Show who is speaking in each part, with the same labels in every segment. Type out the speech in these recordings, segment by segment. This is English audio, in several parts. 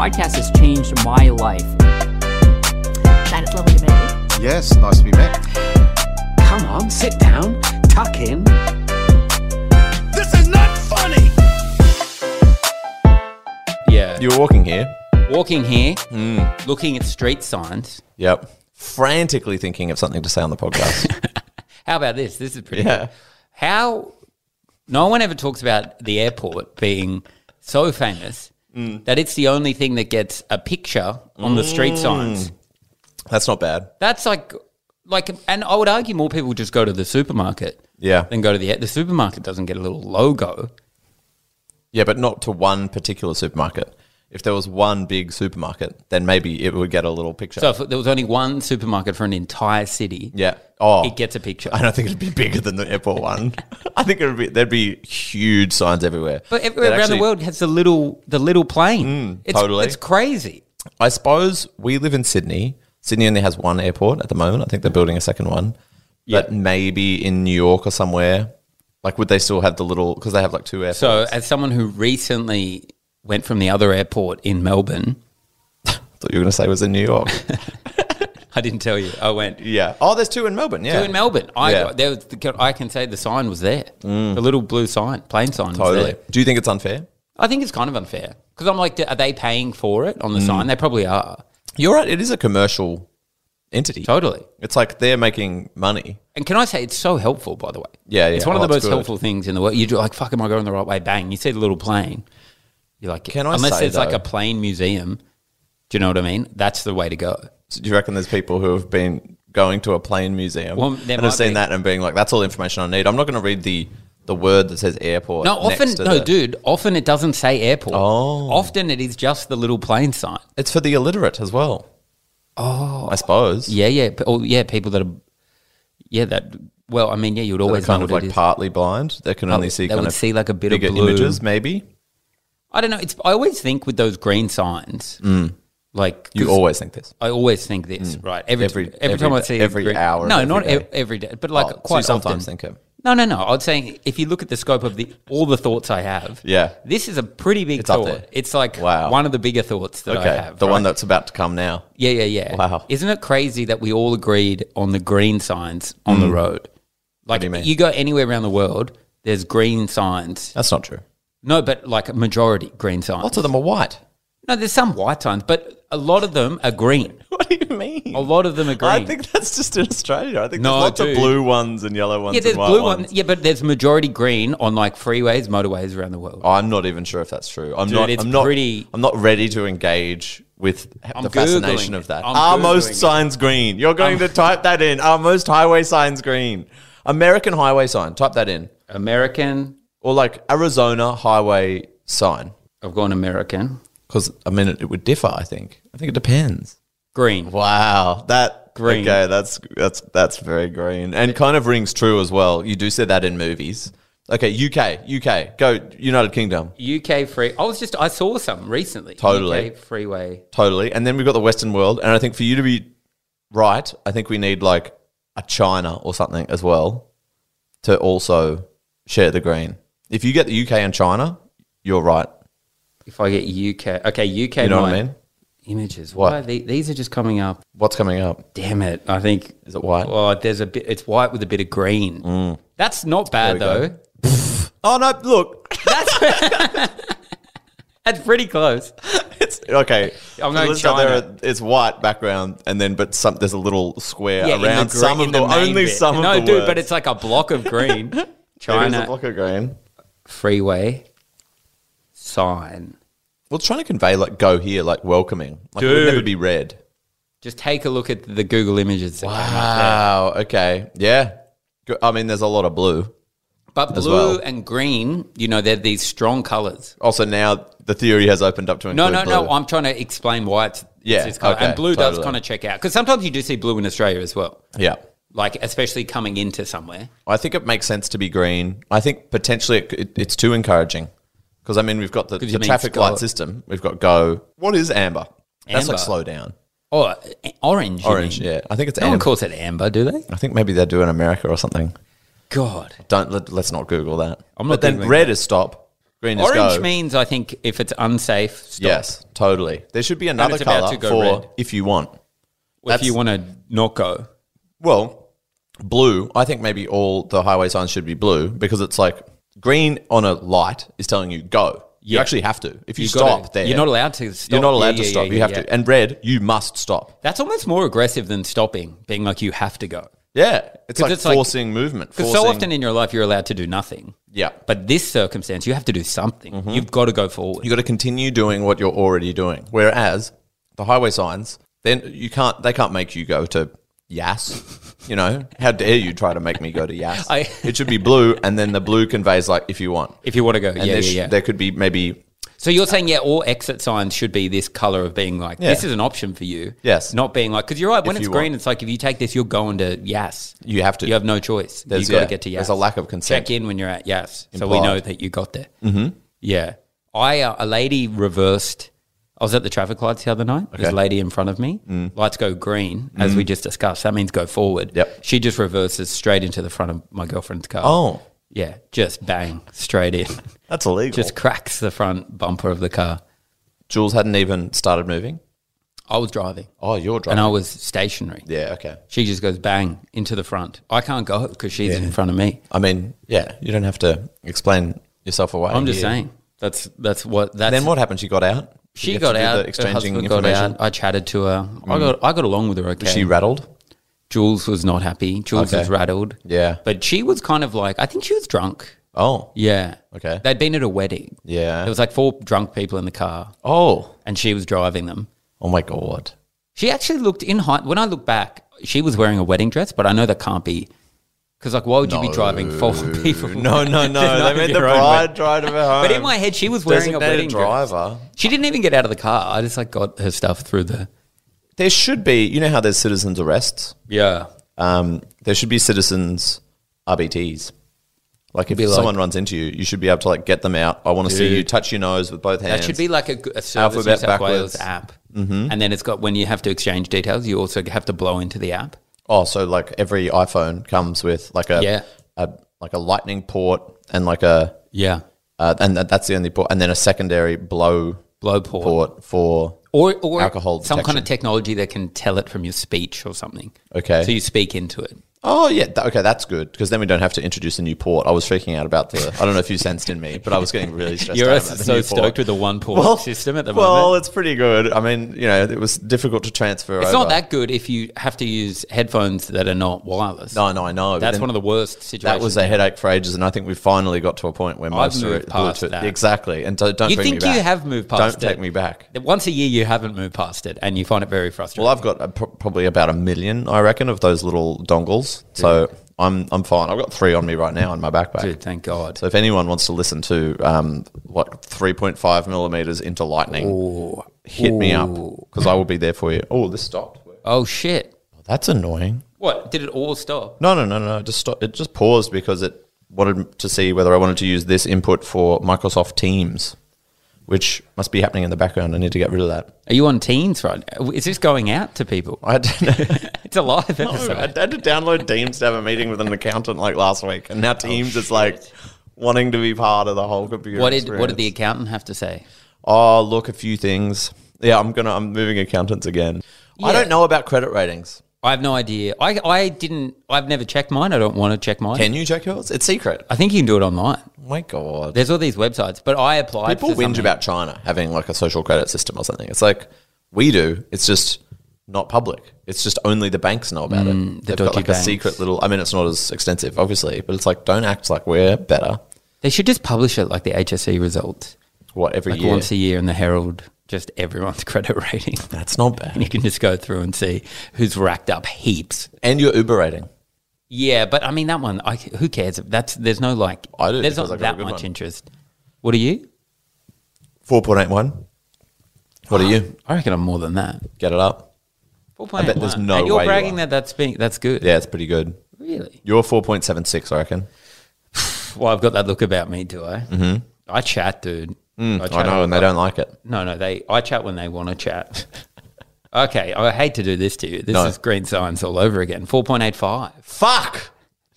Speaker 1: podcast has changed my life.
Speaker 2: Shine, it's lovely to meet you.
Speaker 3: Yes, nice to be met.
Speaker 4: Come on, sit down, tuck in.
Speaker 5: This is not funny.
Speaker 1: Yeah.
Speaker 6: You were walking here. Hmm.
Speaker 1: walking here, looking at street signs.
Speaker 6: Yep. Frantically thinking of something to say on the podcast.
Speaker 1: How about this? This is pretty.
Speaker 6: Yeah.
Speaker 1: Good. How no one ever talks about the airport being so famous
Speaker 6: Hmm.
Speaker 1: that it's the only thing that gets a picture on the street
Speaker 6: Hmm.
Speaker 1: signs.
Speaker 6: That's not bad.
Speaker 1: That's like, like, and I would argue more people just go to the supermarket
Speaker 6: Yeah.
Speaker 1: than go to the the supermarket doesn't get a little logo.
Speaker 6: Yeah, but not to one particular supermarket. If there was one big supermarket, then maybe it would get a little picture.
Speaker 1: So if there was only one supermarket for an entire city,
Speaker 6: yeah. Oh,
Speaker 1: it gets a picture.
Speaker 6: I don't think it'd be bigger than the airport one. I think it would be there'd be huge signs everywhere.
Speaker 1: But everywhere
Speaker 6: That
Speaker 1: around
Speaker 6: actually- Mm,
Speaker 1: the world has the little the little plane. it's,
Speaker 6: totally.
Speaker 1: it's crazy.
Speaker 6: I suppose we live in Sydney. Sydney only has one airport at the moment. I think they're building a second one. But maybe in New York or somewhere, like would they still have the little because they have like two airports?
Speaker 1: So, as someone who recently went from the other airport in Melbourne,
Speaker 6: I thought you were going to say it was in New York.
Speaker 1: I didn't tell you. I went to
Speaker 6: yeah. Oh, there's two in Melbourne. Yeah,
Speaker 1: in Melbourne. I
Speaker 6: Yeah. Mm.
Speaker 1: there was the, I can say the sign was there. The little blue sign, plane sign. Was
Speaker 6: Totally.
Speaker 1: there.
Speaker 6: Do you think it's unfair?
Speaker 1: I think it's kind of unfair because I'm like, are they paying for it
Speaker 6: Mm.
Speaker 1: on the sign? They probably are.
Speaker 6: You're right. It is a commercial entity.
Speaker 1: Totally.
Speaker 6: It's like they're making money.
Speaker 1: And can I say it's so helpful, by the way?
Speaker 6: Yeah, yeah.
Speaker 1: It's one
Speaker 6: Oh,
Speaker 1: of the most
Speaker 6: that's good.
Speaker 1: helpful things in the world. You do like, fuck, am I going the right way? Bang! You see the little plane. You're like,
Speaker 6: Can I
Speaker 1: Unless
Speaker 6: say,
Speaker 1: it's like
Speaker 6: though-
Speaker 1: a plane museum. Do you know what I mean? That's the way to go.
Speaker 6: So do you reckon there's people who have been going to a plane museum
Speaker 1: Well,
Speaker 6: and
Speaker 1: there
Speaker 6: have
Speaker 1: might
Speaker 6: seen
Speaker 1: be.
Speaker 6: that and being like, "That's all the information I need." I'm not going to read the the word that says airport.
Speaker 1: No,
Speaker 6: next
Speaker 1: often
Speaker 6: to
Speaker 1: no,
Speaker 6: the-
Speaker 1: dude. Often it doesn't say airport.
Speaker 6: Oh.
Speaker 1: often it is just the little plane sign.
Speaker 6: It's for the illiterate as well. Oh, I suppose.
Speaker 1: Yeah, yeah, p- oh, yeah. People that are, yeah, that. Well, I mean, yeah, you would
Speaker 6: They're
Speaker 1: always
Speaker 6: kind
Speaker 1: know
Speaker 6: of
Speaker 1: what
Speaker 6: like
Speaker 1: it is.
Speaker 6: partly blind. They can only
Speaker 1: Oh,
Speaker 6: see
Speaker 1: they
Speaker 6: kind
Speaker 1: would
Speaker 6: of
Speaker 1: see, like, a bit of
Speaker 6: bigger
Speaker 1: blue.
Speaker 6: images, maybe.
Speaker 1: I don't know. It's I always think with those green signs, like
Speaker 6: Mm. You
Speaker 1: 'cause
Speaker 6: always think this.
Speaker 1: I always think this, right? Every
Speaker 6: Every-
Speaker 1: every, every time
Speaker 6: every
Speaker 1: I
Speaker 6: day-
Speaker 1: see
Speaker 6: every
Speaker 1: green-
Speaker 6: hour
Speaker 1: No,
Speaker 6: of
Speaker 1: not
Speaker 6: every
Speaker 1: ev
Speaker 6: day.
Speaker 1: every day, but like
Speaker 6: Oh, so
Speaker 1: quite
Speaker 6: you sometimes
Speaker 1: often.
Speaker 6: think it.
Speaker 1: No, no, no. I'd say if you look at the scope of the all the thoughts I have,
Speaker 6: Yeah.
Speaker 1: this is a pretty big
Speaker 6: It's up
Speaker 1: thought.
Speaker 6: there.
Speaker 1: It's like
Speaker 6: Wow.
Speaker 1: one of the bigger thoughts that I
Speaker 6: Okay,
Speaker 1: have.
Speaker 6: the
Speaker 1: right?
Speaker 6: one that's about to come now.
Speaker 1: Yeah, yeah, yeah.
Speaker 6: Wow.
Speaker 1: Isn't it crazy that we all agreed on the green signs on the road? Like
Speaker 6: Mm. do you mean?
Speaker 1: go anywhere around the world, there's green signs.
Speaker 6: That's not true.
Speaker 1: No, but like a majority green signs.
Speaker 6: Lots of them are white.
Speaker 1: No, there's some white signs, but a lot of them are green.
Speaker 6: What do you mean?
Speaker 1: A lot of them are Oh, green.
Speaker 6: I think that's just in Australia. I think
Speaker 1: No,
Speaker 6: there's lots
Speaker 1: dude.
Speaker 6: of blue ones and yellow ones.
Speaker 1: yeah, there's
Speaker 6: and white
Speaker 1: blue
Speaker 6: ones.
Speaker 1: ones. Yeah, but there's majority green on like freeways, motorways around the world.
Speaker 6: I'm not even sure if that's true. I'm
Speaker 1: Dude,
Speaker 6: not.
Speaker 1: it's
Speaker 6: I'm not.
Speaker 1: pretty-
Speaker 6: I'm not ready to engage with
Speaker 1: I'm
Speaker 6: the fascination
Speaker 1: Googling
Speaker 6: of
Speaker 1: it.
Speaker 6: that.
Speaker 1: I'm
Speaker 6: Are
Speaker 1: Googling
Speaker 6: most
Speaker 1: it.
Speaker 6: signs green? You're going to type that in. Are most highway signs green? American highway sign. Type that in.
Speaker 1: American.
Speaker 6: Or like Arizona highway sign.
Speaker 1: I've gone American.
Speaker 6: Because I mean, it, it would differ. I think. I think it depends.
Speaker 1: Green.
Speaker 6: Wow, that
Speaker 1: Green.
Speaker 6: Okay, that's that's that's very green, and kind of rings true as well. You do see that in movies. Okay, UK, UK, go United Kingdom,
Speaker 1: UK free. I was just I saw some recently.
Speaker 6: Totally.
Speaker 1: UK freeway.
Speaker 6: totally, and then we've got the Western world, and I think for you to be right, I think we need like a China or something as well to also share the green. If you get the UK and China, you're right.
Speaker 1: If I get UK, okay, UK.
Speaker 6: You know what
Speaker 1: mine.
Speaker 6: I mean?
Speaker 1: images.
Speaker 6: What?
Speaker 1: Why are they, these are just coming up?
Speaker 6: What's coming up?
Speaker 1: Damn it! I think
Speaker 6: Is it white?
Speaker 1: oh, there's a bit. It's white with a bit of green. That's not bad
Speaker 6: Mm. There we
Speaker 1: though.
Speaker 6: go. Oh no! Look,
Speaker 1: That's pretty close.
Speaker 6: it's okay.
Speaker 1: I'm
Speaker 6: So
Speaker 1: going
Speaker 6: let's start
Speaker 1: China.
Speaker 6: there. It's white background, and then but some there's a little square
Speaker 1: Yeah, in the
Speaker 6: around
Speaker 1: gre-
Speaker 6: some
Speaker 1: in
Speaker 6: of the,
Speaker 1: main
Speaker 6: only
Speaker 1: bit.
Speaker 6: some
Speaker 1: No,
Speaker 6: of the
Speaker 1: dude,
Speaker 6: words.
Speaker 1: but it's like a block of green.
Speaker 6: It is a
Speaker 1: China
Speaker 6: block of green.
Speaker 1: freeway sign.
Speaker 6: Well, it's trying to convey like go here, like welcoming. Like it would never
Speaker 1: Dude.
Speaker 6: be red.
Speaker 1: Just take a look at the Google images. that came up.
Speaker 6: Wow. Okay. Yeah. Go- I mean, there's a lot of blue.
Speaker 1: But
Speaker 6: As
Speaker 1: blue
Speaker 6: well.
Speaker 1: and green, you know, they're these strong colors.
Speaker 6: Also, now the theory has opened up to
Speaker 1: No,
Speaker 6: include
Speaker 1: no,
Speaker 6: blue.
Speaker 1: no. I'm trying to explain why it's, it's
Speaker 6: Yeah,
Speaker 1: this color.
Speaker 6: okay,
Speaker 1: and blue does
Speaker 6: totally.
Speaker 1: kind of check out because sometimes you do see blue in Australia as well.
Speaker 6: yeah.
Speaker 1: Like especially coming into somewhere.
Speaker 6: I think it makes sense to be green. I think potentially it, it, it's too encouraging because I mean we've got the,
Speaker 1: 'Cause
Speaker 6: the
Speaker 1: you mean
Speaker 6: traffic
Speaker 1: go-
Speaker 6: light system. We've got go. What is amber? That's like
Speaker 1: Amber?
Speaker 6: slow down.
Speaker 1: Oh, uh, orange. you
Speaker 6: Orange.
Speaker 1: mean.
Speaker 6: Yeah. I think it's
Speaker 1: No one
Speaker 6: amber.
Speaker 1: calls it amber, do they?
Speaker 6: I think maybe they do in America or something.
Speaker 1: God.
Speaker 6: Don't let, let's not Google that.
Speaker 1: I'm
Speaker 6: I'm
Speaker 1: not
Speaker 6: not but then
Speaker 1: Googling
Speaker 6: red is stop, Green is
Speaker 1: Orange
Speaker 6: go.
Speaker 1: means I think if it's unsafe, stop.
Speaker 6: Yes, totally. There should be another
Speaker 1: it's about
Speaker 6: color
Speaker 1: to go
Speaker 6: for
Speaker 1: red.
Speaker 6: if you want.
Speaker 1: Or if
Speaker 6: That's-
Speaker 1: you want to not go,
Speaker 6: Well, blue. I think maybe all the highway signs should be blue because it's like green on a light is telling you go. You
Speaker 1: Yeah.
Speaker 6: actually have to. If you,
Speaker 1: You gotta-
Speaker 6: stop there,
Speaker 1: you're not allowed to stop.
Speaker 6: You're not allowed
Speaker 1: Yeah,
Speaker 6: to
Speaker 1: yeah,
Speaker 6: stop.
Speaker 1: yeah,
Speaker 6: you
Speaker 1: yeah,
Speaker 6: have
Speaker 1: yeah.
Speaker 6: to. And red, you must stop.
Speaker 1: that's almost more aggressive than stopping, being like you have to go.
Speaker 6: Yeah, it's
Speaker 1: 'Cause
Speaker 6: like
Speaker 1: it's like-
Speaker 6: forcing movement.
Speaker 1: Because
Speaker 6: Forcing,
Speaker 1: so often in your life, you're allowed to do nothing.
Speaker 6: yeah, but
Speaker 1: But this circumstance, you have to do something. You've got to go forward.
Speaker 6: you got to continue doing what you're already doing. Whereas the highway signs, then you can't. They can't make you go to Yas. You know, how dare you try to make me go to Yas?
Speaker 1: I-
Speaker 6: it should be blue, and then the blue conveys like if you want.
Speaker 1: if you want to go, yeah,
Speaker 6: And
Speaker 1: yeah,
Speaker 6: there, sh-
Speaker 1: yeah.
Speaker 6: there could be maybe
Speaker 1: So you're saying, yeah, all exit signs should be this color of being like,
Speaker 6: Yeah.
Speaker 1: this is an option for you.
Speaker 6: Yes.
Speaker 1: Not being like, because you're right, when
Speaker 6: If
Speaker 1: it's
Speaker 6: you
Speaker 1: green,
Speaker 6: want.
Speaker 1: it's like, if you take this, you're going to yes.
Speaker 6: You have to.
Speaker 1: You have no choice.
Speaker 6: There's-
Speaker 1: You've got
Speaker 6: yeah,
Speaker 1: to get to yes.
Speaker 6: there's a lack of consent.
Speaker 1: Check in when you're at yes. So we
Speaker 6: Implied.
Speaker 1: know that you got there. Mm-hmm. Yeah. I, uh, a lady reversed. I was at the traffic lights the other night. There's a
Speaker 6: Okay. Mm.
Speaker 1: lady in front of me. Lights go green, as we just discussed. That means go forward.
Speaker 6: Yep.
Speaker 1: She just reverses straight into the front of my girlfriend's car.
Speaker 6: Oh.
Speaker 1: Yeah. Just bang, straight in.
Speaker 6: that's illegal.
Speaker 1: just cracks the front bumper of the car.
Speaker 6: Jules hadn't even started moving.
Speaker 1: I was driving
Speaker 6: Oh, you're driving.
Speaker 1: and I was stationary.
Speaker 6: yeah, okay.
Speaker 1: She just goes bang into the front. I can't go because she's in front of me.
Speaker 6: I mean, yeah, you don't have to explain yourself away.
Speaker 1: I'm just
Speaker 6: here.
Speaker 1: saying that's that's what that's.
Speaker 6: Then what happened? She got out.
Speaker 1: She
Speaker 6: You have
Speaker 1: got
Speaker 6: to do the
Speaker 1: out.
Speaker 6: exchanging
Speaker 1: her husband got
Speaker 6: information. Mm.
Speaker 1: out. I chatted to her. I got I got along with her. Okay.
Speaker 6: She rattled.
Speaker 1: Jules was not happy. Jules
Speaker 6: Okay.
Speaker 1: was rattled.
Speaker 6: Yeah.
Speaker 1: But she was kind of like I think she was drunk.
Speaker 6: Oh,
Speaker 1: Yeah.
Speaker 6: Okay.
Speaker 1: They'd been at a wedding.
Speaker 6: Yeah.
Speaker 1: There was like four drunk people in the car,
Speaker 6: oh,
Speaker 1: and she was driving them.
Speaker 6: oh my god.
Speaker 1: She actually looked in height. When I look back, she was wearing a wedding dress, but I know that can't be. Because, like, why would you be driving four people?
Speaker 6: No, no, no.
Speaker 1: Not
Speaker 6: they made the
Speaker 1: your own
Speaker 6: bride
Speaker 1: wedding.
Speaker 6: drive her home.
Speaker 1: But in my head, she was wearing a
Speaker 6: Designated
Speaker 1: wedding dress.
Speaker 6: driver.
Speaker 1: She didn't even get out of the car. I just, like, got her stuff through the.
Speaker 6: There should be. You know how there's citizens arrests.
Speaker 1: Yeah.
Speaker 6: um, there should be citizens RBTs. Like if
Speaker 1: Be like-
Speaker 6: someone runs into you, you should be able to like get them out. I want to see
Speaker 1: Dude.
Speaker 6: you touch your nose with both hands.
Speaker 1: That should be like a, a service
Speaker 6: Alphabet
Speaker 1: New South Wales
Speaker 6: backwards. Mm-hmm.
Speaker 1: app. And then it's got when you have to exchange details, you also have to blow into the app.
Speaker 6: oh, so like every iPhone comes with like a,
Speaker 1: Yeah.
Speaker 6: a like a lightning port and like a
Speaker 1: Yeah.
Speaker 6: uh, and that, that's the only port, and then a secondary blow
Speaker 1: Blow port.
Speaker 6: port for
Speaker 1: Or, or
Speaker 6: Alcohol
Speaker 1: some kind
Speaker 6: detection.
Speaker 1: of technology that can tell it from your speech or something.
Speaker 6: Okay.
Speaker 1: So you speak into it.
Speaker 6: Oh yeah, th- okay, that's good because then we don't have to introduce a new port. I was freaking out about the. I don't know if you sensed in me, but I was getting really stressed.
Speaker 1: You're
Speaker 6: out
Speaker 1: so
Speaker 6: about the new
Speaker 1: stoked
Speaker 6: port.
Speaker 1: with the one port system at the
Speaker 6: Well,
Speaker 1: moment.
Speaker 6: it's pretty good. I mean, you know, it was difficult to transfer.
Speaker 1: It's
Speaker 6: over.
Speaker 1: not that good if you have to use headphones that are not wireless.
Speaker 6: No, no, I know. but
Speaker 1: That's
Speaker 6: then
Speaker 1: one of the worst situations.
Speaker 6: That was a headache for ages, and I think we finally got to a point where most of
Speaker 1: moved
Speaker 6: it
Speaker 1: past
Speaker 6: Bluetooth-
Speaker 1: that.
Speaker 6: exactly. And don't, don't
Speaker 1: You
Speaker 6: bring
Speaker 1: think
Speaker 6: me back.
Speaker 1: you have moved past
Speaker 6: Don't
Speaker 1: it.
Speaker 6: take me back.
Speaker 1: Once a year, you haven't moved past it, and you find it very frustrating.
Speaker 6: Well, I've got a, pro- probably about a million, I reckon, of those little dongles. So I'm I'm fine. I've got three on me right now in my backpack.
Speaker 1: Dude, thank God.
Speaker 6: So if anyone wants to listen to um, what 3.5 millimeters into lightning, hit me up because I will be there for you. Oh, this stopped.
Speaker 1: oh shit!
Speaker 6: That's annoying.
Speaker 1: What did it all stop?
Speaker 6: No, no, no, no. It just stop it just paused because it wanted to see whether I wanted to use this input for Microsoft Teams, which must be happening in the background. I need to get rid of that.
Speaker 1: Are you on Teens right now? Is this going out to people?
Speaker 6: I don't know.
Speaker 1: It's a live episode.
Speaker 6: I had to download Teams to have a meeting with an accountant like last week, and now Teams is like wanting to be part of the whole computer.
Speaker 1: what did What did the
Speaker 6: experience.
Speaker 1: accountant have to say?
Speaker 6: Oh, look, a few things. Yeah, I'm gonna. I'm moving accountants again. I
Speaker 1: Yeah.
Speaker 6: don't know about credit ratings.
Speaker 1: I have no idea. I I didn't. I've never checked mine. I don't want to check mine.
Speaker 6: Can you check yours? It's secret.
Speaker 1: I think you can do it online.
Speaker 6: Oh my god.
Speaker 1: There's all these websites, but I applied.
Speaker 6: People
Speaker 1: for
Speaker 6: whinge
Speaker 1: something.
Speaker 6: about China having like a social credit system or something. It's like we do. It's just not public. It's just only the banks know about it. They've got
Speaker 1: Mm, dodgy
Speaker 6: like a
Speaker 1: banks.
Speaker 6: secret little. I mean, it's not as extensive, obviously, but it's like don't act like we're better.
Speaker 1: They should just publish it like the HSE results,
Speaker 6: What every
Speaker 1: like
Speaker 6: year?
Speaker 1: once a year in the Herald, just everyone's credit rating.
Speaker 6: That's not
Speaker 1: And
Speaker 6: bad.
Speaker 1: you can just go through and see who's racked up heaps.
Speaker 6: And your Uber rating.
Speaker 1: Yeah, but I mean that one. I, who cares? That's there's no like.
Speaker 6: I do,
Speaker 1: There's
Speaker 6: because
Speaker 1: not
Speaker 6: I got a
Speaker 1: that
Speaker 6: good
Speaker 1: much
Speaker 6: one.
Speaker 1: interest. What are you?
Speaker 6: Four point eight one. What
Speaker 1: Ah.
Speaker 6: are you?
Speaker 1: I reckon I'm more than that.
Speaker 6: Get it up.
Speaker 1: Four point eight.
Speaker 6: bet there's no
Speaker 1: And you're
Speaker 6: way you
Speaker 1: bragging
Speaker 6: are.
Speaker 1: that that's being that's good.
Speaker 6: Yeah, it's pretty good.
Speaker 1: Really?
Speaker 6: You're four point seven six, I reckon.
Speaker 1: Well, I've got that look about me, do I? Mm-hmm. I chat, dude. I,
Speaker 6: Mm, I
Speaker 1: chat
Speaker 6: know,
Speaker 1: a
Speaker 6: and they
Speaker 1: lot.
Speaker 6: don't like it.
Speaker 1: No, no, they. I chat when they want to chat. okay, I hate to do this to you. This
Speaker 6: No.
Speaker 1: is green science all over again. Four point eight five.
Speaker 6: Fuck.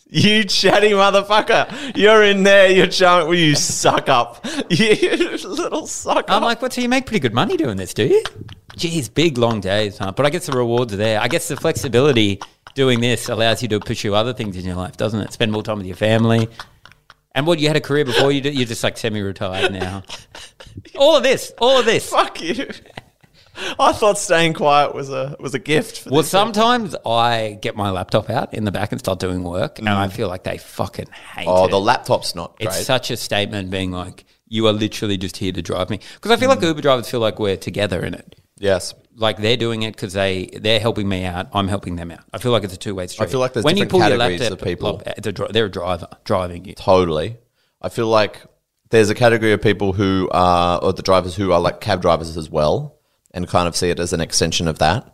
Speaker 6: You chatty motherfucker. You're in there, you're chatting. Well, you suck up. You little suck
Speaker 1: I'm
Speaker 6: up.
Speaker 1: like, what? So you make pretty good money doing this, do you? Geez, big long days, huh? But I guess the rewards are there. I guess the flexibility doing this allows you to pursue other things in your life, doesn't it? Spend more time with your family. And what you had a career before you did, you're just like semi-retired now. all of this, all of this.
Speaker 6: Fuck you. I thought staying quiet was a was a gift. For
Speaker 1: Well,
Speaker 6: this
Speaker 1: sometimes I get my laptop out in the back and start doing work, and I feel like they fucking hate
Speaker 6: Mm. Oh,
Speaker 1: it.
Speaker 6: the laptop's not great.
Speaker 1: It's such a statement being like, you are literally just here to drive me. Because I feel
Speaker 6: Mm.
Speaker 1: like Uber drivers feel like we're together in it.
Speaker 6: yes.
Speaker 1: Like they're doing it because they, they're helping me out. I'm helping them out. I feel like it's a two way street.
Speaker 6: feel like there's different categories of people.
Speaker 1: up, it's a dri- they're a driver driving you.
Speaker 6: Totally. I feel like there's a category of people who are, or the drivers who are like cab drivers as well, and kind of see it as an extension of that,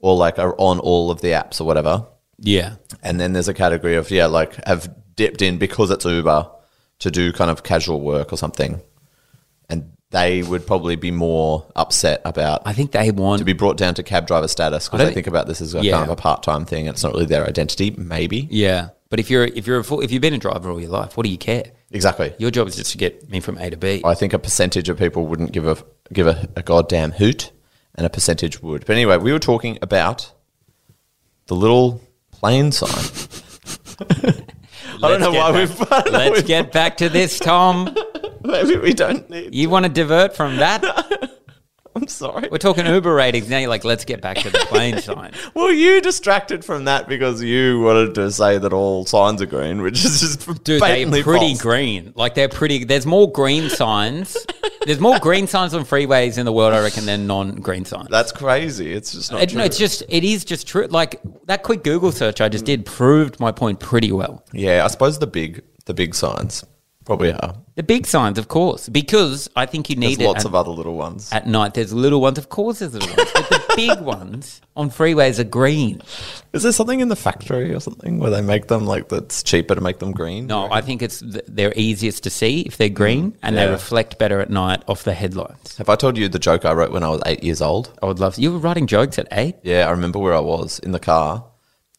Speaker 6: or like are on all of the apps or whatever.
Speaker 1: Yeah.
Speaker 6: And then there's a category of, yeah, like have dipped in because it's Uber to do kind of casual work or something. And they would probably be more upset about
Speaker 1: I think they want
Speaker 6: to be brought down to cab driver status
Speaker 1: I
Speaker 6: because
Speaker 1: don't
Speaker 6: they think about this as a
Speaker 1: Yeah.
Speaker 6: kind of a part time thing. It's not really their identity, maybe.
Speaker 1: Yeah. But if you're if you're a full, if you've been a driver all your life, what do you care?
Speaker 6: Exactly.
Speaker 1: Your job is just to get me from A to B.
Speaker 6: I think a percentage of people wouldn't give a give a, a goddamn hoot, and a percentage would. But anyway, we were talking about the little plane sign. I don't know why we've. I don't know
Speaker 1: Let's
Speaker 6: we've-
Speaker 1: get back to this, Tom.
Speaker 6: Maybe we don't need.
Speaker 1: You want to divert from that?
Speaker 6: I'm sorry.
Speaker 1: We're talking Uber ratings now. You're like, let's get back to the plane sign.
Speaker 6: Well, you distracted from that because you wanted to say that all signs are green, which is just
Speaker 1: Dude,
Speaker 6: patently
Speaker 1: they're pretty
Speaker 6: false.
Speaker 1: green. Like they're pretty. There's more green signs. there's more green signs on freeways in the world, I reckon, than non-green signs.
Speaker 6: That's crazy. It's just not.
Speaker 1: It- no,
Speaker 6: true.
Speaker 1: it's just it is just true. Like that quick Google search I just did proved my point pretty well.
Speaker 6: yeah, I suppose the big the big signs probably are.
Speaker 1: The big signs, of course, because I think you need
Speaker 6: There's
Speaker 1: it Uh,
Speaker 6: lots
Speaker 1: at,
Speaker 6: of other little ones.
Speaker 1: at night. There's little ones, of course. There's little ones, but the big ones on freeways are green.
Speaker 6: Is there something in the factory or something where they make them like that's cheaper to make them green?
Speaker 1: No, I think it's th- they're easiest to see if they're green and they
Speaker 6: Yeah.
Speaker 1: reflect better at night off the headlines.
Speaker 6: Have I told you the joke I wrote when I was eight years old?
Speaker 1: I would love you were writing jokes at eight.
Speaker 6: Yeah, I remember where I was in the car,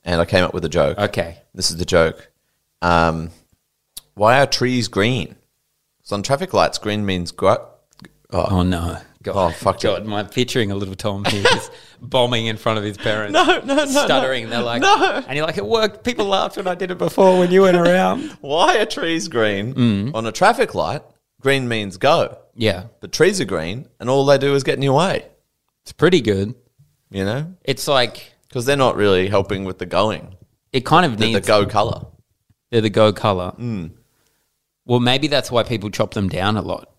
Speaker 6: and I came up with a joke.
Speaker 1: Okay,
Speaker 6: This is the joke. Um, why are trees green? So on traffic lights, green means gro-
Speaker 1: Oh no.
Speaker 6: Oh, fuck
Speaker 1: God,
Speaker 6: it.
Speaker 1: my picturing a little Tom here just bombing in front of his parents.
Speaker 6: No, no, no, no.
Speaker 1: Stuttering. They're like,
Speaker 6: No.
Speaker 1: and you're like, it worked. People laughed when I did it before when you went around.
Speaker 6: Why are trees green?
Speaker 1: Mm.
Speaker 6: On a traffic light, green means go.
Speaker 1: yeah,
Speaker 6: But trees are green, and all they do is get in your way.
Speaker 1: it's pretty good.
Speaker 6: You know,
Speaker 1: It's like,
Speaker 6: because they're not really helping with the going,
Speaker 1: it kind of
Speaker 6: the
Speaker 1: needs,
Speaker 6: go Mm. color.
Speaker 1: they're the go color. Well, maybe that's why people chop them down a lot.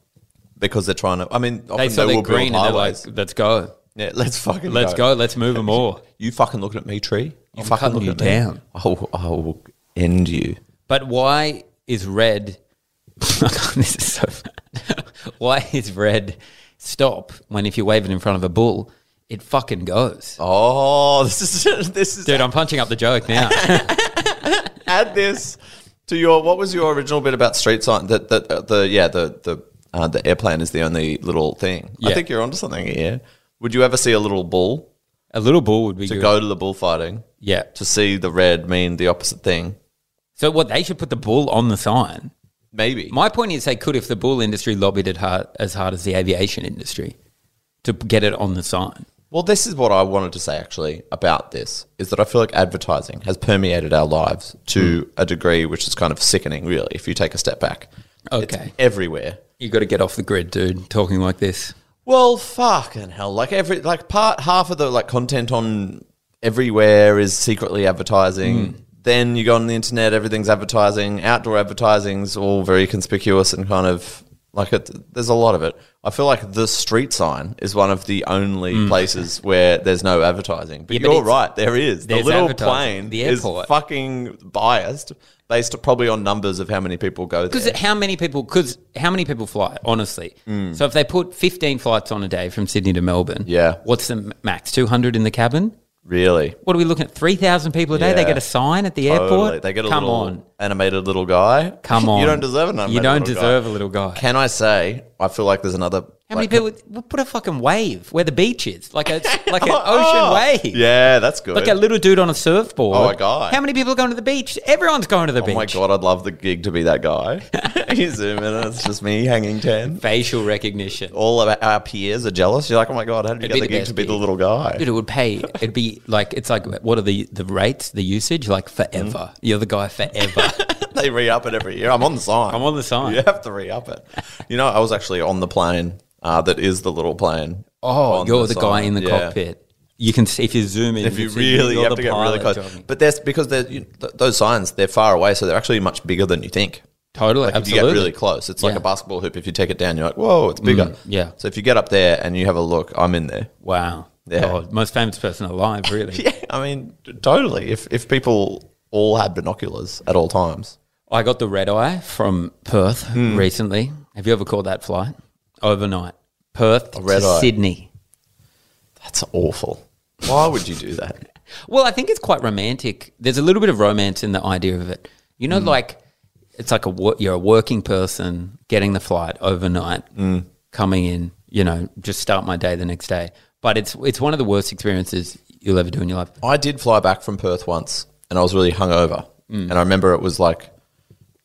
Speaker 6: because they're trying to. I mean, often
Speaker 1: They
Speaker 6: they,
Speaker 1: saw they're
Speaker 6: will
Speaker 1: green
Speaker 6: build
Speaker 1: and they're like,
Speaker 6: highways.
Speaker 1: let's go.
Speaker 6: yeah, let's fucking
Speaker 1: Let's go. Let's move them all.
Speaker 6: You fucking looking at me, tree? You
Speaker 1: I'm
Speaker 6: fucking
Speaker 1: cutting
Speaker 6: looking
Speaker 1: you
Speaker 6: at me.
Speaker 1: down.
Speaker 6: I will, I will end you.
Speaker 1: But why is red? this is so. Bad. why is red stop when if you wave it in front of a bull, it fucking goes?
Speaker 6: Oh, this is this is.
Speaker 1: Dude, I'm punching up the joke now.
Speaker 6: Add this to your. What was your original bit about street sign? That the, the, the yeah the the uh, the airplane is the only little thing. I
Speaker 1: Yeah.
Speaker 6: think you're onto something here. Would you ever see a little bull
Speaker 1: a little bull would be
Speaker 6: to
Speaker 1: good.
Speaker 6: go to the bullfighting
Speaker 1: Yeah.
Speaker 6: to see the red mean the opposite thing?
Speaker 1: So what they should put the bull on the sign.
Speaker 6: Maybe.
Speaker 1: My point is they could if the bull industry lobbied it hard, as hard as the aviation industry to get it on the sign.
Speaker 6: Well, this is what I wanted to say actually about this is that I feel like advertising has permeated our lives to
Speaker 1: Hmm.
Speaker 6: a degree which is kind of sickening, really, if you take a step back.
Speaker 1: Okay.
Speaker 6: Everywhere.
Speaker 1: You got to get off the grid, dude, talking like this.
Speaker 6: Well, fucking hell. Like every like part half of the like content on everywhere is secretly advertising.
Speaker 1: Hmm.
Speaker 6: Then you go on the internet, everything's advertising. Outdoor advertising's all very conspicuous and kind of like it, there's a lot of it. I feel like the street sign is one of the only places where there's no advertising. But
Speaker 1: Hmm. Yeah, but
Speaker 6: you're
Speaker 1: it's-
Speaker 6: right, there is. The
Speaker 1: there's
Speaker 6: little
Speaker 1: advertising.
Speaker 6: plane
Speaker 1: The
Speaker 6: is
Speaker 1: airport.
Speaker 6: fucking biased based probably on numbers of how many people go there.
Speaker 1: Because how many people? Because how many people fly? Honestly, so if they put fifteen flights on a day from Sydney to Melbourne,
Speaker 6: Mm. Yeah.
Speaker 1: what's the m- max? Two hundred in the cabin.
Speaker 6: really.
Speaker 1: What are we looking at? Three thousand people a day. They
Speaker 6: Yeah.
Speaker 1: get a sign at the
Speaker 6: Totally.
Speaker 1: airport.
Speaker 6: They get a
Speaker 1: Come
Speaker 6: little
Speaker 1: on,
Speaker 6: animated little guy.
Speaker 1: come on.
Speaker 6: you don't deserve an animated
Speaker 1: You don't
Speaker 6: little guy.
Speaker 1: deserve a little guy.
Speaker 6: Can I say, I feel like there's another
Speaker 1: How many
Speaker 6: Like-
Speaker 1: people we'll put a fucking wave where the beach is, like a like an ocean wave,
Speaker 6: Oh, Yeah, that's good.
Speaker 1: like a little dude on a surfboard?
Speaker 6: Oh, my God.
Speaker 1: How many people are going to the beach? Everyone's going to the
Speaker 6: Oh
Speaker 1: beach.
Speaker 6: my god, I'd love the gig to be that guy. you zoom in, and it's just me hanging ten.
Speaker 1: Facial recognition.
Speaker 6: All of our peers are jealous. You're like, oh my god, how did you
Speaker 1: It'd be
Speaker 6: get the
Speaker 1: the
Speaker 6: gig
Speaker 1: best
Speaker 6: to be the
Speaker 1: gig.
Speaker 6: little guy?
Speaker 1: Dude, it would pay. It'd be like it's like what are the the rates, the usage? Like forever. You're the guy forever.
Speaker 6: they re up it every year. I'm on the sign.
Speaker 1: I'm on the sign.
Speaker 6: You have to re up it. You know, I was actually on the plane uh, that is the little plane.
Speaker 1: Oh,
Speaker 6: on
Speaker 1: you're the, guy
Speaker 6: sign.
Speaker 1: in the
Speaker 6: Yeah.
Speaker 1: cockpit. You can see if you zoom in.
Speaker 6: If you
Speaker 1: can see
Speaker 6: really
Speaker 1: you're
Speaker 6: you have
Speaker 1: the
Speaker 6: to get really
Speaker 1: pilot
Speaker 6: close,
Speaker 1: driving.
Speaker 6: but that's because they're, you, th- those signs they're far away, so they're actually much bigger than you think.
Speaker 1: totally,
Speaker 6: Like
Speaker 1: absolutely.
Speaker 6: if you get really close, it's like
Speaker 1: Yeah.
Speaker 6: a basketball hoop. If you take it down, you're like, whoa, it's bigger.
Speaker 1: yeah.
Speaker 6: So if you get up there and you have a look, I'm in there.
Speaker 1: Wow.
Speaker 6: Yeah.
Speaker 1: God, most famous person alive, really.
Speaker 6: Yeah, I mean, totally. If if people all had binoculars at all times,
Speaker 1: I got the red eye from Perth
Speaker 6: Hmm.
Speaker 1: recently. Have you ever caught that flight? Overnight. Perth
Speaker 6: red
Speaker 1: to
Speaker 6: eye.
Speaker 1: Sydney.
Speaker 6: that's awful. Why would you do that?
Speaker 1: Well, I think it's quite romantic. There's a little bit of romance in the idea of it. You
Speaker 6: Mm.
Speaker 1: know, like it's like a wo- you're a working person getting the flight overnight,
Speaker 6: Mm.
Speaker 1: coming in. You know, just start my day the next day. But it's it's one of the worst experiences you'll ever do in your life.
Speaker 6: I did fly back from Perth once, and I was really hungover, and I remember it was like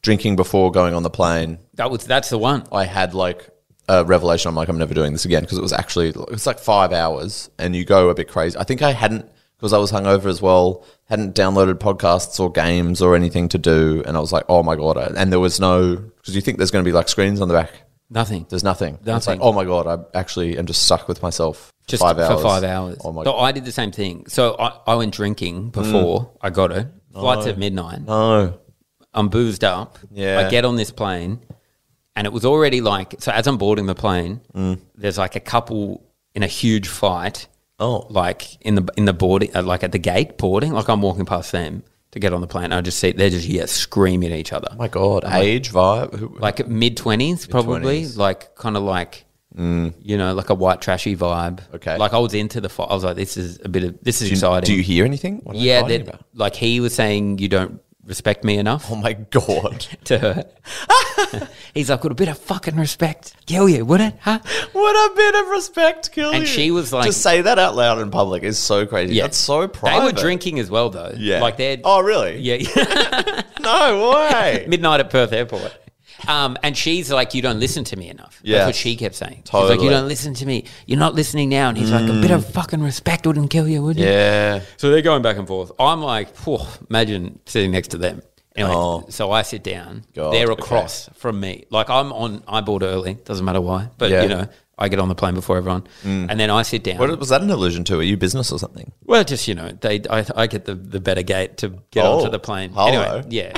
Speaker 6: drinking before going on the plane.
Speaker 1: That was that's the one.
Speaker 6: I had like a revelation. I'm like, I'm never doing this again because it was actually it was like five hours, and you go a bit crazy. I think I hadn't because I was hungover as well. Hadn't downloaded podcasts or games or anything to do, and I was like, oh my god! I- And there was no because you think there's going to be like screens on the back.
Speaker 1: Nothing.
Speaker 6: There's nothing. It's like,
Speaker 1: Nothing.
Speaker 6: oh my god! I actually am just stuck with myself.
Speaker 1: just
Speaker 6: five
Speaker 1: for
Speaker 6: hours.
Speaker 1: five hours.
Speaker 6: Oh my
Speaker 1: so
Speaker 6: god!
Speaker 1: I did the same thing. So I, I went drinking before
Speaker 6: Mm.
Speaker 1: I got it.
Speaker 6: Oh.
Speaker 1: Flights at midnight.
Speaker 6: No.
Speaker 1: I'm boozed up.
Speaker 6: Yeah.
Speaker 1: I get on this plane, and it was already like so. As I'm boarding the plane,
Speaker 6: Mm.
Speaker 1: there's like a couple in a huge fight.
Speaker 6: Oh.
Speaker 1: like in the in the boarding, uh, like at the gate boarding. Like I'm walking past them to get on the plane. And I just see they're just yeah screaming at each other.
Speaker 6: Oh my god! Age vibe. Who,
Speaker 1: like mid twenties, probably.
Speaker 6: 20s.
Speaker 1: Like kind of like you know, like a white trashy vibe.
Speaker 6: Mm. Okay.
Speaker 1: Like I was into the fight. I was like, this is a bit of this is
Speaker 6: do, you,
Speaker 1: exciting.
Speaker 6: do you hear anything? What are they
Speaker 1: yeah,
Speaker 6: fighting
Speaker 1: that-
Speaker 6: about?
Speaker 1: like he was saying you don't respect me enough
Speaker 6: Oh my god!
Speaker 1: to her. He's like, with a bit of fucking respect, kill you, would it? Huh?
Speaker 6: What a bit of respect, Killian.
Speaker 1: And she was like-
Speaker 6: to say that out loud in public is so crazy. That's so private.
Speaker 1: They were drinking as well though.
Speaker 6: Yeah.
Speaker 1: Like they're
Speaker 6: Oh, really?
Speaker 1: yeah.
Speaker 6: No way.
Speaker 1: midnight at Perth Airport. Um, and she's like, "You don't listen to me enough."
Speaker 6: Yes.
Speaker 1: That's what she kept saying. She's like,
Speaker 6: Totally.
Speaker 1: "You don't listen to me. You're not listening now." And he's like, "A bit of fucking respect wouldn't kill you, would it?"
Speaker 6: yeah.
Speaker 1: So they're going back and forth. I'm like, "Phew, imagine sitting next to them. Anyway,
Speaker 6: Oh.
Speaker 1: so I sit down.
Speaker 6: God,
Speaker 1: they're
Speaker 6: okay.
Speaker 1: across from me. Like I'm on. I board early. Doesn't matter why. But
Speaker 6: Yeah. Mm.
Speaker 1: you know, I get on the plane before everyone, and then I sit down.
Speaker 6: What was that an allusion to? Are you business or something?
Speaker 1: well, just you know, they I, I get the, the better gate to get
Speaker 6: Oh,
Speaker 1: onto the plane.
Speaker 6: hello.
Speaker 1: Anyway, yeah.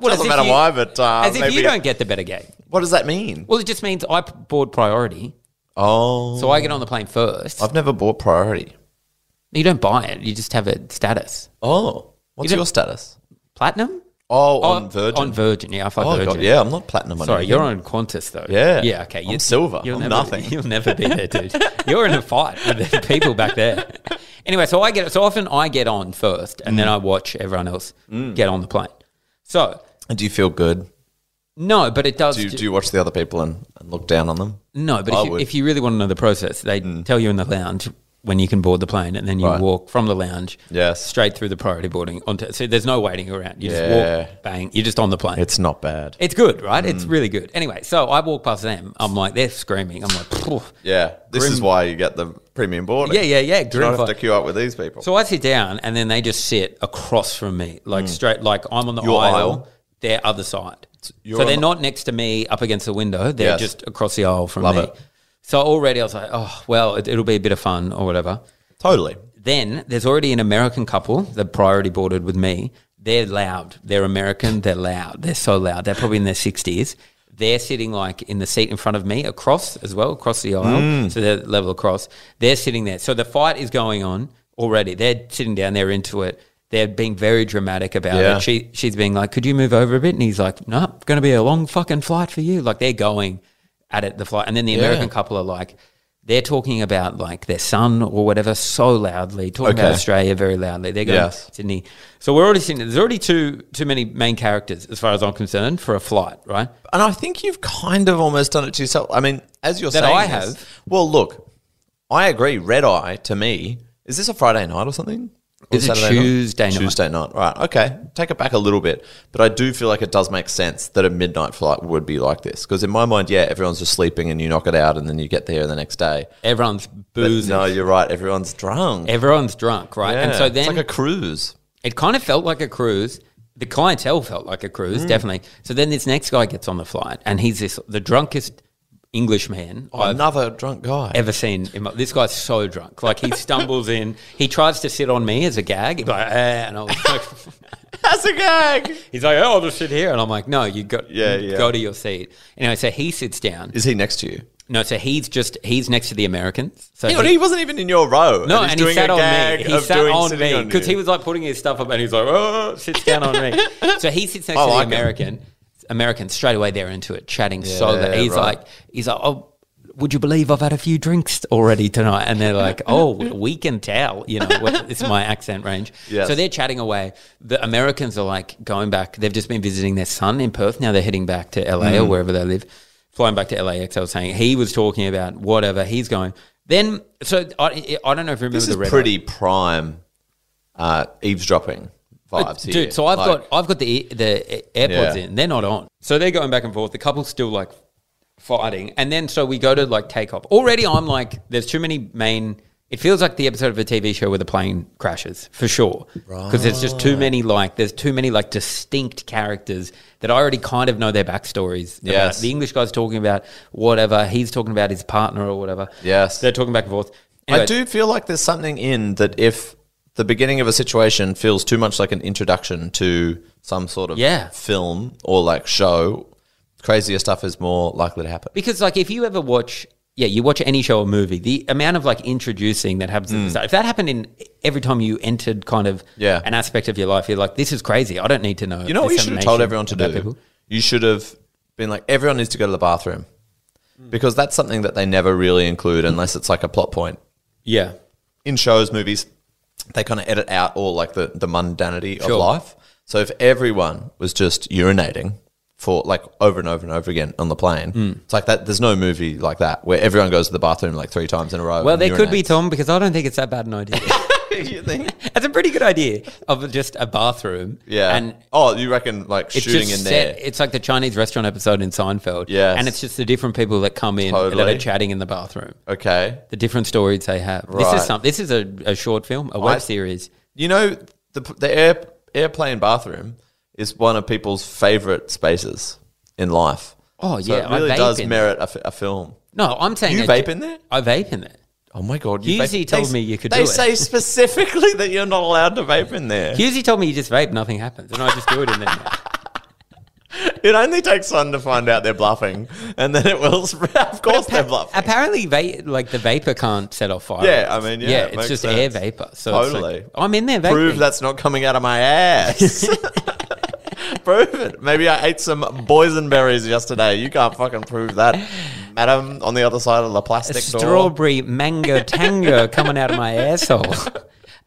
Speaker 1: Well, as
Speaker 6: Doesn't
Speaker 1: if
Speaker 6: matter
Speaker 1: you-
Speaker 6: why, but uh,
Speaker 1: As if
Speaker 6: maybe-
Speaker 1: you don't get the better gate.
Speaker 6: What does that mean?
Speaker 1: Well, it just means I p- board priority,
Speaker 6: Oh,
Speaker 1: so I get on the plane first.
Speaker 6: I've never bought priority.
Speaker 1: you don't buy it; you just have a status.
Speaker 6: Oh, what's
Speaker 1: You don't-
Speaker 6: your status?
Speaker 1: Platinum
Speaker 6: Oh,
Speaker 1: Oh,
Speaker 6: on Virgin.
Speaker 1: On Virgin, yeah, I fuck
Speaker 6: Oh
Speaker 1: Virgin.
Speaker 6: god, yeah. I'm not platinum. on
Speaker 1: Sorry,
Speaker 6: anything.
Speaker 1: you're on Qantas though.
Speaker 6: Yeah.
Speaker 1: yeah, okay.
Speaker 6: I'm silver.
Speaker 1: You'll never,
Speaker 6: I'm nothing.
Speaker 1: You'll never be there, dude. you're in a fight with the people back there. Anyway, so I get so often I get on first, and
Speaker 6: Mm.
Speaker 1: then I watch everyone else get on the plane. So
Speaker 6: And do you feel good?
Speaker 1: no, but it does.
Speaker 6: Do you,
Speaker 1: ju-
Speaker 6: do you watch the other people and, and look down on them?
Speaker 1: No, but
Speaker 6: I
Speaker 1: if you,
Speaker 6: would. Mm.
Speaker 1: if you really want to know the process, they tell you in the lounge when you can board the plane, and then you
Speaker 6: Right.
Speaker 1: walk from the lounge
Speaker 6: Yes.
Speaker 1: straight through the priority boarding onto. So there's no waiting around. You
Speaker 6: Yeah.
Speaker 1: just walk, bang, you're just on the plane. It's
Speaker 6: It's Mm. not bad.
Speaker 1: it's good, right? It's really good. Anyway, so I walk past them. I'm like, they're screaming. I'm like, "Phew."
Speaker 6: yeah, this
Speaker 1: Grim-
Speaker 6: is why you get the premium boarding.
Speaker 1: yeah, yeah, yeah.
Speaker 6: You don't
Speaker 1: grim
Speaker 6: have to
Speaker 1: fuck.
Speaker 6: queue up with these people.
Speaker 1: So I sit down, and then they just sit across from me, like straight, like I'm on the
Speaker 6: Mm. Your
Speaker 1: aisle,
Speaker 6: aisle.
Speaker 1: they're other side.
Speaker 6: you're
Speaker 1: so
Speaker 6: on
Speaker 1: they're
Speaker 6: the-
Speaker 1: not next to me up against the window, they're
Speaker 6: Yes.
Speaker 1: just across the aisle from
Speaker 6: Love
Speaker 1: me.
Speaker 6: it.
Speaker 1: So already I was like, oh, well, it, it'll be a bit of fun or whatever.
Speaker 6: totally.
Speaker 1: Then there's already an American couple that priority boarded with me. They're loud. They're American. They're loud. They're so loud. They're probably in their 60s. They're sitting like in the seat in front of me across as well, across the aisle. So they're level across. They're sitting there. So the fight is going on already. They're sitting down. They're into it. They're being very dramatic about
Speaker 6: Yeah.
Speaker 1: it. She, she's being like, could you move over a bit? And he's like, no, it's going to be a long fucking flight for you. Like they're going at it, the flight. And then the American couple are like, They're talking about like their son or whatever so loudly, talking about
Speaker 6: Okay.
Speaker 1: Australia very loudly. They're going
Speaker 6: Yes.
Speaker 1: Sydney. So we're already seeing there's already too too many main characters as far as I'm concerned for a flight, right?
Speaker 6: And I think you've kind of almost done it to yourself. I mean, as you're
Speaker 1: That
Speaker 6: saying,
Speaker 1: I
Speaker 6: this-
Speaker 1: have.
Speaker 6: Well, look, I agree. Red Eye to me is this a Friday night or something? Or
Speaker 1: It's a Tuesday night.
Speaker 6: Tuesday night. Right. Okay. Take it back a little bit, but I do feel like it does make sense that a midnight flight would be like this because in my mind, yeah, everyone's just sleeping and you knock it out and then you get there the next day.
Speaker 1: Everyone's
Speaker 6: But
Speaker 1: boozing.
Speaker 6: no, you're right. Everyone's drunk.
Speaker 1: Everyone's drunk, right? And
Speaker 6: Yeah.
Speaker 1: so then
Speaker 6: it's like a cruise.
Speaker 1: it kind of felt like a cruise. The clientele felt like a
Speaker 6: Mm.
Speaker 1: cruise, definitely. So then this next guy gets on the flight, and he's this the drunkest Englishman I've
Speaker 6: Another drunk guy.
Speaker 1: ever seen. In my, this guy's so drunk, like he stumbles in. He tries to sit on me as a gag, He's like, "Eh," and I was like,
Speaker 6: That's a gag.
Speaker 1: he's like, "Oh, I'll just sit here," and I'm like, "No, you got,
Speaker 6: Yeah,
Speaker 1: you
Speaker 6: yeah.
Speaker 1: go to your seat." Anyway, so he sits down.
Speaker 6: Is he next to you?
Speaker 1: No, so he's just he's next to the Americans. So
Speaker 6: Hang on, he wasn't even in your row.
Speaker 1: No,
Speaker 6: he's
Speaker 1: and he
Speaker 6: doing
Speaker 1: sat
Speaker 6: a
Speaker 1: on
Speaker 6: gag
Speaker 1: me. He
Speaker 6: of
Speaker 1: sat
Speaker 6: doing
Speaker 1: on
Speaker 6: sitting
Speaker 1: me because
Speaker 6: you.
Speaker 1: he was like putting his stuff up, and he's like, "Oh," sits down on me. So he sits next
Speaker 6: I
Speaker 1: to the
Speaker 6: like it.
Speaker 1: American. American straight away, they're into it, chatting. so that he's
Speaker 6: right.
Speaker 1: like, he's like, "Oh, would you believe I've had a few drinks already tonight?" And they're like, "Oh, we can tell." You know, what- it's my accent range.
Speaker 6: Yes.
Speaker 1: So they're chatting away. The Americans are like going back. They've just been visiting their son in Perth. Now they're heading back to LA
Speaker 6: Mm.
Speaker 1: or wherever they live. Flying back to LAX, I was saying he was talking about whatever he's going. Then, so I, I don't know if you remember
Speaker 6: This
Speaker 1: the
Speaker 6: is
Speaker 1: red
Speaker 6: pretty prime uh, eavesdropping
Speaker 1: eye.
Speaker 6: vibes here.
Speaker 1: dude. So I've
Speaker 6: Like,
Speaker 1: got I've got the ear- the AirPods
Speaker 6: Yeah.
Speaker 1: in. They're not on. So they're going back and forth. The couple's still like fighting, and then so we go to like take off. Already, I'm like, there's too many main. It feels like the episode of a TV show where the plane crashes for sure, because there's just too many like there's too many like distinct characters that I already kind of know their backstories. about.
Speaker 6: Yes.
Speaker 1: the English guy's talking about whatever he's talking about his partner or whatever.
Speaker 6: Yes.
Speaker 1: they're talking back and forth.
Speaker 6: I
Speaker 1: Anyway,
Speaker 6: do feel like there's something in that if the beginning of a situation feels too much like an introduction to some sort of
Speaker 1: Yeah.
Speaker 6: film or like show, crazier stuff is more likely to happen.
Speaker 1: Because like if you ever watch yeah, you watch any show or movie, the amount of like introducing that happens at the start. If that happened in every time you entered kind of
Speaker 6: Hmm. Yeah.
Speaker 1: an aspect of your life, you're like, This is crazy. I don't need to know.
Speaker 6: You know what you
Speaker 1: this
Speaker 6: should have told
Speaker 1: information
Speaker 6: everyone to
Speaker 1: about
Speaker 6: do? You should have been like, everyone needs to go to the bathroom. Because that's something that they never really include unless it's like a plot point.
Speaker 1: Yeah.
Speaker 6: in shows, movies, they kind of edit out all like the, the mundanity
Speaker 1: Sure.
Speaker 6: of life. So if everyone was just urinating for like over and over and over again on the plane,
Speaker 1: Hmm.
Speaker 6: it's like that. There's no movie like that where everyone goes to the bathroom like three times in a row.
Speaker 1: Well,
Speaker 6: and
Speaker 1: there could be
Speaker 6: urinates.
Speaker 1: Tom because I don't think it's that bad an idea.
Speaker 6: you think?
Speaker 1: That's a pretty good idea of just a bathroom.
Speaker 6: Yeah.
Speaker 1: And
Speaker 6: oh, you reckon like
Speaker 1: it's
Speaker 6: shooting
Speaker 1: just
Speaker 6: in
Speaker 1: set-
Speaker 6: there?
Speaker 1: It's like the Chinese restaurant episode in Seinfeld.
Speaker 6: Yes.
Speaker 1: And it's just the different people that come in that
Speaker 6: Totally.
Speaker 1: are chatting in the bathroom.
Speaker 6: okay.
Speaker 1: The different stories they have. This
Speaker 6: Right.
Speaker 1: is some this is a, a short film, a web
Speaker 6: I-
Speaker 1: series.
Speaker 6: You know the the air, airplane bathroom is one of people's favorite spaces in life.
Speaker 1: Oh,
Speaker 6: So
Speaker 1: yeah,
Speaker 6: it
Speaker 1: I
Speaker 6: really
Speaker 1: vape
Speaker 6: does
Speaker 1: in
Speaker 6: merit a, fi- a film.
Speaker 1: No, I'm saying
Speaker 6: You
Speaker 1: a-
Speaker 6: vape in there?
Speaker 1: I vape in there.
Speaker 6: Oh my god!
Speaker 1: Husey
Speaker 6: vape-
Speaker 1: told
Speaker 6: they-
Speaker 1: me you could
Speaker 6: They
Speaker 1: do it.
Speaker 6: say specifically that you're not allowed to vape in there.
Speaker 1: Husey told me you just vape, nothing happens, and I just do it in there. now.
Speaker 6: It only takes one to find out they're bluffing, and then it will spread. Of course, they're bluffing.
Speaker 1: Apparently, va- like the vapor can't set off fire.
Speaker 6: Yeah, I mean, yeah, it
Speaker 1: it's
Speaker 6: makes
Speaker 1: just
Speaker 6: sense.
Speaker 1: air vapor. So it's like,
Speaker 6: Totally.
Speaker 1: I'm in there vaping.
Speaker 6: Prove that's not coming out of my ass. prove it. Maybe I ate some boysenberries yesterday. You can't fucking prove that, madam. On the other side of the
Speaker 1: A
Speaker 6: plastic door.
Speaker 1: strawberry mango tango coming out of my asshole.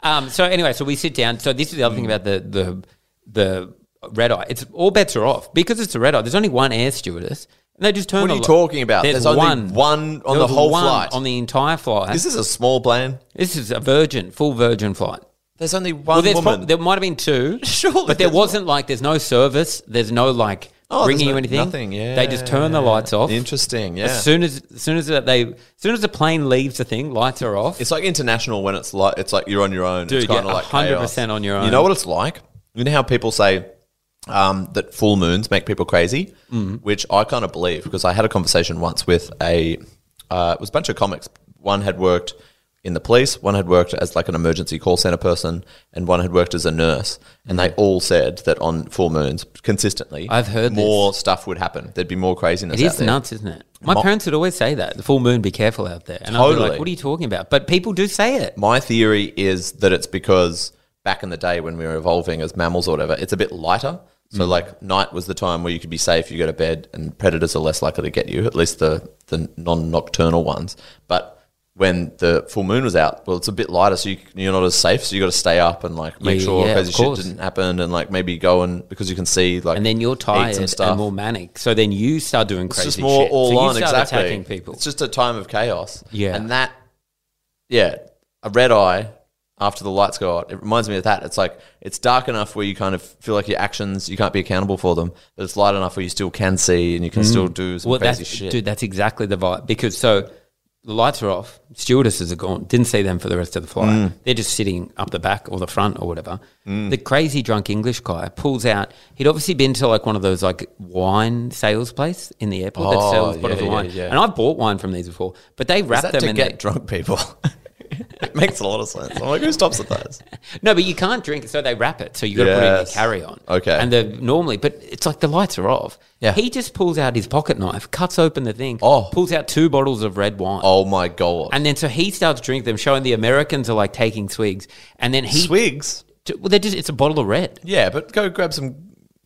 Speaker 1: Um, so anyway, so we sit down. So this is the other
Speaker 6: Mm.
Speaker 1: thing about the the the red eye. It's all bets are off because it's a red eye. There's only one air stewardess, and they just turn.
Speaker 6: What are
Speaker 1: the
Speaker 6: you
Speaker 1: li-
Speaker 6: talking about? There's only one on
Speaker 1: There
Speaker 6: the
Speaker 1: was
Speaker 6: whole
Speaker 1: one
Speaker 6: flight.
Speaker 1: on the entire flight.
Speaker 6: Is this a small plane?
Speaker 1: This is a virgin, full virgin flight.
Speaker 6: There's only
Speaker 1: Well,
Speaker 6: one
Speaker 1: there's
Speaker 6: woman.
Speaker 1: prob- there might have been two,
Speaker 6: Surely
Speaker 1: but there
Speaker 6: there's
Speaker 1: wasn't like there's no service. There's no like
Speaker 6: Oh, there's
Speaker 1: bringing you
Speaker 6: no-
Speaker 1: anything.
Speaker 6: nothing, yeah.
Speaker 1: They just turn the lights off.
Speaker 6: Interesting. Yeah.
Speaker 1: As soon as, as soon as that they, as soon as the plane leaves the thing, lights are off.
Speaker 6: It's like international when it's like it's like you're on your own.
Speaker 1: Dude,
Speaker 6: it's kind
Speaker 1: yeah,
Speaker 6: of like
Speaker 1: 100%
Speaker 6: chaos.
Speaker 1: on your own.
Speaker 6: You know what it's like? You know how people say um, that full moons make people crazy,
Speaker 1: Mm-hmm.
Speaker 6: which I kind of believe because I had a conversation once with a uh, it was a bunch of comics. One had worked in the police, one had worked as like an emergency call center person, and one had worked as a nurse. And they all said that on full moons consistently,
Speaker 1: Mm-hmm. I've heard this.
Speaker 6: more stuff would happen. There'd be more craziness.
Speaker 1: it
Speaker 6: out
Speaker 1: is
Speaker 6: there.
Speaker 1: nuts, isn't it? My
Speaker 6: Mo-
Speaker 1: parents would always say that the full moon, be careful out there. And I'd be like,
Speaker 6: Totally.
Speaker 1: what are you talking about? But people do say it.
Speaker 6: My theory is that it's because back in the day when we were evolving as mammals or whatever, it's a bit lighter. So
Speaker 1: Mm.
Speaker 6: like night was the time where you could be safe, you go to bed, and predators are less likely to get you, at least the the non nocturnal ones. But when the full moon was out. Well, it's a bit lighter, so you, you're not as safe. So you got to stay up and like make
Speaker 1: Yeah,
Speaker 6: sure
Speaker 1: yeah,
Speaker 6: crazy
Speaker 1: of
Speaker 6: shit
Speaker 1: course.
Speaker 6: didn't happen, and like maybe go and because you can see like
Speaker 1: and then you're
Speaker 6: eat some
Speaker 1: tired and, more manic. So then you start doing
Speaker 6: it's
Speaker 1: crazy
Speaker 6: just more
Speaker 1: shit.
Speaker 6: all
Speaker 1: so you
Speaker 6: on
Speaker 1: start
Speaker 6: exactly.
Speaker 1: attacking people.
Speaker 6: It's just a time of chaos.
Speaker 1: Yeah.
Speaker 6: and that, yeah, a red eye after the lights go out. It reminds me of that. It's like it's dark enough where you kind of feel like your actions you can't be accountable for them, but it's light enough where you still can see and you can still do some
Speaker 1: Mm. Well,
Speaker 6: crazy
Speaker 1: that's,
Speaker 6: shit.
Speaker 1: Dude, that's exactly the vibe. Because so the lights are off, stewardesses are gone, didn't see them for the rest of the flight.
Speaker 6: Mm.
Speaker 1: They're just sitting up the back or the front or whatever. The crazy drunk English guy pulls out, he'd obviously been to like one of those like wine sales place in the airport that
Speaker 6: Oh,
Speaker 1: sells bottles of
Speaker 6: yeah, yeah,
Speaker 1: wine.
Speaker 6: yeah.
Speaker 1: And I've bought wine from these before, but they wrap
Speaker 6: Is that
Speaker 1: them
Speaker 6: to
Speaker 1: in
Speaker 6: get
Speaker 1: the-
Speaker 6: drunk people. it makes a lot of sense. I'm like, who stops at those?
Speaker 1: No, but you can't drink it, so they wrap it. So you got to put it in your
Speaker 6: Yes.
Speaker 1: carry on.
Speaker 6: Okay.
Speaker 1: And the normally, but it's like the lights are off.
Speaker 6: Yeah.
Speaker 1: He just pulls out his pocket knife, cuts open the thing,
Speaker 6: Oh.
Speaker 1: pulls out two bottles of red wine.
Speaker 6: Oh my god!
Speaker 1: And then so he starts drinking them, showing the Americans are like taking swigs. And then he
Speaker 6: Swigs.
Speaker 1: T- well, they're just it's a bottle of red.
Speaker 6: Yeah, but go grab some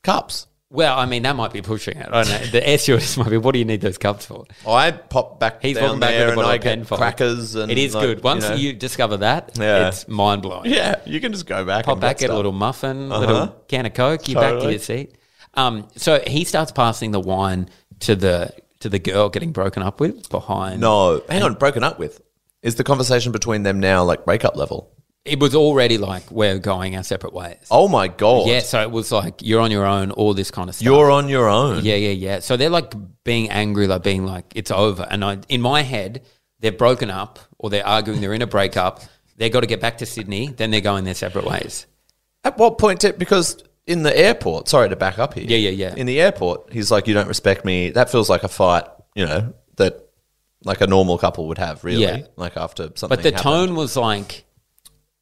Speaker 6: cups.
Speaker 1: Well, I mean that might be pushing it. I don't know. The air stewardess might be. What do you need those cups for?
Speaker 6: I pop back
Speaker 1: He's
Speaker 6: down
Speaker 1: walking back with
Speaker 6: there
Speaker 1: a
Speaker 6: and
Speaker 1: bottle
Speaker 6: I
Speaker 1: of
Speaker 6: get
Speaker 1: Penfold.
Speaker 6: crackers. And
Speaker 1: It is
Speaker 6: like,
Speaker 1: good. Once you,
Speaker 6: know.
Speaker 1: discover that,
Speaker 6: Yeah.
Speaker 1: it's mind blowing.
Speaker 6: Yeah, you can just go back.
Speaker 1: Pop
Speaker 6: and
Speaker 1: back, get a
Speaker 6: get stuff. Uh-huh.
Speaker 1: little muffin, little can of coke. You back to
Speaker 6: Totally.
Speaker 1: your seat. Um, so he starts passing the wine to the to the girl getting broken up with behind.
Speaker 6: No, hang on. Broken up with is the conversation between them now like breakup level?
Speaker 1: it was already like we're going our separate ways.
Speaker 6: Oh my god!
Speaker 1: Yeah, so it was like you're on your own, all this kind of stuff.
Speaker 6: you're on your own.
Speaker 1: Yeah, yeah, yeah. So they're like being angry, like being like, it's over. And I, in my head, they're broken up or they're arguing, they're in a breakup. They got to get back to Sydney. Then they're going their separate ways.
Speaker 6: At what point? Did, because in the airport, sorry to back up here.
Speaker 1: Yeah, yeah, yeah.
Speaker 6: In the airport, he's like, "You don't respect me." That feels like a fight, you know, that like a normal couple would have, really.
Speaker 1: Yeah.
Speaker 6: Like after something.
Speaker 1: But the
Speaker 6: happened.
Speaker 1: tone was like,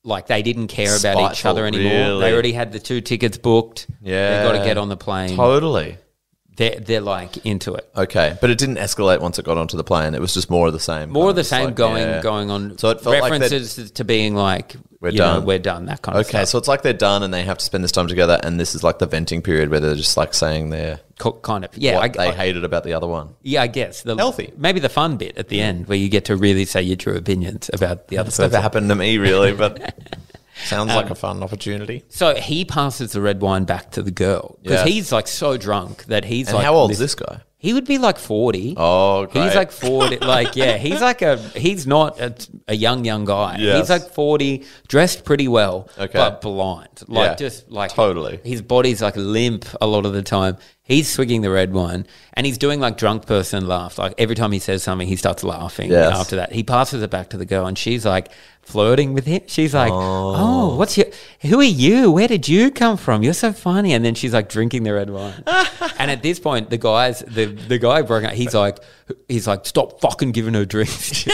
Speaker 1: like they didn't care about each
Speaker 6: Spiteful,
Speaker 1: other anymore. They
Speaker 6: really.
Speaker 1: already had the two tickets booked.
Speaker 6: Yeah.
Speaker 1: they got to get on the plane.
Speaker 6: totally.
Speaker 1: They're, they're like into it.
Speaker 6: Okay, but it didn't escalate once it got onto the plane. It was just more of the same.
Speaker 1: More of the
Speaker 6: It's
Speaker 1: same
Speaker 6: like,
Speaker 1: going
Speaker 6: yeah.
Speaker 1: going on.
Speaker 6: So it felt like that-
Speaker 1: references to being like
Speaker 6: We're
Speaker 1: you know,
Speaker 6: done.
Speaker 1: we're done. That kind of
Speaker 6: Okay,
Speaker 1: stuff.
Speaker 6: so it's like they're done and they have to spend this time together, and this is like the venting period where they're just like saying their
Speaker 1: Co- kind of yeah.
Speaker 6: what
Speaker 1: I,
Speaker 6: they
Speaker 1: I-
Speaker 6: hated about the other one.
Speaker 1: Yeah, I guess the
Speaker 6: Healthy.
Speaker 1: Maybe the fun bit at the end where you get to really say your true opinions about the Um, other
Speaker 6: It's never
Speaker 1: person.
Speaker 6: happened to me really, but sounds like a fun opportunity.
Speaker 1: So he passes the red wine back to the girl because
Speaker 6: Yeah.
Speaker 1: he's like so drunk that he's
Speaker 6: And
Speaker 1: like
Speaker 6: how old is this guy?
Speaker 1: He would be like forty.
Speaker 6: Oh,
Speaker 1: he's
Speaker 6: great.
Speaker 1: like forty. like yeah, he's like a he's not a, a young young guy. He's
Speaker 6: Yes.
Speaker 1: like forty, dressed pretty well,
Speaker 6: Okay.
Speaker 1: but blind. Like
Speaker 6: Yeah,
Speaker 1: just like
Speaker 6: totally.
Speaker 1: His body's like limp a lot of the time. He's swigging the red wine and he's doing like drunk person laugh. Like every time he says something, he starts laughing.
Speaker 6: Yes.
Speaker 1: After that, he passes it back to the girl and she's like flirting with him. She's like, "Oh, what's your? Who are you? Where did you come from? You're so funny." And then she's like drinking the red wine. and at this point, the guys, the the guy broken. He's like, he's like, "Stop fucking giving her drinks."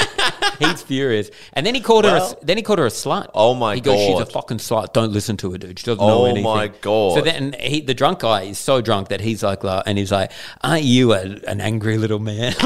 Speaker 1: he's furious. And then he called her.
Speaker 6: Well-
Speaker 1: A, then he called her a slut.
Speaker 6: Oh my
Speaker 1: he goes, She's a
Speaker 6: God.
Speaker 1: fucking slut. Don't listen to her, dude. She doesn't know
Speaker 6: Oh
Speaker 1: anything.
Speaker 6: my God.
Speaker 1: So then he, the drunk guy is so drunk that he's like, la- and he's like, "Aren't you a, an angry little man?"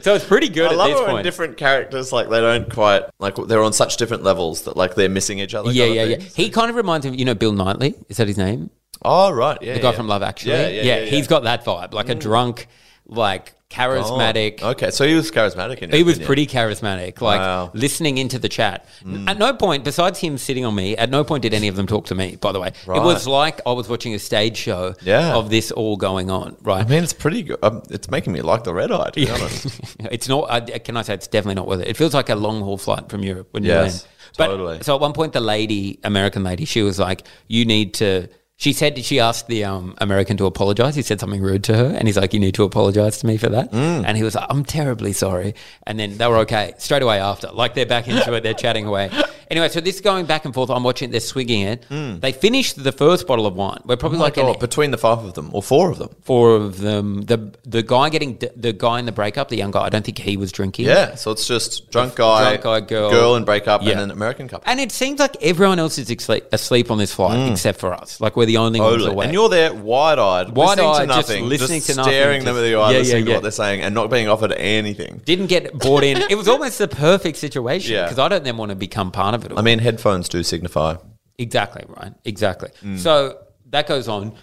Speaker 1: so it's pretty good
Speaker 6: I
Speaker 1: at
Speaker 6: love
Speaker 1: this
Speaker 6: it when
Speaker 1: point.
Speaker 6: different characters like they don't quite like they're on such different levels that like oh, they're missing each other.
Speaker 1: yeah,
Speaker 6: kind
Speaker 1: yeah,
Speaker 6: of
Speaker 1: yeah.
Speaker 6: thing.
Speaker 1: He kind of reminds me, of- you know, Bill Knightley. Is that his name?
Speaker 6: Oh right, yeah,
Speaker 1: The guy from Love Actually.
Speaker 6: Yeah, yeah, yeah, yeah. Mm.
Speaker 1: He's got that vibe, like a drunk, like charismatic.
Speaker 6: Oh, Okay, so he was charismatic. In your
Speaker 1: He was
Speaker 6: opinion.
Speaker 1: pretty charismatic, like
Speaker 6: Wow. Mm.
Speaker 1: listening into the chat. At no point, besides him sitting on me, at no point did any of them talk to me, by the way. It was like I was watching a stage show
Speaker 6: Yeah.
Speaker 1: of this all going on,
Speaker 6: I
Speaker 1: right?
Speaker 6: mean, it's pretty good. Um, it's making me like the red eye. To be honest,
Speaker 1: it's not, I, can I say it's definitely not worth it? It feels like a long haul flight from Europe when you
Speaker 6: Yes,
Speaker 1: land. But,
Speaker 6: totally.
Speaker 1: So at one point, the lady, American lady, she was like, you need to. She said she asked the um, American to apologize. He said something rude to her, and he's like, "You need to apologize to me for that."
Speaker 6: Mm.
Speaker 1: And he was like, "I'm terribly sorry." And then they were okay straight away after. Like they're back into it, they're chatting away. Anyway, so this is going back and forth. I'm watching. it, They're swigging it. They finished the first bottle of wine. We're probably like an
Speaker 6: Mm. Oh God, between the five of them or four of them,
Speaker 1: four of them. The the guy getting the guy in the breakup, the young guy. I don't think he was drinking.
Speaker 6: Yeah, so it's just drunk guy,
Speaker 1: drunk guy, girl.
Speaker 6: and breakup,
Speaker 1: Yeah.
Speaker 6: and an American couple.
Speaker 1: And it seems like everyone else is asleep, asleep on this flight except for us. Like we're the only ones
Speaker 6: Mm. Totally.
Speaker 1: awake.
Speaker 6: And you're there wide eyed, listening to
Speaker 1: Wide-eyed, just
Speaker 6: nothing,
Speaker 1: listening
Speaker 6: just
Speaker 1: to nothing,
Speaker 6: staring them
Speaker 1: just-
Speaker 6: in the eye,
Speaker 1: Yeah, yeah,
Speaker 6: listening
Speaker 1: yeah.
Speaker 6: to what they're saying, and not being offered anything.
Speaker 1: didn't get bought in. It was almost the perfect situation
Speaker 6: Yeah.
Speaker 1: because I don't then want to become part of it. All.
Speaker 6: I mean, headphones do signify. Mm.
Speaker 1: exactly right. Exactly. So that goes on.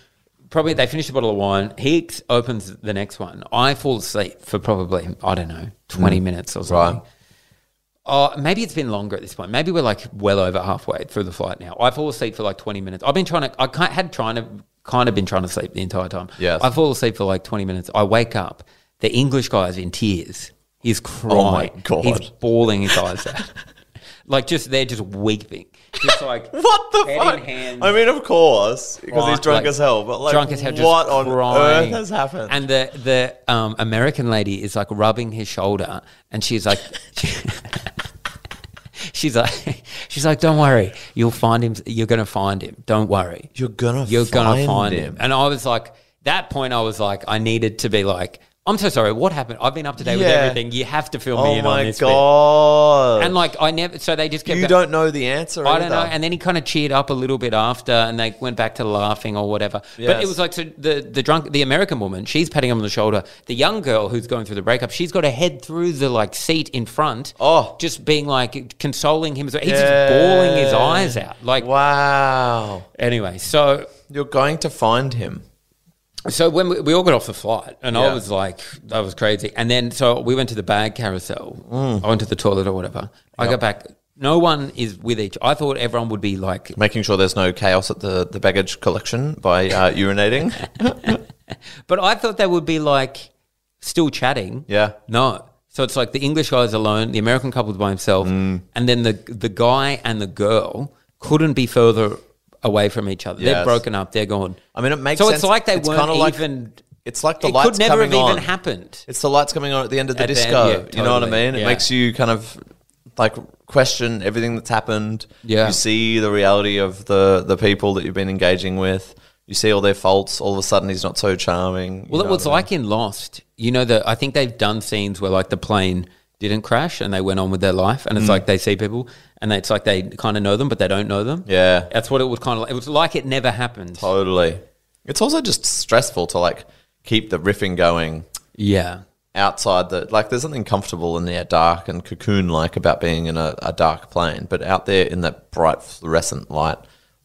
Speaker 1: probably they finish the bottle of wine. He ex- opens the next one. I fall asleep for probably I don't know twenty minutes or something.
Speaker 6: Mm. Right.
Speaker 1: Oh, maybe it's been longer at this point. Maybe we're like well over halfway through the flight now. I fall asleep for like twenty minutes. I've been trying to. I ki- had trying to kind of been trying to sleep the entire time.
Speaker 6: Yes.
Speaker 1: I fall asleep for like twenty minutes. I wake up. The English guy's in tears. He's crying.
Speaker 6: Oh God.
Speaker 1: He's bawling his eyes out. like just they're just weeping. Just like
Speaker 6: What the
Speaker 1: head in
Speaker 6: fuck?
Speaker 1: hands.
Speaker 6: I mean, of course, because he's
Speaker 1: Right,
Speaker 6: drunk
Speaker 1: like,
Speaker 6: as hell. But like,
Speaker 1: drunk as hell, just
Speaker 6: what on
Speaker 1: crying.
Speaker 6: earth has happened?
Speaker 1: And the the um, American lady is like rubbing his shoulder, and she's like, she's like, she's like, don't worry, you'll find him. You're gonna find him. Don't worry,
Speaker 6: You're gonna
Speaker 1: you're gonna
Speaker 6: find
Speaker 1: find him.
Speaker 6: him.
Speaker 1: And I was like, that point, I was like, I needed to be like. I'm so sorry. What happened? I've been up to date with
Speaker 6: Yeah.
Speaker 1: everything. You have to fill me
Speaker 6: oh
Speaker 1: in on
Speaker 6: my
Speaker 1: this. bit."
Speaker 6: god!
Speaker 1: And like I never, so they just kept.
Speaker 6: you
Speaker 1: go-
Speaker 6: don't know the answer.
Speaker 1: I don't know.
Speaker 6: either.
Speaker 1: And then he kind of cheered up a little bit after, and they went back to laughing or whatever. But it
Speaker 6: Yes.
Speaker 1: was like so the the drunk, the American woman. She's patting him on the shoulder. The young girl who's going through the breakup. She's got her head through the like seat in front.
Speaker 6: Oh.
Speaker 1: just being like consoling him. as well. He's just bawling his
Speaker 6: Yeah.
Speaker 1: eyes out. Like
Speaker 6: wow,
Speaker 1: anyway, so
Speaker 6: you're going to find him.
Speaker 1: so when we, we all got off the flight, and I
Speaker 6: Yeah.
Speaker 1: was like, that was crazy. And then so we went to the bag carousel.
Speaker 6: Mm.
Speaker 1: I went to the toilet or whatever. I got back. No one is with each. I thought everyone would be like
Speaker 6: Making sure there's no chaos at the, the baggage collection by uh, urinating.
Speaker 1: But I thought they would be like still chatting.
Speaker 6: Yeah.
Speaker 1: No. So it's like the English guy's alone, the American couple's by himself,
Speaker 6: Mm.
Speaker 1: and then the the guy and the girl couldn't be further away from each other. They're
Speaker 6: Yes.
Speaker 1: broken up. They're gone.
Speaker 6: I mean, it makes
Speaker 1: so
Speaker 6: sense.
Speaker 1: it's like they
Speaker 6: It's
Speaker 1: weren't
Speaker 6: kinda like-
Speaker 1: even.
Speaker 6: It's like the
Speaker 1: it
Speaker 6: lights
Speaker 1: could never
Speaker 6: coming
Speaker 1: have even
Speaker 6: on.
Speaker 1: happened.
Speaker 6: It's the lights coming on at the end of the
Speaker 1: At the end,
Speaker 6: disco.
Speaker 1: yeah,
Speaker 6: You know what I
Speaker 1: totally,
Speaker 6: mean? It
Speaker 1: yeah.
Speaker 6: makes you kind of like question everything that's happened.
Speaker 1: Yeah.
Speaker 6: You see the reality of the the people that you've been engaging with. You see all their faults. All of a sudden, he's not so charming. you
Speaker 1: Well, it
Speaker 6: know
Speaker 1: was
Speaker 6: what I mean?
Speaker 1: like in Lost. You know that I think they've done scenes where like the plane didn't crash and they went on with their life, and it's
Speaker 6: Mm.
Speaker 1: like they see people and it's like they kind of know them, but they don't know them.
Speaker 6: Yeah.
Speaker 1: that's what it was kind of. like. It was like it never happened.
Speaker 6: totally. It's also just stressful to like keep the riffing going
Speaker 1: Yeah,
Speaker 6: outside the like. There's something comfortable in the dark and cocoon like about being in a, a dark plane, but out there in that bright fluorescent light.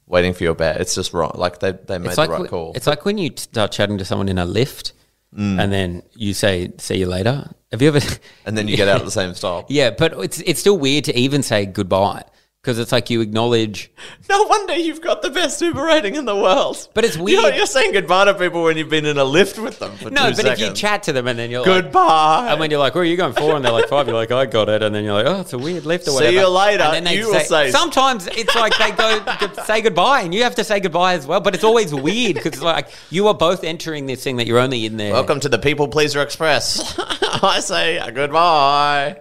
Speaker 6: Waiting for your bed, it's just wrong. Like they, they made
Speaker 1: it's
Speaker 6: the
Speaker 1: like
Speaker 6: right
Speaker 1: wh-
Speaker 6: call.
Speaker 1: it's like when you start chatting to someone in a lift, and then you say "see you later." Have you ever?
Speaker 6: and then you get out at the same stop.
Speaker 1: yeah, but it's it's still weird to even say goodbye because it's like you acknowledge.
Speaker 6: No wonder you've got the best Uber rating in the world.
Speaker 1: But it's
Speaker 6: You're,
Speaker 1: weird.
Speaker 6: you're saying goodbye to people when you've been in a lift with them for
Speaker 1: No, but
Speaker 6: two seconds.
Speaker 1: if you chat to them and then you're like,
Speaker 6: goodbye.
Speaker 1: and when you're like, "Where are you going for?" and they're like five, you're like, "I got it," and then you're like, "Oh, it's a weird lift or
Speaker 6: See
Speaker 1: whatever."
Speaker 6: you later,
Speaker 1: And then they
Speaker 6: you will say-
Speaker 1: Sometimes it's like they go to say goodbye, and you have to say goodbye as well. But it's always weird because it's like you are both entering this thing that you're only in there.
Speaker 6: Welcome to the People Pleaser Express. I say goodbye.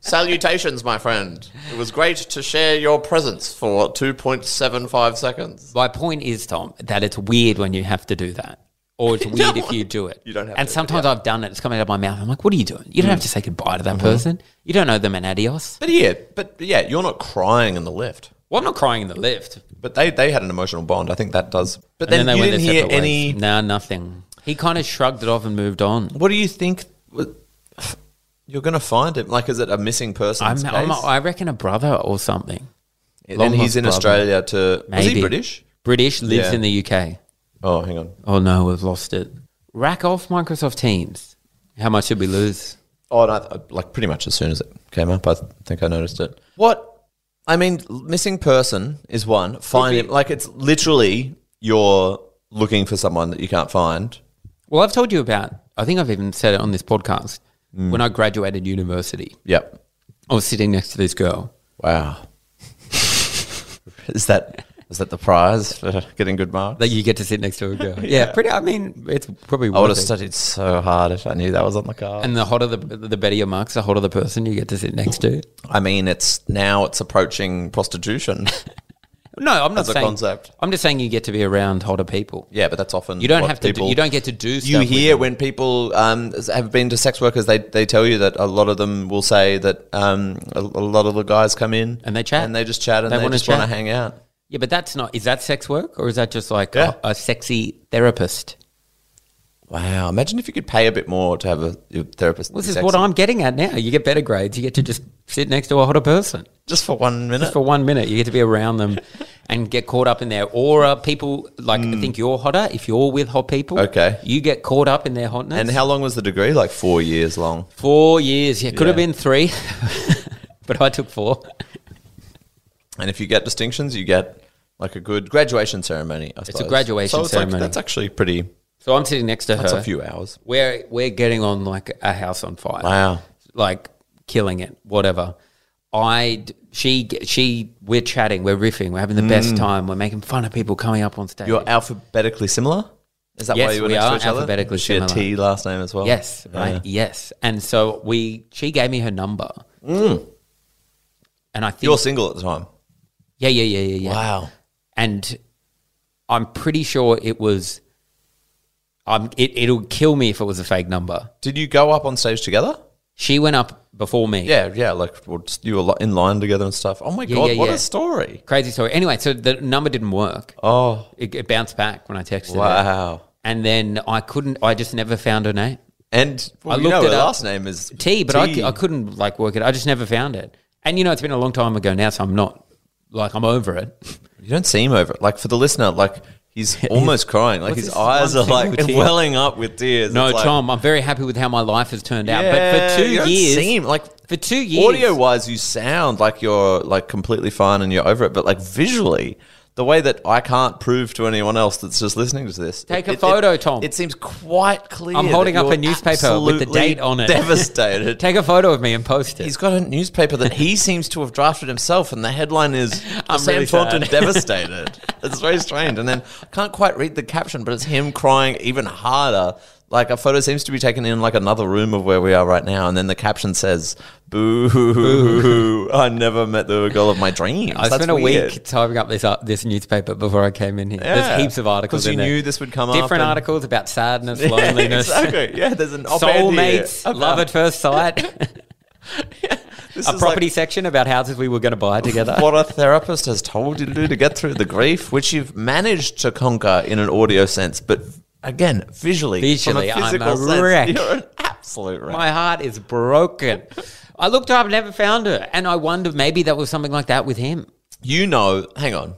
Speaker 6: Salutations, my friend. It was great to share your presence for 2.75 seconds.
Speaker 1: My point is, Tom, that it's weird when you have to do that. Or it's weird if you do it.
Speaker 6: You don't have
Speaker 1: and
Speaker 6: to,
Speaker 1: sometimes I've done it. It's coming out of my mouth. I'm like, what are you doing? You don't have to say goodbye to
Speaker 6: Mm-hmm.
Speaker 1: that person. You don't know them and adios.
Speaker 6: But yeah, but yeah, you're not crying in the lift.
Speaker 1: Well, I'm not crying in the lift.
Speaker 6: But they, they had an emotional bond. I think that does. But
Speaker 1: And then,
Speaker 6: then,
Speaker 1: they
Speaker 6: you
Speaker 1: went
Speaker 6: didn't
Speaker 1: their
Speaker 6: hear
Speaker 1: separate
Speaker 6: any.
Speaker 1: ways. Nah, nothing. He kind of shrugged it off and moved on.
Speaker 6: What do you think? You're going to find him. Like, is it a missing person?
Speaker 1: I'm, I'm, I reckon a brother or something.
Speaker 6: and he's
Speaker 1: Longmouth
Speaker 6: in
Speaker 1: brother.
Speaker 6: Australia to. Maybe.
Speaker 1: Maybe.
Speaker 6: Is he British?
Speaker 1: British, lives
Speaker 6: Yeah.
Speaker 1: in the UK.
Speaker 6: Oh, hang on.
Speaker 1: Oh, no, we've lost it. Rack off Microsoft Teams. How much did we lose?
Speaker 6: Oh, no, I- like pretty much as soon as it came up, I th- think I noticed it. What? I mean, l- missing person is one. Find him. Like, it's literally you're looking for someone that you can't find.
Speaker 1: Well, I've told you about, I think I've even said it on this podcast.
Speaker 6: Mm.
Speaker 1: When I graduated university,
Speaker 6: Yep.
Speaker 1: I was sitting next to this girl.
Speaker 6: Wow. is that is that the prize for getting good marks?
Speaker 1: That you get to sit next to a girl. yeah. pretty. I mean, it's probably.
Speaker 6: I would have
Speaker 1: worth it.
Speaker 6: studied so hard if I knew that was on the card.
Speaker 1: And the hotter the the better your marks, the hotter the person you get to sit next to.
Speaker 6: I mean, it's now it's approaching prostitution.
Speaker 1: No, I'm not
Speaker 6: As a
Speaker 1: saying.
Speaker 6: concept.
Speaker 1: I'm just saying you get to be around hotter people.
Speaker 6: Yeah, but that's often
Speaker 1: You don't
Speaker 6: what
Speaker 1: have to. Do,
Speaker 6: people-
Speaker 1: you don't get to do. Stuff
Speaker 6: You
Speaker 1: with
Speaker 6: hear
Speaker 1: them.
Speaker 6: when people um, have been to sex workers, they, they tell you that a lot of them will say that um, a, a lot of the guys come in
Speaker 1: And they chat.
Speaker 6: and they just chat and
Speaker 1: They
Speaker 6: they,
Speaker 1: wanna
Speaker 6: just want to
Speaker 1: chat.
Speaker 6: hang out.
Speaker 1: Yeah, but that's not. Is that sex work or is that just like
Speaker 6: Yeah.
Speaker 1: a, a sexy therapist?
Speaker 6: Wow, imagine if you could pay a bit more to have a your therapist.
Speaker 1: Well,
Speaker 6: be
Speaker 1: this is
Speaker 6: sexy.
Speaker 1: what I'm getting at now. You get better grades. You get to just sit next to a hotter person.
Speaker 6: Just for one minute.
Speaker 1: Just for one minute, you get to be around them and get caught up in their aura. People like think you're hotter if you're with hot people.
Speaker 6: Mm. Okay.
Speaker 1: you get caught up in their hotness.
Speaker 6: and how long was the degree? Like four years long.
Speaker 1: Four years. Yeah, could have
Speaker 6: Yeah.
Speaker 1: been three, but I took four.
Speaker 6: And if you get distinctions, you get like a good graduation ceremony. I
Speaker 1: a
Speaker 6: suppose.
Speaker 1: graduation
Speaker 6: so it's like-
Speaker 1: ceremony.
Speaker 6: that's actually pretty.
Speaker 1: So I'm sitting next to her.
Speaker 6: That's a few hours.
Speaker 1: We're we're getting on like a house on fire.
Speaker 6: Wow.
Speaker 1: like killing it, whatever. I d- she she we're chatting, we're riffing, we're having the best time, we're making fun of people coming up on stage.
Speaker 6: Mm. You're alphabetically similar. Is that
Speaker 1: Yes,
Speaker 6: why you were
Speaker 1: we
Speaker 6: next
Speaker 1: are
Speaker 6: to each other?
Speaker 1: alphabetically
Speaker 6: she had
Speaker 1: similar.
Speaker 6: T last name as well.
Speaker 1: yes,
Speaker 6: Oh. Yeah.
Speaker 1: right, yes. And so we she gave me her number,
Speaker 6: Mm.
Speaker 1: and I think
Speaker 6: You were single at the time.
Speaker 1: yeah yeah yeah yeah yeah.
Speaker 6: Wow.
Speaker 1: and I'm pretty sure it was. I'm it it'll kill me if it was a fake number.
Speaker 6: Did you go up on stage together?
Speaker 1: She went up before me.
Speaker 6: Yeah, yeah. Like well, just- you were li- in line together and stuff. Oh my
Speaker 1: Yeah,
Speaker 6: god,
Speaker 1: yeah,
Speaker 6: what
Speaker 1: yeah.
Speaker 6: a story!
Speaker 1: Crazy story. Anyway, so the number didn't work.
Speaker 6: Oh
Speaker 1: It, it bounced back when I texted her.
Speaker 6: wow.
Speaker 1: And then I couldn't, I just never found her name.
Speaker 6: And well,
Speaker 1: I
Speaker 6: I you
Speaker 1: looked
Speaker 6: know
Speaker 1: it
Speaker 6: her
Speaker 1: up.
Speaker 6: last name is
Speaker 1: T, but I c-
Speaker 6: T.
Speaker 1: I, couldn't like work it. I just never found it. And you know, it's been a long time ago now, so I'm not like I'm over it.
Speaker 6: You don't seem over it. Like for the listener, like he's almost crying. Like
Speaker 1: What's
Speaker 6: his
Speaker 1: this
Speaker 6: eyes
Speaker 1: one
Speaker 6: are like
Speaker 1: single tear?
Speaker 6: welling up with tears.
Speaker 1: No,
Speaker 6: It's like,
Speaker 1: Tom, I'm very happy with how my life has turned out. but
Speaker 6: yeah,
Speaker 1: for two
Speaker 6: you don't
Speaker 1: years,
Speaker 6: seem like
Speaker 1: for two years,
Speaker 6: audio wise, you sound like you're like completely fine and you're over it. But like visually, the way that I can't prove to anyone else that's just listening to this,
Speaker 1: Take a
Speaker 6: it- it-
Speaker 1: photo, Tom.
Speaker 6: It seems quite clear.
Speaker 1: I'm holding
Speaker 6: that
Speaker 1: up a
Speaker 6: you're
Speaker 1: newspaper with the
Speaker 6: absolutely
Speaker 1: date on it.
Speaker 6: Devastated.
Speaker 1: take a photo of me and post it.
Speaker 6: He's got a newspaper that he seems to have drafted himself, and the headline is
Speaker 1: I'm
Speaker 6: Sam
Speaker 1: really
Speaker 6: Thornton
Speaker 1: sad."
Speaker 6: devastated. It's very strange. And then I can't quite read the caption, but it's him crying even harder. Like a photo seems to be taken in like another room of where we are right now, and then the caption says, "Boo! I never met the girl of my dreams."
Speaker 1: I
Speaker 6: That's
Speaker 1: spent a
Speaker 6: weird.
Speaker 1: week typing up this up, this newspaper before I came in here.
Speaker 6: Yeah.
Speaker 1: There's heaps of articles
Speaker 6: 'Cause you
Speaker 1: in there.
Speaker 6: knew this would come up
Speaker 1: Different
Speaker 6: and-
Speaker 1: articles about sadness, loneliness,
Speaker 6: exactly. Yeah, there's an op-ed here
Speaker 1: soulmates,
Speaker 6: about-
Speaker 1: love at first sight.
Speaker 6: This
Speaker 1: a
Speaker 6: is
Speaker 1: property
Speaker 6: like-
Speaker 1: section about houses we were going to buy together.
Speaker 6: what a therapist has told you to do to get through the grief, which you've managed to conquer in an audio sense, but again, visually,
Speaker 1: Visually,
Speaker 6: from
Speaker 1: I'm
Speaker 6: a
Speaker 1: a
Speaker 6: physical sense,
Speaker 1: wreck.
Speaker 6: you're an absolute wreck.
Speaker 1: My heart is broken. I looked up, never found her, and I wonder maybe that was something like that with him.
Speaker 6: you know, hang on.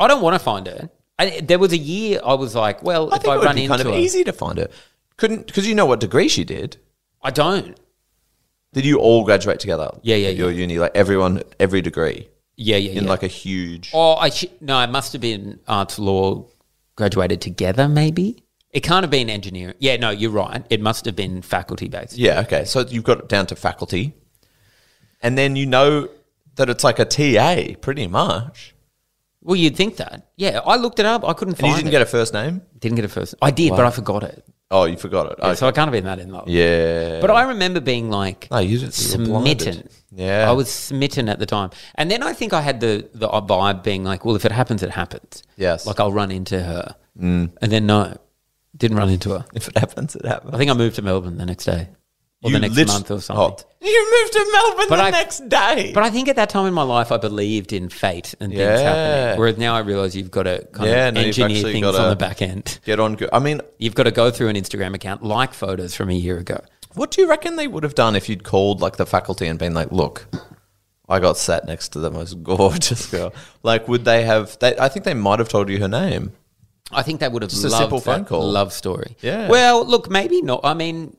Speaker 1: I don't want to find her. I, there was a year I was like, well,
Speaker 6: I
Speaker 1: if
Speaker 6: think
Speaker 1: I
Speaker 6: it would
Speaker 1: run
Speaker 6: be
Speaker 1: into
Speaker 6: kind of
Speaker 1: her,
Speaker 6: easy to find her. Couldn't because you know what degree she did.
Speaker 1: I don't.
Speaker 6: Did you all graduate together?
Speaker 1: Yeah, yeah,
Speaker 6: At your uni, like everyone, every degree
Speaker 1: Yeah, yeah,
Speaker 6: in
Speaker 1: yeah.
Speaker 6: like a huge.
Speaker 1: or I sh- no, I must have been arts law graduated together. Maybe it can't have been engineering. Yeah, no, you're right. It must have been faculty based.
Speaker 6: Yeah, okay. So you've got it down to faculty, and then you know that it's like a TA, pretty much.
Speaker 1: Well, you'd think that. Yeah, I looked it up. I couldn't
Speaker 6: And
Speaker 1: find
Speaker 6: you didn't
Speaker 1: it.
Speaker 6: get a first name.
Speaker 1: didn't get it first. I did, but I forgot it.
Speaker 6: Oh, you forgot it.
Speaker 1: Yeah,
Speaker 6: Okay.
Speaker 1: So I can't have been that in love.
Speaker 6: Yeah.
Speaker 1: But I remember being like
Speaker 6: No, you just- you were blinded.
Speaker 1: smitten.
Speaker 6: Yeah.
Speaker 1: I was smitten at the time. And then I think I had the the vibe being like, well, if it happens, it happens.
Speaker 6: Yes.
Speaker 1: Like I'll run into her. Mm. And then no, didn't run into her.
Speaker 6: if it happens, it happens.
Speaker 1: I think I moved to Melbourne the next day or the next
Speaker 6: lit-
Speaker 1: month or something.
Speaker 6: Oh. You moved to Melbourne
Speaker 1: But
Speaker 6: the
Speaker 1: I-
Speaker 6: next day.
Speaker 1: But I think at that time in my life, I believed in fate and things
Speaker 6: Yeah.
Speaker 1: happening. Whereas now I realize you've got to kind
Speaker 6: Yeah,
Speaker 1: of
Speaker 6: no, you've
Speaker 1: engineer
Speaker 6: actually
Speaker 1: things
Speaker 6: gotta-
Speaker 1: on the back end.
Speaker 6: Get on. Go- I mean,
Speaker 1: You've got to go through an Instagram account, like photos from a year ago.
Speaker 6: what do you reckon they would have done if you'd called like the faculty and been like, "Look, I got sat next to the most gorgeous girl." Like, would they have? They, I think they might have told you her name.
Speaker 1: I think they would have
Speaker 6: Just a
Speaker 1: loved
Speaker 6: simple phone
Speaker 1: that
Speaker 6: call.
Speaker 1: love story.
Speaker 6: Yeah.
Speaker 1: Well, look, maybe not. I mean,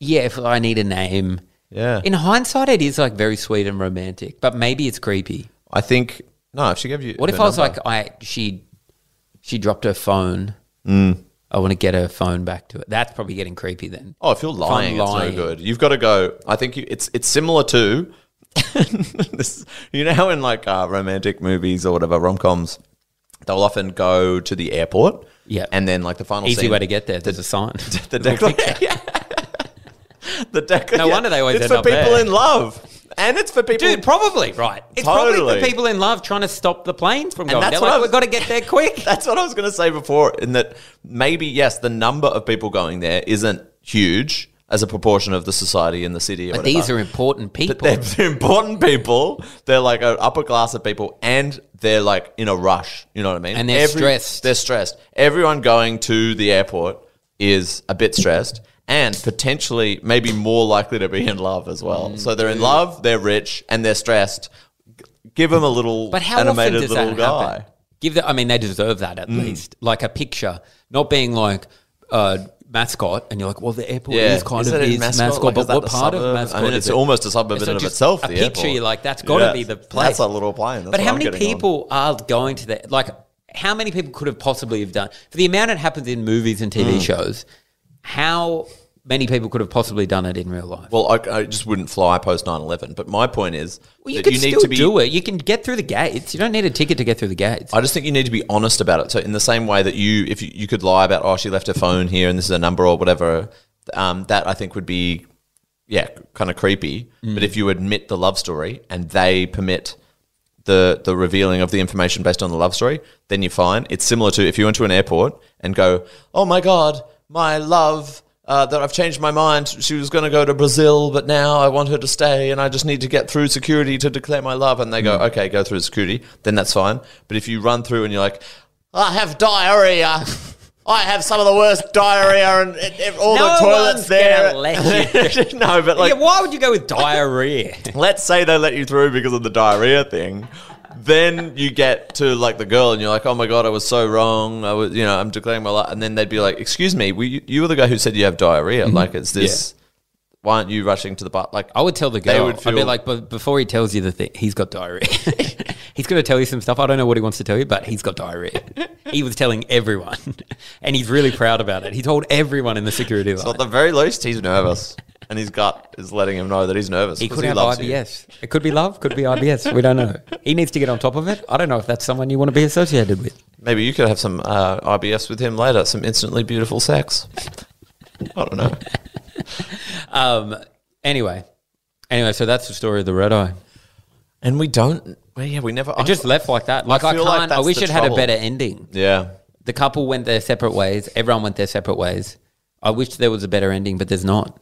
Speaker 1: yeah, if I need a name.
Speaker 6: Yeah.
Speaker 1: In hindsight, it is like very sweet and romantic, but maybe it's creepy.
Speaker 6: I think no. If she gave you,
Speaker 1: What if
Speaker 6: her
Speaker 1: I was
Speaker 6: number-
Speaker 1: like, I she she dropped her phone.
Speaker 6: Mm.
Speaker 1: I want to get her phone back to it. That's probably getting creepy then.
Speaker 6: Oh, if you're lying,
Speaker 1: lying.
Speaker 6: it's no good. You've got to go. I think you, it's it's similar to, this, you know, how in like uh, romantic movies or whatever rom coms, they'll often go to the airport.
Speaker 1: Yeah.
Speaker 6: and then like the final
Speaker 1: Easy
Speaker 6: scene-
Speaker 1: way to get there. There's a sign.
Speaker 6: the decla- yeah. the decla-
Speaker 1: No wonder they always
Speaker 6: It's
Speaker 1: end
Speaker 6: for
Speaker 1: up
Speaker 6: people
Speaker 1: there.
Speaker 6: in love, and it's for people.
Speaker 1: Dude, probably right. It's probably
Speaker 6: Totally.
Speaker 1: for people in love trying to stop the planes from
Speaker 6: And
Speaker 1: going.
Speaker 6: that's
Speaker 1: They're
Speaker 6: what I
Speaker 1: like,
Speaker 6: was-
Speaker 1: we've got to get there quick.
Speaker 6: That's what I was going to say before, in that maybe, yes, the number of people going there isn't huge as a proportion of the society in the city. Or
Speaker 1: but
Speaker 6: whatever.
Speaker 1: these are important people.
Speaker 6: But they're, they're important people. They're like an upper class of people, and they're like in a rush. You know what I mean?
Speaker 1: And they're stressed.
Speaker 6: They're stressed. Everyone going to the airport is a bit stressed, and potentially maybe more likely to be in love as well.
Speaker 1: Mm.
Speaker 6: So they're in love, they're rich, and they're stressed. G- Give them a little
Speaker 1: But how
Speaker 6: animated
Speaker 1: often does
Speaker 6: little
Speaker 1: that
Speaker 6: guy. Mm.
Speaker 1: happen? Give that. I mean, they deserve that at least, like a picture, not being like uh, mascot, and you're like, well, the airport
Speaker 6: Yeah.
Speaker 1: is kind
Speaker 6: Is
Speaker 1: of
Speaker 6: that in
Speaker 1: is
Speaker 6: mascot?
Speaker 1: mascot,
Speaker 6: Like, is
Speaker 1: but
Speaker 6: that
Speaker 1: what
Speaker 6: the
Speaker 1: part
Speaker 6: suburb?
Speaker 1: of mascot?
Speaker 6: I mean,
Speaker 1: is
Speaker 6: it's
Speaker 1: it?
Speaker 6: almost a suburb of
Speaker 1: It's
Speaker 6: in
Speaker 1: not
Speaker 6: of
Speaker 1: just
Speaker 6: itself.
Speaker 1: A
Speaker 6: the
Speaker 1: picture,
Speaker 6: airport.
Speaker 1: you're like, that's got to
Speaker 6: Yeah.
Speaker 1: be the place.
Speaker 6: That's a little plane. That's
Speaker 1: but
Speaker 6: what
Speaker 1: how
Speaker 6: I'm
Speaker 1: many
Speaker 6: getting on.
Speaker 1: people are going to that? Like, how many people could have possibly have done for the amount it happens in movies and
Speaker 6: Mm.
Speaker 1: TV shows? How many people could have possibly done it in real life?
Speaker 6: Well, I, I just wouldn't fly post 9-11. But my point is
Speaker 1: Well, you
Speaker 6: that
Speaker 1: can
Speaker 6: you
Speaker 1: still
Speaker 6: need to be.
Speaker 1: do it. You can get through the gates. You don't need a ticket to get through the gates.
Speaker 6: I just think you need to be honest about it. So in the same way that you, if you, you could lie about, oh, she left her phone here and this is a number or whatever, um, that I think would be, yeah, kind of creepy.
Speaker 1: Mm.
Speaker 6: But if you admit the love story and they permit the the revealing of the information based on the love story, then you're fine. It's similar to if you went to an airport and go, oh my god, my love. Uh, that I've changed my mind. She was going to go to Brazil, but now I want her to stay, and I just need to get through security to declare my love. And they
Speaker 1: Hmm.
Speaker 6: go, okay, go through security, then that's fine. But if you run through and you're like, I have diarrhea, I have some of the worst diarrhea, and it, it- all the
Speaker 1: No
Speaker 6: toilets
Speaker 1: one's
Speaker 6: there.
Speaker 1: gonna let
Speaker 6: no, but like,
Speaker 1: yeah, why would you go with diarrhea?
Speaker 6: let's say they let you through because of the diarrhea thing. Then you get to like the girl, and you're like, "Oh my god, I was so wrong. I was, you know, I'm declaring my life." And then they'd be like, "Excuse me, were you, you were the guy who said you have diarrhea. Like, it's this. Why aren't you rushing to the bar?" Like,
Speaker 1: I would tell the girl.
Speaker 6: They would
Speaker 1: I'd be
Speaker 6: feel-
Speaker 1: like, but before he tells you the thing, he's got diarrhea. he's going to tell you some stuff. I don't know what he wants to tell you, but he's got diarrhea. he was telling everyone, and he's really proud about it. He told everyone in the security line.
Speaker 6: So at the very least, he's nervous, and his gut is letting him know that he's nervous.
Speaker 1: he
Speaker 6: 'cause
Speaker 1: could have
Speaker 6: loves you.
Speaker 1: IBS. It could be love, could be IBS. We don't know. He needs to get on top of it. I don't know if that's someone you want to be associated with.
Speaker 6: Maybe you could have some uh, IBS with him later. Some instantly beautiful sex. I don't know.
Speaker 1: Um. Anyway, anyway, so that's the story of the red eye.
Speaker 6: And we don't. Well, yeah, we never.
Speaker 1: It just left like that. Like I,
Speaker 6: feel
Speaker 1: can't.
Speaker 6: like
Speaker 1: I
Speaker 6: that's
Speaker 1: wish
Speaker 6: the
Speaker 1: it had a
Speaker 6: trouble.
Speaker 1: better ending.
Speaker 6: Yeah.
Speaker 1: the couple went their separate ways. Everyone went their separate ways. I wish there was a better ending, but there's not.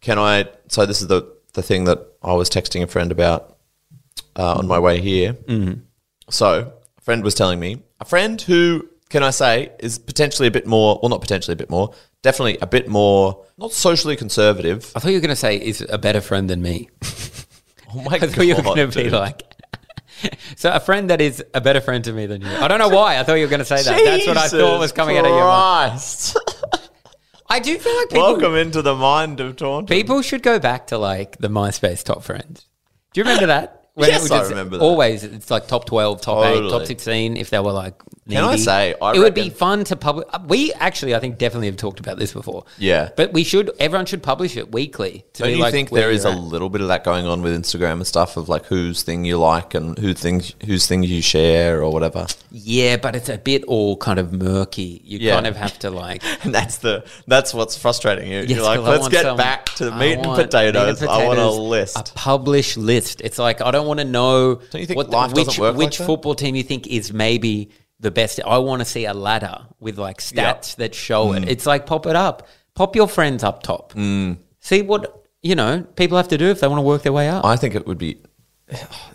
Speaker 6: can I? So this is the the thing that I was texting a friend about uh, on my way here. Mm-hmm. So a friend was telling me a friend who can I say is potentially a bit more, well, not potentially a bit more, definitely a bit more, not socially conservative.
Speaker 1: I thought you were going to say is a better friend than me.
Speaker 6: Oh my
Speaker 1: I thought you were going to be
Speaker 6: dude.
Speaker 1: like. So a friend that is a better friend to me than you. I don't know why. I thought you were going to say that. That's what I thought was coming out of your mind.
Speaker 6: Christ.
Speaker 1: I do feel like people,
Speaker 6: Welcome into the mind of Taunton.
Speaker 1: people should go back to like the MySpace top friends. Do you remember that? When
Speaker 6: Yes,
Speaker 1: was
Speaker 6: I
Speaker 1: just
Speaker 6: remember that.
Speaker 1: Always, it's like top twelve, top eight, top
Speaker 6: Totally.
Speaker 1: sixteen. If they were like,
Speaker 6: Can I
Speaker 1: needy.
Speaker 6: say, I
Speaker 1: it would be
Speaker 6: reckon-
Speaker 1: fun to publish. We actually, I think, definitely have talked about this before.
Speaker 6: Yeah.
Speaker 1: but we should. Everyone should publish it weekly. To
Speaker 6: Don't
Speaker 1: be
Speaker 6: you
Speaker 1: like
Speaker 6: think
Speaker 1: where
Speaker 6: there is
Speaker 1: you're
Speaker 6: a
Speaker 1: at.
Speaker 6: little bit of that going on with Instagram and stuff of like whose thing you like and who things whose things you share or whatever?
Speaker 1: yeah, but it's a bit all kind of murky. You
Speaker 6: Yeah.
Speaker 1: kind of have to like.
Speaker 6: And that's the that's what's frustrating you.
Speaker 1: Yes,
Speaker 6: You're like,
Speaker 1: 'cause I
Speaker 6: let's
Speaker 1: want
Speaker 6: get
Speaker 1: some-
Speaker 6: back to the
Speaker 1: I
Speaker 6: meat and,
Speaker 1: want meat
Speaker 6: potatoes. I want a
Speaker 1: potatoes, A
Speaker 6: list.
Speaker 1: published list. It's like I don't want to know
Speaker 6: Don't you think
Speaker 1: what the-
Speaker 6: life
Speaker 1: which
Speaker 6: doesn't work like
Speaker 1: which
Speaker 6: that?
Speaker 1: football team you think is maybe the best. I want to see a ladder with like stats
Speaker 6: Yeah. Mm.
Speaker 1: that show it. It's like pop it up. Pop your friends up top. See what you know people have to do if they want to work their way up.
Speaker 6: I think it would be.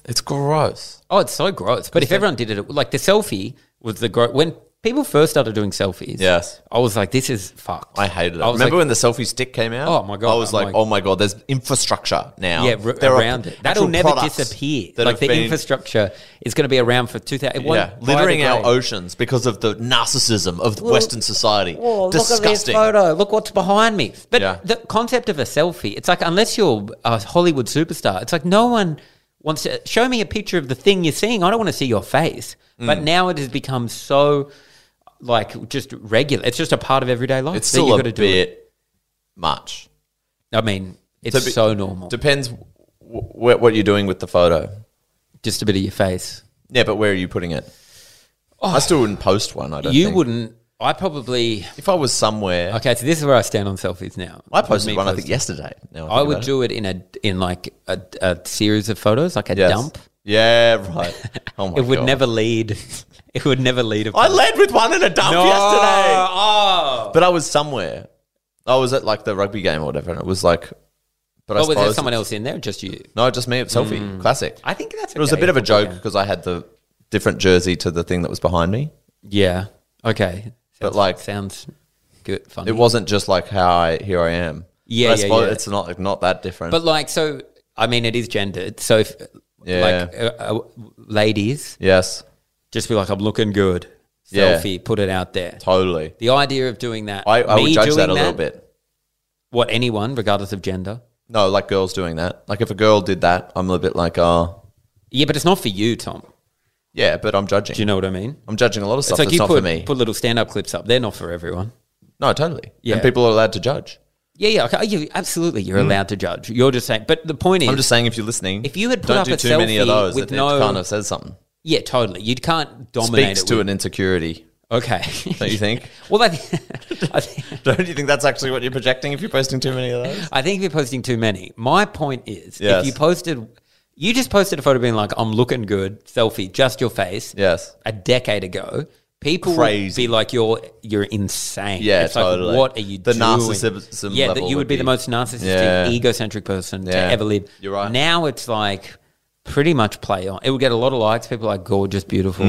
Speaker 6: It's gross.
Speaker 1: oh, it's so gross. But if everyone did it, like the selfie was the gross when people first started doing selfies.
Speaker 6: Yes.
Speaker 1: I was like, this is fucked.
Speaker 6: I hated it.
Speaker 1: was
Speaker 6: Remember
Speaker 1: like,
Speaker 6: when the selfie stick came out?
Speaker 1: Oh my God,
Speaker 6: I was
Speaker 1: I'm
Speaker 6: like,
Speaker 1: like-
Speaker 6: oh my god, there's infrastructure now.
Speaker 1: Yeah, r-
Speaker 6: There are
Speaker 1: around it. That'll
Speaker 6: actual
Speaker 1: never
Speaker 6: products
Speaker 1: disappear.
Speaker 6: that
Speaker 1: Like
Speaker 6: have
Speaker 1: the
Speaker 6: been-
Speaker 1: infrastructure is going to be around for 2000. it won't
Speaker 6: Yeah, littering our
Speaker 1: biodegrade.
Speaker 6: oceans because of the narcissism of Western society.
Speaker 1: Whoa, Oh, Look at this
Speaker 6: Disgusting.
Speaker 1: photo. Look what's behind me. But
Speaker 6: Yeah.
Speaker 1: the concept of a selfie, it's like unless you're a Hollywood superstar, it's like no one wants to show me a picture of the thing you're seeing. I don't want to see your face.
Speaker 6: Mm.
Speaker 1: But now it has become so like just regular. It's just a part of everyday life.
Speaker 6: It's
Speaker 1: that you
Speaker 6: still a
Speaker 1: gotta do it.
Speaker 6: bit much.
Speaker 1: I mean, it's
Speaker 6: To be-
Speaker 1: so normal.
Speaker 6: Depends w- w- what you're doing with the photo.
Speaker 1: just a bit of your face.
Speaker 6: Yeah, but where are you putting it? I still wouldn't post one. I don't.
Speaker 1: Oh. You
Speaker 6: think.
Speaker 1: wouldn't. I probably.
Speaker 6: If I was somewhere,
Speaker 1: Okay, so this is where I stand on selfies now.
Speaker 6: I posted
Speaker 1: Me
Speaker 6: one. I
Speaker 1: posting.
Speaker 6: think yesterday. Now
Speaker 1: I
Speaker 6: think
Speaker 1: would
Speaker 6: about it.
Speaker 1: do it in a in like a, a series of photos, like a
Speaker 6: Yes.
Speaker 1: dump.
Speaker 6: Yeah, right. Oh my
Speaker 1: It would
Speaker 6: God.
Speaker 1: never lead. It would never lead.
Speaker 6: I led with one in a dump yesterday,
Speaker 1: Oh,
Speaker 6: but I was somewhere. I was at like the rugby game or whatever, and it was like. But I
Speaker 1: but was there
Speaker 6: suppose-
Speaker 1: someone else in there? or Just you?
Speaker 6: No, just me. Selfie classic.
Speaker 1: I think that's.
Speaker 6: It was a bit of a joke because I had the different jersey to the thing that was behind me.
Speaker 1: Yeah. Okay.
Speaker 6: But, like-
Speaker 1: sounds good funny.
Speaker 6: It wasn't just like how I here I am.
Speaker 1: Mm. Yeah,
Speaker 6: But I
Speaker 1: yeah,
Speaker 6: suppose
Speaker 1: yeah.
Speaker 6: It's not like, not that different.
Speaker 1: But like, so I mean, it is gendered. So if
Speaker 6: Yeah.
Speaker 1: like uh, uh, ladies,
Speaker 6: yes,
Speaker 1: just be like, I'm looking good.
Speaker 6: Yeah.
Speaker 1: Selfie, put it out there.
Speaker 6: totally.
Speaker 1: The idea of doing that,
Speaker 6: I, I would
Speaker 1: me
Speaker 6: judge
Speaker 1: doing
Speaker 6: that a little bit.
Speaker 1: What anyone, regardless of gender.
Speaker 6: No, like girls doing that. Like if a girl did that, I'm a bit like, uh,
Speaker 1: Yeah, but it's not for you, Tom.
Speaker 6: yeah, but I'm judging.
Speaker 1: Do you know what I mean?
Speaker 6: I'm judging a lot of
Speaker 1: It's
Speaker 6: stuff
Speaker 1: like
Speaker 6: that's
Speaker 1: you
Speaker 6: not
Speaker 1: put,
Speaker 6: for me.
Speaker 1: put little stand-up clips up. They're not for everyone.
Speaker 6: no, totally.
Speaker 1: Yeah.
Speaker 6: And people are allowed to judge.
Speaker 1: Yeah, yeah, okay. you, absolutely. You're allowed to judge. You're just saying, but the point is,
Speaker 6: Hmm. I'm just saying, if you're listening,
Speaker 1: If you had put
Speaker 6: don't
Speaker 1: up
Speaker 6: do
Speaker 1: a
Speaker 6: too many of
Speaker 1: selfie
Speaker 6: those,
Speaker 1: with
Speaker 6: it, it
Speaker 1: no-
Speaker 6: kind of says something.
Speaker 1: yeah, totally. You can't dominate
Speaker 6: Speaks
Speaker 1: it.
Speaker 6: to
Speaker 1: with-
Speaker 6: an insecurity,
Speaker 1: Okay.
Speaker 6: don't you think?
Speaker 1: well, I, thi- I think
Speaker 6: don't you think that's actually what you're projecting if you're posting too many of those?
Speaker 1: I think you're posting too many. My point is,
Speaker 6: Yes.
Speaker 1: if you posted, you just posted a photo being like, "I'm looking good," selfie, just your face.
Speaker 6: Yes.
Speaker 1: A decade ago, people would
Speaker 6: Crazy.
Speaker 1: be like, "You're you're insane."
Speaker 6: Yeah,
Speaker 1: it's like,
Speaker 6: totally.
Speaker 1: what are you
Speaker 6: The
Speaker 1: doing?
Speaker 6: narcissism
Speaker 1: Yeah, that
Speaker 6: level
Speaker 1: you would
Speaker 6: would
Speaker 1: be, the
Speaker 6: be-
Speaker 1: most narcissistic,
Speaker 6: Yeah.
Speaker 1: egocentric person
Speaker 6: Yeah.
Speaker 1: to ever live.
Speaker 6: You're right.
Speaker 1: Now it's like pretty much play on. It would get a lot of likes. People are like gorgeous, beautiful.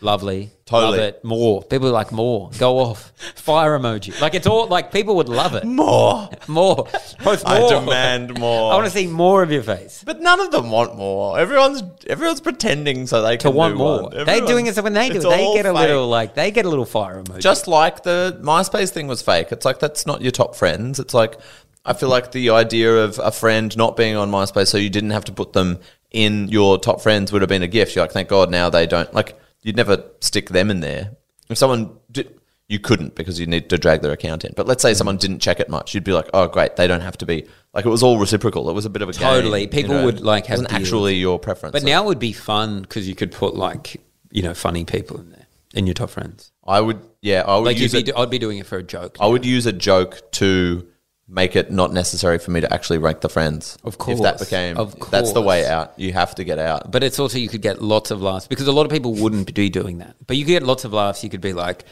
Speaker 1: Lovely,
Speaker 6: Mm. Totally.
Speaker 1: Love it. more people are like more. Go off, fire emoji. Like it's all like people would love it.
Speaker 6: More.
Speaker 1: More. Post more.
Speaker 6: I demand more.
Speaker 1: I want to see more of your face.
Speaker 6: But none of them want more. Everyone's everyone's pretending so they
Speaker 1: To
Speaker 6: can
Speaker 1: want
Speaker 6: do
Speaker 1: more.
Speaker 6: one.
Speaker 1: They're
Speaker 6: Everyone's-
Speaker 1: doing it so when they do
Speaker 6: it's
Speaker 1: it, they
Speaker 6: all
Speaker 1: get a
Speaker 6: fake.
Speaker 1: little like they get a little fire emoji.
Speaker 6: Just like the MySpace thing was fake. It's like that's not your top friends. It's like I feel like the idea of a friend not being on MySpace, so you didn't have to put them in your top friends, would have been a gift. You're like, thank God now they don't. Like you'd never stick them in there. If someone did, you couldn't because you need to drag their account in. But let's say someone didn't check it much, you'd be like, oh great, they don't have to be. Like it was all reciprocal. It was a bit of a game,
Speaker 1: Totally.
Speaker 6: you
Speaker 1: People
Speaker 6: know?
Speaker 1: would, like,
Speaker 6: It
Speaker 1: have
Speaker 6: wasn't
Speaker 1: deals.
Speaker 6: actually your preference.
Speaker 1: but now it would be fun because you could put like you know funny people in there in your top friends.
Speaker 6: I would, yeah, I would
Speaker 1: Like you'd
Speaker 6: use
Speaker 1: be,
Speaker 6: it- Oh.
Speaker 1: do- I'd be doing it for a joke.
Speaker 6: I would use a joke to make it not necessary for me to actually rank the friends.
Speaker 1: Of
Speaker 6: if that
Speaker 1: course,
Speaker 6: became
Speaker 1: of
Speaker 6: if that's the way
Speaker 1: course.
Speaker 6: out. You have to get out. But
Speaker 1: but it's also you could get lots of laughs because a lot of people wouldn't be doing that. But you could get lots of laughs. You could be like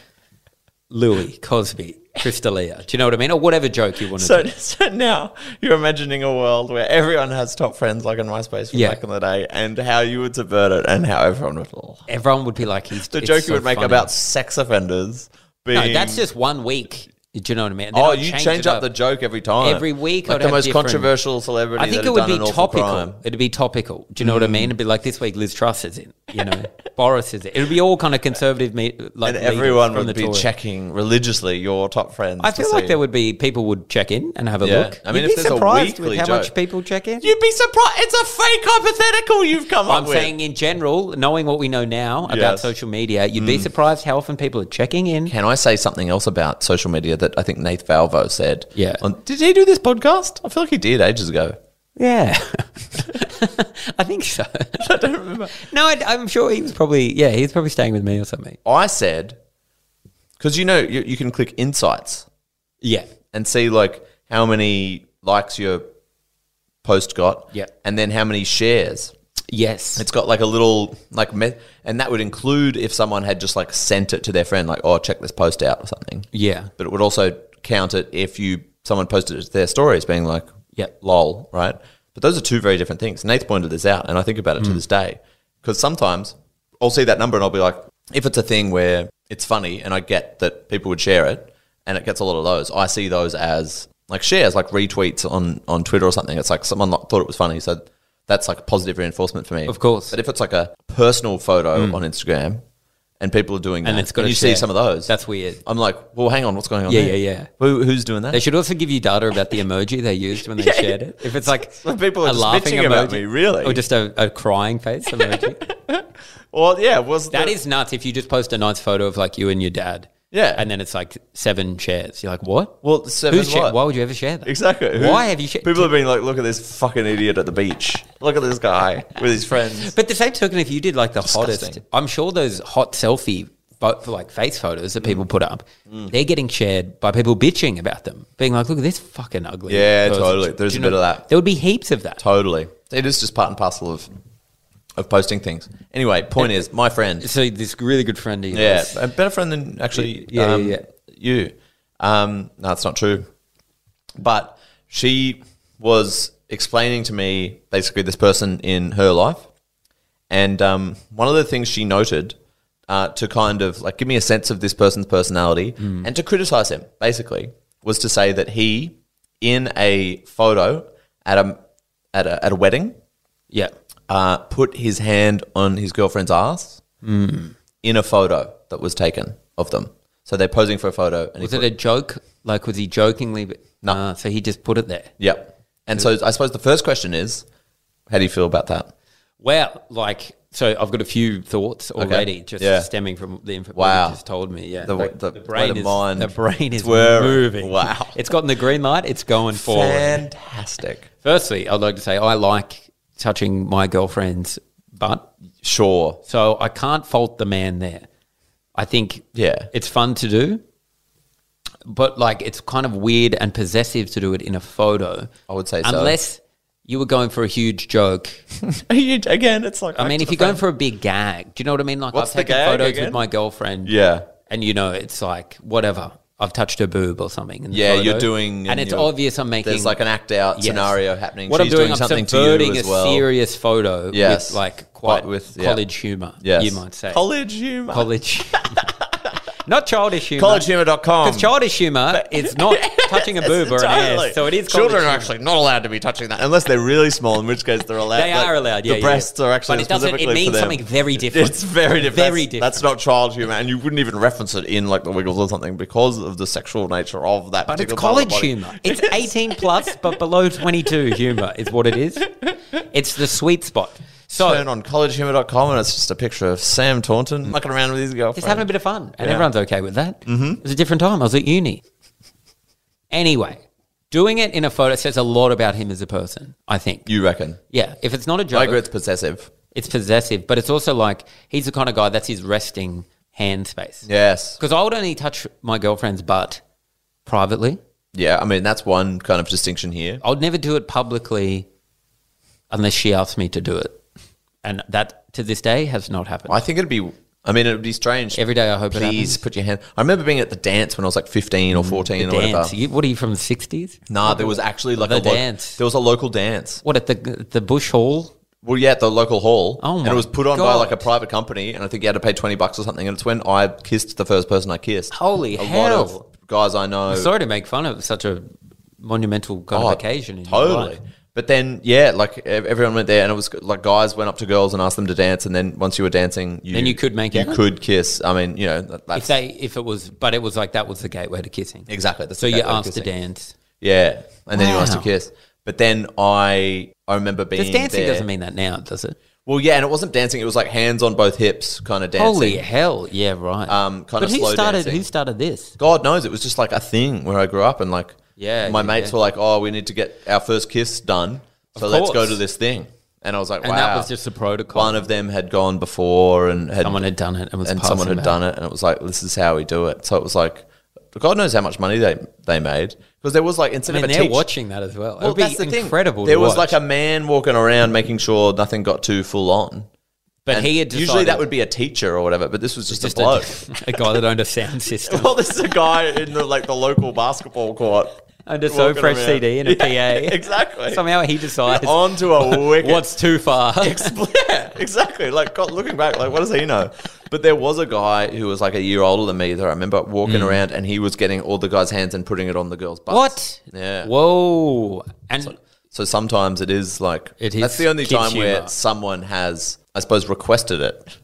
Speaker 1: Louis Cosby, Crystalia. Do you know what I mean? Or whatever joke you want to.
Speaker 6: so,
Speaker 1: do.
Speaker 6: so now you're imagining a world where everyone has top friends like in MySpace from
Speaker 1: Yeah.
Speaker 6: back in the day, and how you would subvert it, and how everyone would.
Speaker 1: Everyone would be like, "He's
Speaker 6: The
Speaker 1: it's
Speaker 6: joke
Speaker 1: so
Speaker 6: you would make
Speaker 1: funny.
Speaker 6: about sex offenders. Being,
Speaker 1: No, that's just one week. Do you know what I mean? Then
Speaker 6: oh,
Speaker 1: I'd
Speaker 6: you change,
Speaker 1: it
Speaker 6: up the joke every time.
Speaker 1: Every week
Speaker 6: like
Speaker 1: I'd
Speaker 6: the
Speaker 1: have
Speaker 6: most
Speaker 1: different-
Speaker 6: controversial celebrity.
Speaker 1: I think
Speaker 6: that
Speaker 1: it
Speaker 6: had
Speaker 1: would
Speaker 6: done
Speaker 1: be
Speaker 6: an awful
Speaker 1: topical.
Speaker 6: crime. Mm.
Speaker 1: It'd be topical. Do you know what I mean? It'd be like this week, Liz Truss is in. You know, Boris is in. It'd be all kind of conservative, me- like
Speaker 6: and
Speaker 1: leaders
Speaker 6: everyone
Speaker 1: from
Speaker 6: would
Speaker 1: the
Speaker 6: be
Speaker 1: Tories.
Speaker 6: checking religiously your top friends.
Speaker 1: I
Speaker 6: to
Speaker 1: feel like
Speaker 6: see.
Speaker 1: there would be people would check in and have a
Speaker 6: Yeah.
Speaker 1: look.
Speaker 6: I mean,
Speaker 1: You'd
Speaker 6: if
Speaker 1: be
Speaker 6: there's a
Speaker 1: surprised with
Speaker 6: weekly
Speaker 1: how much
Speaker 6: joke-
Speaker 1: people check in.
Speaker 6: You'd be surprised. It's a fake hypothetical you've come
Speaker 1: I'm saying in general, knowing what we know now about
Speaker 6: Yes. Mm.
Speaker 1: social media, you'd be surprised how often people are checking in.
Speaker 6: Can I say something else about social media that I think Nath Valvo said?
Speaker 1: Yeah.
Speaker 6: On, did he do this podcast? I feel like he did ages ago.
Speaker 1: Yeah. I think so. I don't remember. No, I, am sure he was probably, yeah, he was probably staying with me or something.
Speaker 6: I said, because you know, you, you can click insights
Speaker 1: Yeah.
Speaker 6: and see like how many likes your post got
Speaker 1: Yeah.
Speaker 6: and then how many shares.
Speaker 1: Yes.
Speaker 6: It's got like a little like, me- and that would include if someone had just like sent it to their friend, like, oh, check this post out or something.
Speaker 1: yeah.
Speaker 6: but it would also count it if you someone posted it to their stories being like
Speaker 1: Yep.
Speaker 6: lol right but those are two very different things nath pointed this out and i think
Speaker 1: Mm.
Speaker 6: about it to this day because sometimes i'll see that number and i'll be like if it's a thing where it's funny and i get that people would share it and it gets a lot of those i see those as like shares like retweets on on twitter or something it's like someone lo- thought it was funny so that's like positive reinforcement for me
Speaker 1: Of course. Mm.
Speaker 6: but if it's like a personal photo on instagram and people are doing that
Speaker 1: And
Speaker 6: and,
Speaker 1: it's got a
Speaker 6: you see
Speaker 1: share.
Speaker 6: some of those
Speaker 1: That's weird.
Speaker 6: I'm like, well, hang on, what's going on?
Speaker 1: Yeah,
Speaker 6: there?
Speaker 1: yeah, yeah.
Speaker 6: Who, who's doing that?
Speaker 1: They should also give you data about the emoji they used when they shared it. If it's like
Speaker 6: When people are just bitching about me, really.
Speaker 1: or just a, a crying face emoji.
Speaker 6: well, yeah, was
Speaker 1: that
Speaker 6: the-
Speaker 1: is nuts. If you just post a nice photo of like you and your dad,
Speaker 6: Yeah.
Speaker 1: and then it's like seven shares. You're like, what?
Speaker 6: well, seven
Speaker 1: Who's sha-
Speaker 6: what?
Speaker 1: Why would you ever share that?
Speaker 6: exactly? Who-
Speaker 1: Why have you shared?
Speaker 6: People have been like, look at this fucking idiot at the beach. Look at this guy with his friends.
Speaker 1: But the same token, if you did like the hottest,
Speaker 6: Disgusting.
Speaker 1: I'm sure those hot selfie fo- for like face photos that
Speaker 6: Mm.
Speaker 1: people put up, they're getting shared by people bitching about them, being like, "Look at this fucking ugly."
Speaker 6: Yeah,
Speaker 1: person."
Speaker 6: totally.
Speaker 1: Do
Speaker 6: There's
Speaker 1: you
Speaker 6: a bit of that.
Speaker 1: There would be heaps of that.
Speaker 6: Totally, it is just part and parcel of of posting things. Anyway, point is, my friend,
Speaker 1: So this really good friend of
Speaker 6: yeah,
Speaker 1: yours,
Speaker 6: a better friend than actually,
Speaker 1: Yeah, yeah,
Speaker 6: um,
Speaker 1: yeah.
Speaker 6: you. Um, no, that's not true. But she was explaining to me basically this person in her life And um, one of the things she noted uh, to kind of like give me a sense of this person's personality
Speaker 1: Mm.
Speaker 6: and to criticize him, basically, was to say that he, in a photo at a, at a, at a wedding,
Speaker 1: Yeah.
Speaker 6: uh, put his hand on his girlfriend's ass
Speaker 1: Hmm.
Speaker 6: in a photo that was taken of them. So they're posing for a photo. And he
Speaker 1: Was
Speaker 6: put-
Speaker 1: it a joke? Like, was he jokingly?
Speaker 6: No.
Speaker 1: Ah, so he just put it there.
Speaker 6: Yep. And so I suppose the first question is, how do you feel about that?
Speaker 1: Well, like, so I've got a few thoughts already, just
Speaker 6: Yeah.
Speaker 1: stemming from the information
Speaker 6: Wow.
Speaker 1: you just told me. Yeah,
Speaker 6: The-
Speaker 1: Like,
Speaker 6: the-
Speaker 1: brain
Speaker 6: the
Speaker 1: is
Speaker 6: mind
Speaker 1: the brain is
Speaker 6: twirling.
Speaker 1: moving.
Speaker 6: Wow.
Speaker 1: it's gotten the green light. It's going forward.
Speaker 6: Fantastic.
Speaker 1: Firstly, I'd like to say I like touching my girlfriend's butt,
Speaker 6: Sure.
Speaker 1: so I can't fault the man there. I think
Speaker 6: Yeah.
Speaker 1: it's fun to do, but like it's kind of weird and possessive to do it in a photo.
Speaker 6: I would say so.
Speaker 1: unless you were going for a huge joke.
Speaker 6: Again, it's like
Speaker 1: I mean, if you're going for a big gag, do you know what I mean? Like
Speaker 6: What's the
Speaker 1: I've taken
Speaker 6: gag
Speaker 1: photos
Speaker 6: again?
Speaker 1: with my girlfriend,
Speaker 6: yeah,
Speaker 1: and you know it's like whatever. I've touched her boob or something. in the
Speaker 6: yeah,
Speaker 1: photo.
Speaker 6: you're doing,
Speaker 1: and it's
Speaker 6: you're-
Speaker 1: obvious I'm making
Speaker 6: There's like an act out
Speaker 1: Yes.
Speaker 6: scenario happening.
Speaker 1: What
Speaker 6: She's
Speaker 1: I'm doing, I'm
Speaker 6: something
Speaker 1: subverting
Speaker 6: to you as
Speaker 1: a
Speaker 6: well.
Speaker 1: serious photo
Speaker 6: Yes.
Speaker 1: with like
Speaker 6: Quite
Speaker 1: quite
Speaker 6: with-
Speaker 1: with
Speaker 6: yeah.
Speaker 1: college humor.
Speaker 6: Yes.
Speaker 1: you might say
Speaker 6: college humor.
Speaker 1: college, not childish humor.
Speaker 6: Collegehumor.com.
Speaker 1: Because childish humor is not touching a boob or an ass, so it is college
Speaker 6: Children are
Speaker 1: humor.
Speaker 6: actually not allowed to be touching that unless they're really small, in which case they're allowed.
Speaker 1: They
Speaker 6: like,
Speaker 1: are allowed. Yeah,
Speaker 6: the
Speaker 1: yeah,
Speaker 6: breasts
Speaker 1: yeah.
Speaker 6: are actually
Speaker 1: But it doesn't. It
Speaker 6: specifically for
Speaker 1: means
Speaker 6: them.
Speaker 1: something very different.
Speaker 6: It's very different.
Speaker 1: Very
Speaker 6: that's,
Speaker 1: different.
Speaker 6: That's not child humor, and you wouldn't even reference it in like the Wiggles or something because of the sexual nature of that.
Speaker 1: But it's
Speaker 6: particular part of the
Speaker 1: college
Speaker 6: body.
Speaker 1: humor. It's 18 plus, but below 22 humor is what it is. It's the sweet spot. So
Speaker 6: Turn on collegehumor.com, and it's just a picture of Sam Taunton mucking around with his girlfriend.
Speaker 1: just having a bit of fun, and everyone's okay with that.
Speaker 6: Mm-hmm.
Speaker 1: It was a different time. I was at uni. Anyway, doing it in a photo says a lot about him as a person. I think.
Speaker 6: you reckon?
Speaker 1: Yeah, if it's not a joke,
Speaker 6: I agree. It's possessive.
Speaker 1: it's possessive, but it's also like he's the kind of guy that's his resting hand space.
Speaker 6: Yes.
Speaker 1: Because I would only touch my girlfriend's butt privately.
Speaker 6: Yeah. I mean, that's one kind of distinction here.
Speaker 1: I would never do it publicly unless she asked me to do it, and that to this day has not happened.
Speaker 6: I think it'd be. I mean, it would be strange.
Speaker 1: Every day I hope it
Speaker 6: Please
Speaker 1: happens.
Speaker 6: put your hand. I remember being at the dance when I was like 15 or 14 or whatever.
Speaker 1: Dance? You, what are you from the sixties?
Speaker 6: Nah, there was actually like
Speaker 1: The
Speaker 6: a lo-
Speaker 1: dance.
Speaker 6: There was a local dance.
Speaker 1: What at the the bush hall?
Speaker 6: Well, yeah, at the local hall.
Speaker 1: Oh
Speaker 6: and
Speaker 1: my
Speaker 6: it was put on by like a
Speaker 1: God.
Speaker 6: private company, and I think you had to pay twenty bucks or something. And it's when I kissed the first person I kissed.
Speaker 1: Holy
Speaker 6: a
Speaker 1: hell.
Speaker 6: Lot of guys I know.
Speaker 1: Sorry to make fun of such a monumental kind
Speaker 6: Oh,
Speaker 1: of occasion. In your
Speaker 6: Totally.
Speaker 1: life.
Speaker 6: But then, yeah, like ev- everyone went there, and it was like guys went up to girls and asked them to dance, and then once you were dancing, you
Speaker 1: Then you could make
Speaker 6: you
Speaker 1: out.
Speaker 6: could kiss. I mean, you know, that, that's
Speaker 1: If they, if it was, but it was like that was the gateway to kissing.
Speaker 6: exactly. That's
Speaker 1: So
Speaker 6: the
Speaker 1: you
Speaker 6: gateway
Speaker 1: asked to
Speaker 6: kissing.
Speaker 1: dance.
Speaker 6: yeah, and then you asked to
Speaker 1: Wow.
Speaker 6: kiss. But then I, I remember being
Speaker 1: Because dancing
Speaker 6: there.
Speaker 1: doesn't mean that now, does it?
Speaker 6: Well, yeah, and it wasn't dancing; it was like hands on both hips, kind of dancing.
Speaker 1: Holy hell! Yeah, right.
Speaker 6: Um,
Speaker 1: but
Speaker 6: kind of
Speaker 1: who
Speaker 6: slow
Speaker 1: started?
Speaker 6: dancing.
Speaker 1: Who started this?
Speaker 6: God knows it was just like a thing where I grew up and like
Speaker 1: Yeah,
Speaker 6: my
Speaker 1: yeah,
Speaker 6: mates
Speaker 1: yeah.
Speaker 6: were like, oh, we need to get our first kiss done, so let's go
Speaker 1: course.
Speaker 6: to this thing. And I was like,
Speaker 1: And
Speaker 6: wow,
Speaker 1: that was just the protocol.
Speaker 6: One of them had gone before and had
Speaker 1: Someone had done it and was
Speaker 6: and
Speaker 1: passing
Speaker 6: someone had
Speaker 1: it.
Speaker 6: done it, and it was like this is how we do it. So it was like, God knows how much money they they made because there was like
Speaker 1: I
Speaker 6: instead
Speaker 1: mean,
Speaker 6: of a
Speaker 1: they're
Speaker 6: teach-
Speaker 1: watching that as well.
Speaker 6: Well,
Speaker 1: It'd be
Speaker 6: that's the thing.
Speaker 1: incredible.
Speaker 6: There
Speaker 1: to
Speaker 6: was
Speaker 1: watch.
Speaker 6: like a man walking around making sure nothing got too full on.
Speaker 1: but
Speaker 6: And
Speaker 1: he had
Speaker 6: usually that
Speaker 1: decided-
Speaker 6: would be a teacher or whatever, but this was just,
Speaker 1: just
Speaker 6: a bloke.
Speaker 1: a, a guy that owned a sound system.
Speaker 6: well, this is a guy in the like the local basketball court.
Speaker 1: And a
Speaker 6: walking
Speaker 1: So Fresh
Speaker 6: around.
Speaker 1: CD and a PA.
Speaker 6: Exactly. Oh,
Speaker 1: Somehow he decides
Speaker 6: onto a wicket.
Speaker 1: what's too far.
Speaker 6: yeah, exactly. Like God, looking back, like what does he know? But there was a guy who was like a year older than me that I remember walking around, and he was getting all the guys' hands and putting it on the girls' butts.
Speaker 1: Mm. What?
Speaker 6: Yeah.
Speaker 1: Whoa. And
Speaker 6: So sometimes it is like
Speaker 1: It is
Speaker 6: that's the only
Speaker 1: kids'
Speaker 6: time where
Speaker 1: humour.
Speaker 6: someone has, I suppose, requested it,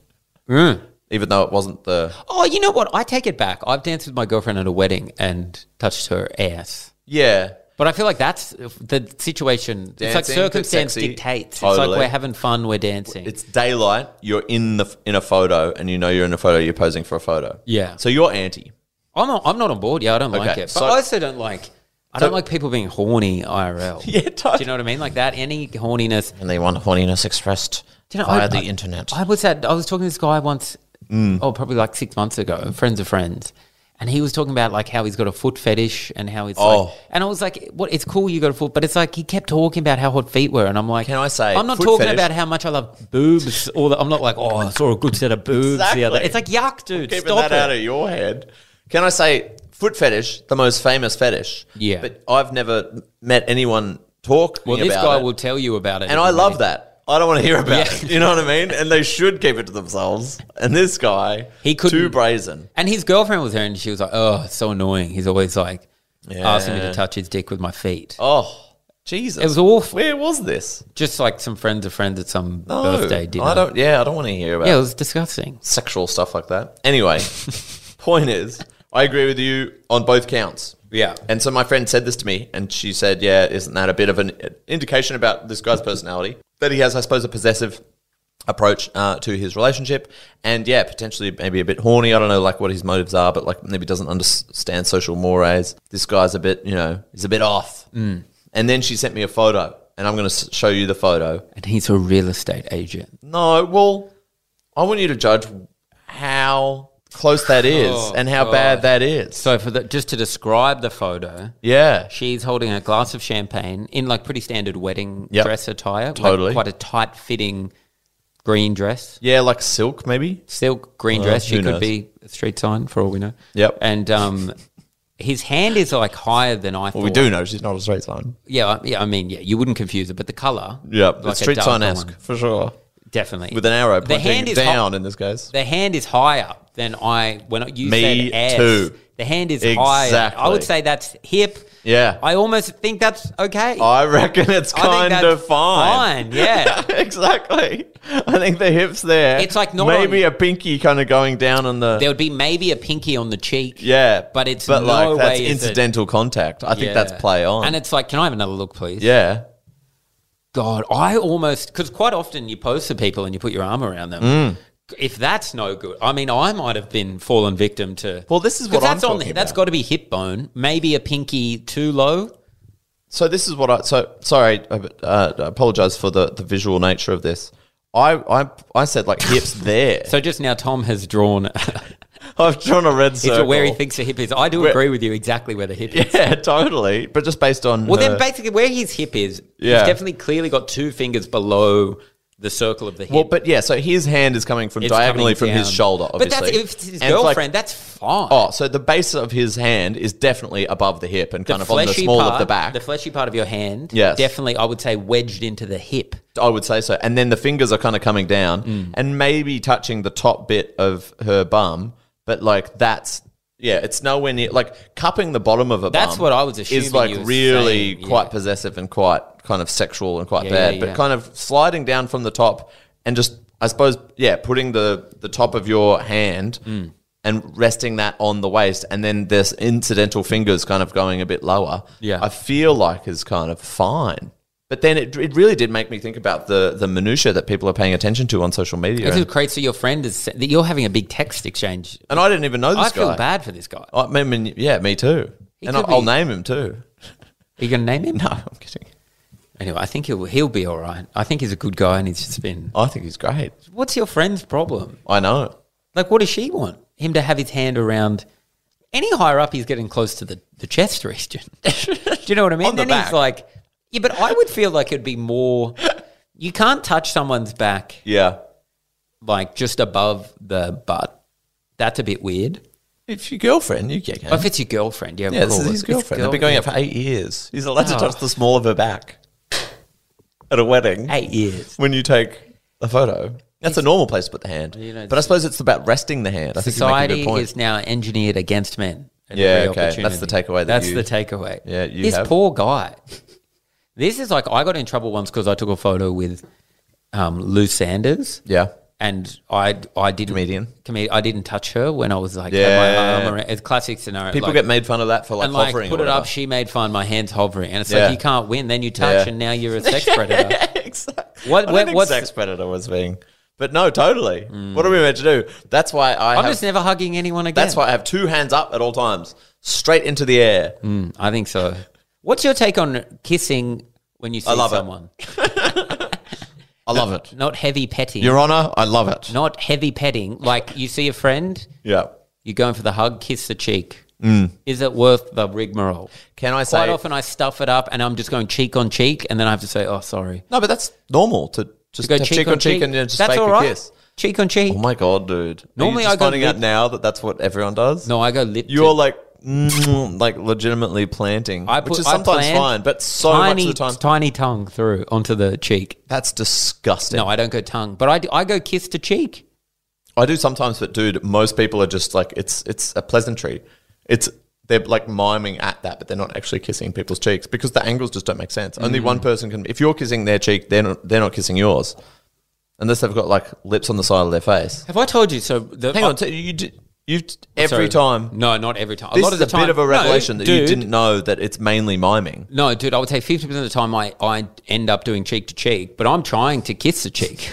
Speaker 1: Mm.
Speaker 6: even though it wasn't the.
Speaker 1: oh, you know what? I take it back. I've danced with my girlfriend at a wedding and touched her ass.
Speaker 6: Yeah.
Speaker 1: But I feel like that's the situation. it's like
Speaker 6: Dancing,
Speaker 1: circumstance
Speaker 6: sexy.
Speaker 1: dictates. It's
Speaker 6: Totally.
Speaker 1: like we're having fun, we're dancing.
Speaker 6: It's daylight. You're in the in a photo, and you know you're in a photo. You're posing for a photo.
Speaker 1: Yeah.
Speaker 6: So you're anti.
Speaker 1: I'm not, I'm not on board. Yeah, I don't
Speaker 6: Okay,
Speaker 1: like it. But
Speaker 6: so-
Speaker 1: I also don't like. I
Speaker 6: So-
Speaker 1: don't like people being horny IRL.
Speaker 6: Yeah,
Speaker 1: Do you know what I mean? Like that, any horniness.
Speaker 6: And they want horniness expressed
Speaker 1: Do you know,
Speaker 6: via
Speaker 1: I-
Speaker 6: the
Speaker 1: I-
Speaker 6: internet. Mm.
Speaker 1: I was at, I was talking to this guy once, oh, probably like six months ago, friends of friends, and he was talking about like how he's got a foot fetish and how he's
Speaker 6: Oh.
Speaker 1: like, and I was like, what? It's cool you got a foot, but it's like he kept talking about how hot feet were, and I'm like,
Speaker 6: Can I say,
Speaker 1: I'm not
Speaker 6: foot
Speaker 1: talking
Speaker 6: fetish-
Speaker 1: about how much I love boobs. Or the, I'm not like, oh, I saw a good set of boobs the other.
Speaker 6: Exactly.
Speaker 1: It's like yuck, dude.
Speaker 6: Keeping
Speaker 1: stop
Speaker 6: that out
Speaker 1: it.
Speaker 6: of your head. Can I say foot fetish, the most famous fetish?
Speaker 1: Yeah.
Speaker 6: But I've never met anyone talk.
Speaker 1: well, this guy will tell you about it,
Speaker 6: and
Speaker 1: if
Speaker 6: I
Speaker 1: you
Speaker 6: love
Speaker 1: really-
Speaker 6: that. I don't want to hear about
Speaker 1: Yeah.
Speaker 6: it. You know what I mean? And they should keep it to themselves. And this guy,
Speaker 1: He couldn't-
Speaker 6: too brazen.
Speaker 1: And his girlfriend was there, and she was like, "Oh, it's so annoying." He's always like asking me to
Speaker 6: Yeah.
Speaker 1: touch his dick with my feet.
Speaker 6: Oh, Jesus!
Speaker 1: It was awful.
Speaker 6: Where was this?
Speaker 1: Just like some friends of friends at some
Speaker 6: No,
Speaker 1: birthday dinner.
Speaker 6: I don't. Yeah, I don't want to hear about
Speaker 1: yeah, it was disgusting.
Speaker 6: sexual stuff like that. Anyway, point is, I agree with you on both counts.
Speaker 1: Yeah.
Speaker 6: And so my friend said this to me, and she said, "Yeah, isn't that a bit of an indication about this guy's personality that he has, I suppose, a possessive approach uh, to his relationship, and yeah, potentially maybe a bit horny. I don't know, like what his motives are, but like maybe doesn't understand social mores. This guy's a bit, you know, he's a bit off." Mm. And then she sent me a photo, and I'm going to show you the photo.
Speaker 1: And he's a real estate agent.
Speaker 6: No, well, I want you to judge how close that is
Speaker 1: Oh,
Speaker 6: and how
Speaker 1: God.
Speaker 6: bad that is.
Speaker 1: So for the, just to describe the photo,
Speaker 6: yeah,
Speaker 1: she's holding a glass of champagne in like pretty standard wedding
Speaker 6: Yep.
Speaker 1: dress attire, like
Speaker 6: Totally.
Speaker 1: quite a tight fitting green dress.
Speaker 6: yeah, like silk maybe.
Speaker 1: silk green
Speaker 6: Well,
Speaker 1: dress. She
Speaker 6: who
Speaker 1: could
Speaker 6: knows?
Speaker 1: be a street sign for all we know.
Speaker 6: Yep.
Speaker 1: And um, his hand is like higher than I
Speaker 6: Well,
Speaker 1: thought.
Speaker 6: we do know she's not a straight sign.
Speaker 1: Yeah, I- yeah. I mean, yeah, you wouldn't confuse it, but the color.
Speaker 6: Yeah,
Speaker 1: like
Speaker 6: it's
Speaker 1: a
Speaker 6: street
Speaker 1: darker
Speaker 6: sign esque
Speaker 1: one.
Speaker 6: for sure.
Speaker 1: Definitely.
Speaker 6: With an arrow
Speaker 1: The
Speaker 6: pointing
Speaker 1: hand is
Speaker 6: down
Speaker 1: hi-
Speaker 6: in this case.
Speaker 1: the hand is higher than I when you
Speaker 6: Me
Speaker 1: said ass.
Speaker 6: too.
Speaker 1: The hand is higher. I
Speaker 6: Exactly.
Speaker 1: would say that's hip.
Speaker 6: Yeah.
Speaker 1: I almost think that's okay.
Speaker 6: I reckon it's
Speaker 1: I think
Speaker 6: kind
Speaker 1: that's
Speaker 6: of fine.
Speaker 1: fine, yeah.
Speaker 6: exactly. I think the hips there.
Speaker 1: It's like not
Speaker 6: maybe
Speaker 1: on-
Speaker 6: a pinky kind of going down on the
Speaker 1: there would be maybe a pinky on the cheek.
Speaker 6: yeah,
Speaker 1: but it's
Speaker 6: but
Speaker 1: no
Speaker 6: like that's
Speaker 1: way is it-
Speaker 6: incidental contact. I think that's
Speaker 1: Yeah.
Speaker 6: play on.
Speaker 1: And it's like, can I have another look, please?
Speaker 6: yeah,
Speaker 1: God, I almost because quite often you post to people and you put your arm around them.
Speaker 6: Mm.
Speaker 1: If that's no good, I mean, I might have been fallen victim to.
Speaker 6: Well, this is
Speaker 1: 'Cause
Speaker 6: what I'm
Speaker 1: that's on.
Speaker 6: talking
Speaker 1: That's
Speaker 6: about.
Speaker 1: got to be hip bone, maybe a pinky too low.
Speaker 6: So this is what I so sorry. I uh, apologize for the, the visual nature of this. I I, I said like hips there.
Speaker 1: So just now, Tom has drawn
Speaker 6: I've drawn a red
Speaker 1: it's
Speaker 6: circle.
Speaker 1: where he thinks the hip is. I do
Speaker 6: Where-
Speaker 1: agree with you exactly where the hip is.
Speaker 6: Yeah, totally. But just based on
Speaker 1: Well,
Speaker 6: her-
Speaker 1: then basically where his hip is,
Speaker 6: Yeah.
Speaker 1: he's definitely clearly got two fingers below the circle of the hip.
Speaker 6: well, but yeah. So his hand is coming from
Speaker 1: It's
Speaker 6: diagonally
Speaker 1: coming
Speaker 6: from his
Speaker 1: down.
Speaker 6: shoulder. Obviously,
Speaker 1: But that's if it's his
Speaker 6: And it's like-
Speaker 1: girlfriend. that's fine.
Speaker 6: Oh, so the base of his hand is definitely above the hip and kind of on the small
Speaker 1: part,
Speaker 6: of the back.
Speaker 1: The fleshy part of your hand,
Speaker 6: Yes.
Speaker 1: definitely, I would say, wedged into the hip.
Speaker 6: I would say so. And then the fingers are kind of coming down
Speaker 1: Mm.
Speaker 6: and maybe touching the top bit of her bum, but like that's yeah, it's nowhere near like cupping the bottom of a
Speaker 1: That's
Speaker 6: bum
Speaker 1: what I was assuming
Speaker 6: Is like
Speaker 1: you were
Speaker 6: really
Speaker 1: saying,
Speaker 6: quite
Speaker 1: yeah.
Speaker 6: possessive and quite kind of sexual and quite
Speaker 1: Yeah,
Speaker 6: bad,
Speaker 1: yeah, yeah.
Speaker 6: but kind of sliding down from the top and just I suppose yeah, putting the the top of your hand
Speaker 1: Mm.
Speaker 6: and resting that on the waist and then this incidental fingers kind of going a bit lower.
Speaker 1: Yeah.
Speaker 6: I feel like is kind of fine. But then it, it really did make me think about the the minutia that people are paying attention to on social media,
Speaker 1: This is
Speaker 6: and,
Speaker 1: crazy. So your friend is that you're having a big text exchange.
Speaker 6: and I didn't even know this
Speaker 1: I feel
Speaker 6: guy.
Speaker 1: bad for this guy.
Speaker 6: I mean, I mean, yeah, me too.
Speaker 1: He
Speaker 6: and I,
Speaker 1: could
Speaker 6: I'll
Speaker 1: be-
Speaker 6: name him too.
Speaker 1: Are you going to name him?
Speaker 6: No, I'm kidding.
Speaker 1: Anyway, I think he'll he'll be all right. I think he's a good guy, and he's just been.
Speaker 6: I think he's great.
Speaker 1: What's your friend's problem?
Speaker 6: I know.
Speaker 1: Like, what does she want him to have his hand around? Any higher up, he's getting close to the, the chest region. Do you know what I mean?
Speaker 6: On the
Speaker 1: then he's
Speaker 6: back.
Speaker 1: like, yeah, but I would feel like it'd be more. You can't touch someone's back
Speaker 6: Yeah.
Speaker 1: like just above the butt. That's a bit weird.
Speaker 6: If your girlfriend, you get
Speaker 1: But if it's your girlfriend, yeah, of
Speaker 6: Yeah, this
Speaker 1: course.
Speaker 6: is his
Speaker 1: It's Oh.
Speaker 6: girlfriend. They've been going out for eight years. He's allowed to touch the small of her back at a wedding.
Speaker 1: eight years.
Speaker 6: When you take a photo. That's a normal place to put the hand.
Speaker 1: You know,
Speaker 6: but I suppose it's about resting the hand. I think you make a
Speaker 1: Society
Speaker 6: good point.
Speaker 1: is now engineered against men. at
Speaker 6: Yeah,
Speaker 1: every
Speaker 6: okay. That's the
Speaker 1: opportunity.
Speaker 6: takeaway that
Speaker 1: That's
Speaker 6: you-
Speaker 1: the takeaway.
Speaker 6: Yeah, you
Speaker 1: this
Speaker 6: have.
Speaker 1: poor guy. This is like I got in trouble once because I took a photo with um, Lou Sanders.
Speaker 6: yeah.
Speaker 1: and I I didn't
Speaker 6: Comedian.
Speaker 1: Comed- I didn't touch her when I was like yeah.
Speaker 6: Yeah.
Speaker 1: my arm around. It's classic scenario.
Speaker 6: People
Speaker 1: like-
Speaker 6: get made fun of that for like
Speaker 1: and like
Speaker 6: hovering.
Speaker 1: put
Speaker 6: or
Speaker 1: it up.
Speaker 6: whatever.
Speaker 1: She made fun. My hands hovering, and it's
Speaker 6: Yeah.
Speaker 1: like you can't win. Then you touch,
Speaker 6: Yeah.
Speaker 1: and now you're a sex predator.
Speaker 6: exactly.
Speaker 1: What-
Speaker 6: I don't
Speaker 1: what-
Speaker 6: think
Speaker 1: what's- Hmm.
Speaker 6: sex predator was being? But no, totally. What are we meant to do? That's why I.
Speaker 1: I'm
Speaker 6: have,
Speaker 1: just never hugging anyone again.
Speaker 6: that's why I have two hands up at all times, straight into the air.
Speaker 1: I think so. What's your take on kissing when you see
Speaker 6: love it.
Speaker 1: someone?
Speaker 6: I love it,
Speaker 1: Not heavy petting.
Speaker 6: Your Honor. I love it.
Speaker 1: Not heavy petting. Like you see a friend,
Speaker 6: Yeah.
Speaker 1: you're going for the hug, kiss the cheek. Is it worth the rigmarole?
Speaker 6: Can
Speaker 1: Quite
Speaker 6: I Mm. say?
Speaker 1: often I stuff it up, and I'm just going cheek on cheek, and then I have to say, "Oh, sorry."
Speaker 6: no, but that's normal to just
Speaker 1: go
Speaker 6: have cheek, on cheek, and then just
Speaker 1: that's
Speaker 6: fake
Speaker 1: all
Speaker 6: a
Speaker 1: right.
Speaker 6: kiss.
Speaker 1: Cheek on cheek.
Speaker 6: Oh my god, dude! Are you
Speaker 1: Normally
Speaker 6: just
Speaker 1: I go
Speaker 6: finding out
Speaker 1: lip-
Speaker 6: now that that's what everyone does.
Speaker 1: no, I go lip.
Speaker 6: you're
Speaker 1: to,
Speaker 6: like mm, like legitimately planting,
Speaker 1: I
Speaker 6: which
Speaker 1: put-
Speaker 6: is
Speaker 1: I
Speaker 6: sometimes
Speaker 1: plant
Speaker 6: fine, but so
Speaker 1: tiny,
Speaker 6: much of the time
Speaker 1: tiny tongue through onto the cheek.
Speaker 6: that's disgusting.
Speaker 1: No, I don't go tongue, but I, do- I go kiss to cheek.
Speaker 6: I do sometimes, but dude, most people are just like it's it's a pleasantry. It's they're like miming at that, but they're not actually kissing people's cheeks because the angles just don't make sense. Only
Speaker 1: Mm.
Speaker 6: one person can. If you're kissing their cheek, they're not they're not kissing yours, unless they've got like lips on the side of their face.
Speaker 1: Have I told you? So the,
Speaker 6: Hang
Speaker 1: I-
Speaker 6: on, so you d- you d- every
Speaker 1: sorry.
Speaker 6: time.
Speaker 1: No, not every time.
Speaker 6: This
Speaker 1: a lot of the
Speaker 6: is a
Speaker 1: time,
Speaker 6: bit of a
Speaker 1: No,
Speaker 6: revelation that you
Speaker 1: dude.
Speaker 6: didn't know that it's mainly miming.
Speaker 1: No, dude, I would say fifty percent of the time I, I end up doing cheek to cheek, but I'm trying to kiss the cheek.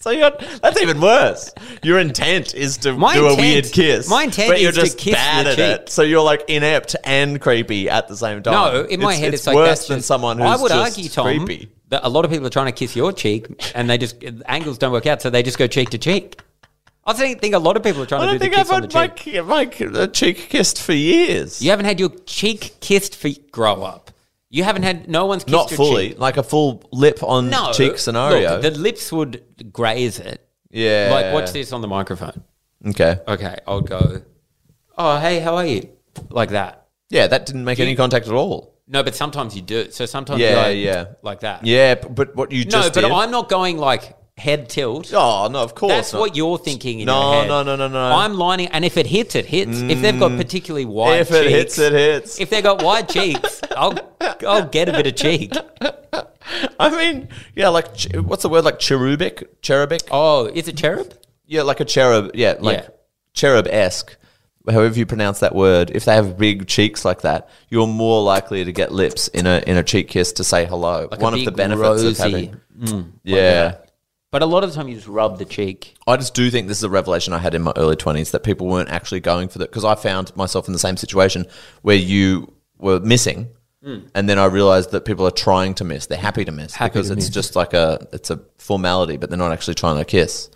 Speaker 6: So you're, that's even worse. Your intent is to
Speaker 1: My
Speaker 6: do a
Speaker 1: intent-
Speaker 6: weird kiss.
Speaker 1: my intent
Speaker 6: but you're
Speaker 1: is to
Speaker 6: just
Speaker 1: kiss
Speaker 6: bad
Speaker 1: the
Speaker 6: at
Speaker 1: cheek.
Speaker 6: it. So you're like inept and creepy at the same time.
Speaker 1: no, in my head, it's, like
Speaker 6: worse
Speaker 1: that's
Speaker 6: than
Speaker 1: just-
Speaker 6: someone who's
Speaker 1: I would
Speaker 6: just
Speaker 1: argue, Tom,
Speaker 6: creepy.
Speaker 1: that a lot of people are trying to kiss your cheek, and they just angles don't work out, so they just go cheek to cheek. I think think a lot of people are trying
Speaker 6: I
Speaker 1: to do
Speaker 6: don't
Speaker 1: the
Speaker 6: think
Speaker 1: kiss
Speaker 6: I've
Speaker 1: on the
Speaker 6: had
Speaker 1: cheek.
Speaker 6: my, ki- my ki- uh, cheek kissed for years.
Speaker 1: You haven't had your cheek kissed for grow up. You haven't had no one's kissed
Speaker 6: not
Speaker 1: your
Speaker 6: fully
Speaker 1: cheek.
Speaker 6: like a full lip on
Speaker 1: No
Speaker 6: cheek scenario.
Speaker 1: Look, the lips would graze it.
Speaker 6: yeah,
Speaker 1: Like watch this on the microphone.
Speaker 6: Okay,
Speaker 1: Okay, I'll go. Oh hey, how are you? Like that.
Speaker 6: yeah, that didn't make any contact at all.
Speaker 1: No, but sometimes you do. So sometimes
Speaker 6: Yeah,
Speaker 1: you're like,
Speaker 6: yeah.
Speaker 1: like that.
Speaker 6: Yeah, b- but what you
Speaker 1: No,
Speaker 6: just
Speaker 1: but
Speaker 6: did.
Speaker 1: I'm not going like head tilt.
Speaker 6: oh no, of course.
Speaker 1: That's
Speaker 6: not.
Speaker 1: what you're thinking in
Speaker 6: No,
Speaker 1: your head.
Speaker 6: no, no, no, no.
Speaker 1: I'm lining, and if it hits, it hits. If they've got particularly wide,
Speaker 6: If it
Speaker 1: cheeks,
Speaker 6: hits, it hits.
Speaker 1: If they've got wide cheeks, I'll I'll get a bit of cheek.
Speaker 6: I mean, yeah, like ch- what's the word? Like cherubic, cherubic.
Speaker 1: Oh, is it cherub?
Speaker 6: Yeah, like a cherub. Yeah, like
Speaker 1: Yeah.
Speaker 6: cherub esque. However you pronounce that word, if they have big cheeks like that, you're more likely to get lips in a in a cheek kiss to say hello.
Speaker 1: Like a
Speaker 6: One of
Speaker 1: big
Speaker 6: the benefits of
Speaker 1: rosy- Mm.
Speaker 6: having. yeah,
Speaker 1: But a lot of the time, you just rub the cheek.
Speaker 6: I just do think this is a revelation I had in my early twenties that people weren't actually going for that because I found myself in the same situation where you were missing, and then I realized that people are trying to miss. They're happy to miss
Speaker 1: Hmm. Happy
Speaker 6: because
Speaker 1: to
Speaker 6: it's
Speaker 1: miss.
Speaker 6: just like a it's a formality, but they're not actually trying to kiss.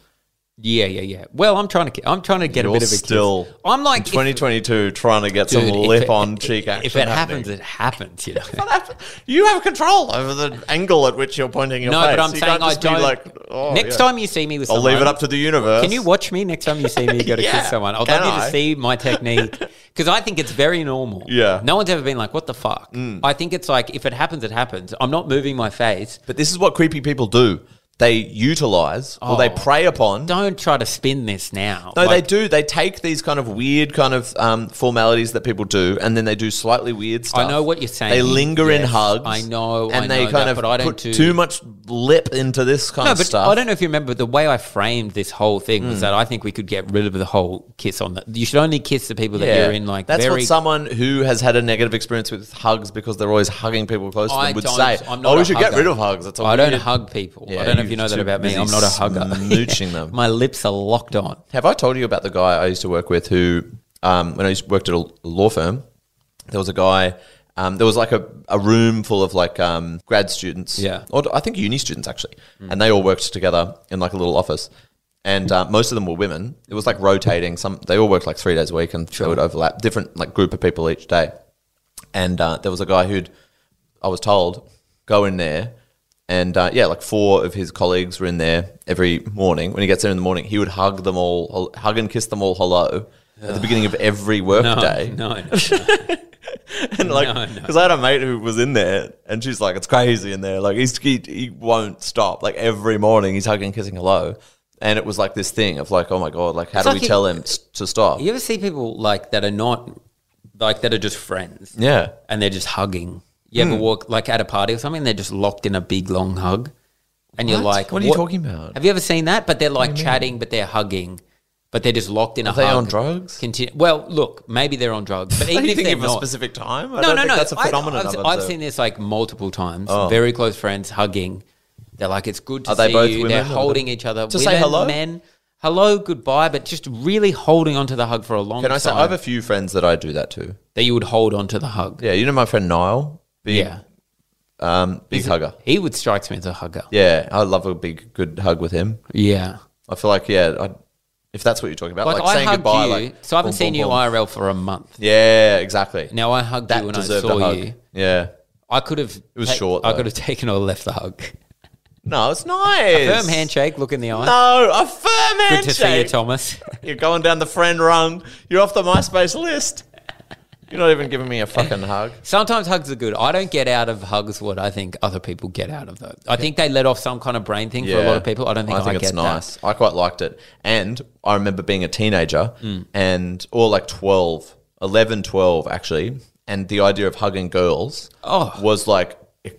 Speaker 1: Yeah, yeah, yeah. Well, I'm trying to. ki- I'm trying to get a
Speaker 6: You're
Speaker 1: bit of a kiss.
Speaker 6: still
Speaker 1: I'm like if-
Speaker 6: 2022 trying to get
Speaker 1: dude,
Speaker 6: some
Speaker 1: if
Speaker 6: lip
Speaker 1: it-
Speaker 6: on cheek action.
Speaker 1: If it
Speaker 6: happening.
Speaker 1: happens, it happens. You know.
Speaker 6: you have control over the angle at which you're pointing your
Speaker 1: no,
Speaker 6: face.
Speaker 1: but I'm
Speaker 6: You
Speaker 1: saying
Speaker 6: can't
Speaker 1: I
Speaker 6: just be
Speaker 1: don't.
Speaker 6: Like, oh,
Speaker 1: next
Speaker 6: yeah.
Speaker 1: time you see me with,
Speaker 6: I'll
Speaker 1: someone,
Speaker 6: leave it up to the universe.
Speaker 1: Can you watch me next time you see me go to
Speaker 6: Yeah.
Speaker 1: kiss someone? I'd
Speaker 6: Can
Speaker 1: love you
Speaker 6: I?
Speaker 1: to see my technique because I think it's very normal.
Speaker 6: Yeah. Mm.
Speaker 1: No one's ever been like, "What the fuck?" I think it's like if it happens, it happens. I'm not moving my face.
Speaker 6: But this is what creepy people do. They utilize or they
Speaker 1: Oh.
Speaker 6: prey upon.
Speaker 1: Don't try to spin this now.
Speaker 6: no,
Speaker 1: Like,
Speaker 6: they do. They take these kind of weird kind of um, formalities that people do, and then they do slightly weird stuff.
Speaker 1: know what you're saying.
Speaker 6: They linger in
Speaker 1: Yes,
Speaker 6: hugs.
Speaker 1: I know,
Speaker 6: and
Speaker 1: I
Speaker 6: they
Speaker 1: know
Speaker 6: kind
Speaker 1: that,
Speaker 6: of
Speaker 1: but I don't
Speaker 6: put
Speaker 1: do-
Speaker 6: too much lip into this kind
Speaker 1: No,
Speaker 6: of
Speaker 1: but
Speaker 6: stuff. Mm.
Speaker 1: I don't know if you remember the way I framed this whole thing was that I think we could get rid of the whole kiss on that. You should only kiss the people that you're in like
Speaker 6: that's
Speaker 1: very.
Speaker 6: what someone who has had a negative experience with hugs because they're always hugging people close to
Speaker 1: I
Speaker 6: them would
Speaker 1: don't-
Speaker 6: say,
Speaker 1: I'm not
Speaker 6: "Oh, we
Speaker 1: a
Speaker 6: should get
Speaker 1: hugger.
Speaker 6: rid of hugs." It's a
Speaker 1: I don't
Speaker 6: weird-
Speaker 1: hug people.
Speaker 6: Yeah,
Speaker 1: I don't know if
Speaker 6: you're
Speaker 1: you know that
Speaker 6: too
Speaker 1: about me.
Speaker 6: busy
Speaker 1: I'm not a hugger.
Speaker 6: smooching them.
Speaker 1: My lips are locked on.
Speaker 6: Have I told you about the guy I used to work with who, um, when I used, worked at a law firm, there was a guy. Um, there was like a, a room full of like um, grad students,
Speaker 1: Yeah.
Speaker 6: or I think uni students actually, and they all worked together in like a little office, and uh, most of them were women. It was like rotating. Some they all worked like three days a week, and they would overlap different like group of people each day. And uh, there was a guy who'd I was told go in there, and uh, yeah, like four of his colleagues were in there every morning. When he gets there in the morning, he would hug them all, hug and kiss them all hello at the beginning of every
Speaker 1: No,
Speaker 6: workday.
Speaker 1: no, no.
Speaker 6: And like,
Speaker 1: No, no.
Speaker 6: because I had a mate who was in there, and she's like, "It's crazy in there. Like, he's he, he won't stop. Like every morning, he's hugging, kissing, hello." And it was like this thing of like, "Oh my god! Like, how
Speaker 1: It's
Speaker 6: do
Speaker 1: like
Speaker 6: we
Speaker 1: you-
Speaker 6: tell him s- to stop?"
Speaker 1: You ever see people like that are not like that are just friends?
Speaker 6: Yeah. Hmm.
Speaker 1: And they're just hugging. You ever walk like at a party or something, they're just locked in a big long hug. And you're
Speaker 6: What?
Speaker 1: like,
Speaker 6: What are you talking about?
Speaker 1: Have you ever seen that? But they're like chatting, but they're hugging. But they're just locked in a
Speaker 6: they
Speaker 1: hug.
Speaker 6: on drugs?
Speaker 1: Contin- well, look, maybe they're on drugs. But
Speaker 6: Are
Speaker 1: even
Speaker 6: you
Speaker 1: if they're
Speaker 6: thinking of a
Speaker 1: not,
Speaker 6: specific time? I
Speaker 1: no,
Speaker 6: don't
Speaker 1: no,
Speaker 6: think
Speaker 1: no.
Speaker 6: That's a
Speaker 1: I-
Speaker 6: phenomenon.
Speaker 1: I've,
Speaker 6: I've
Speaker 1: I've
Speaker 6: observed.
Speaker 1: seen this like multiple times. Very close friends hugging. They're like, it's good to
Speaker 6: Oh. Are they
Speaker 1: see
Speaker 6: both
Speaker 1: you.
Speaker 6: women
Speaker 1: They're
Speaker 6: or-
Speaker 1: holding each other.
Speaker 6: To say hello?
Speaker 1: men. Hello, goodbye, but just really holding onto the hug for a long
Speaker 6: Can
Speaker 1: time.
Speaker 6: I say I have a few friends that I do that too?
Speaker 1: that you would hold onto the hug.
Speaker 6: Yeah, you know my friend Niall, big,
Speaker 1: Yeah.
Speaker 6: um, big hugger.
Speaker 1: He would strike me as a hugger.
Speaker 6: Yeah, I love a big good hug with him.
Speaker 1: Yeah.
Speaker 6: I feel like yeah, I, if that's what you're talking about,
Speaker 1: Like,
Speaker 6: like,
Speaker 1: I
Speaker 6: saying
Speaker 1: hugged
Speaker 6: goodbye.
Speaker 1: you,
Speaker 6: like,
Speaker 1: so I haven't
Speaker 6: boom,
Speaker 1: seen
Speaker 6: boom,
Speaker 1: you
Speaker 6: boom.
Speaker 1: IRL for a month.
Speaker 6: Yeah, exactly.
Speaker 1: Now I hugged
Speaker 6: that
Speaker 1: you when I
Speaker 6: deserved a
Speaker 1: saw
Speaker 6: hug.
Speaker 1: you.
Speaker 6: Yeah.
Speaker 1: I could have. It
Speaker 6: was short,
Speaker 1: I
Speaker 6: though.
Speaker 1: could have taken or left the hug.
Speaker 6: No, it's nice.
Speaker 1: Firm handshake, look in the eye.
Speaker 6: No, a firm
Speaker 1: Good to see you,
Speaker 6: handshake.
Speaker 1: Thomas.
Speaker 6: You're going down the friend rung. You're off the MySpace list. You're not even giving me a fucking hug.
Speaker 1: Sometimes hugs are good. I don't get out of hugs what I think other people get out of those. I think they let off some kind of brain thing for a lot of people. I don't think I,
Speaker 6: it's
Speaker 1: get that.
Speaker 6: nice. I quite liked it. And I remember being a teenager
Speaker 1: Mm.
Speaker 6: and, or like 12, 11, 12 actually. And the idea of hugging girls
Speaker 1: Oh.
Speaker 6: was like e-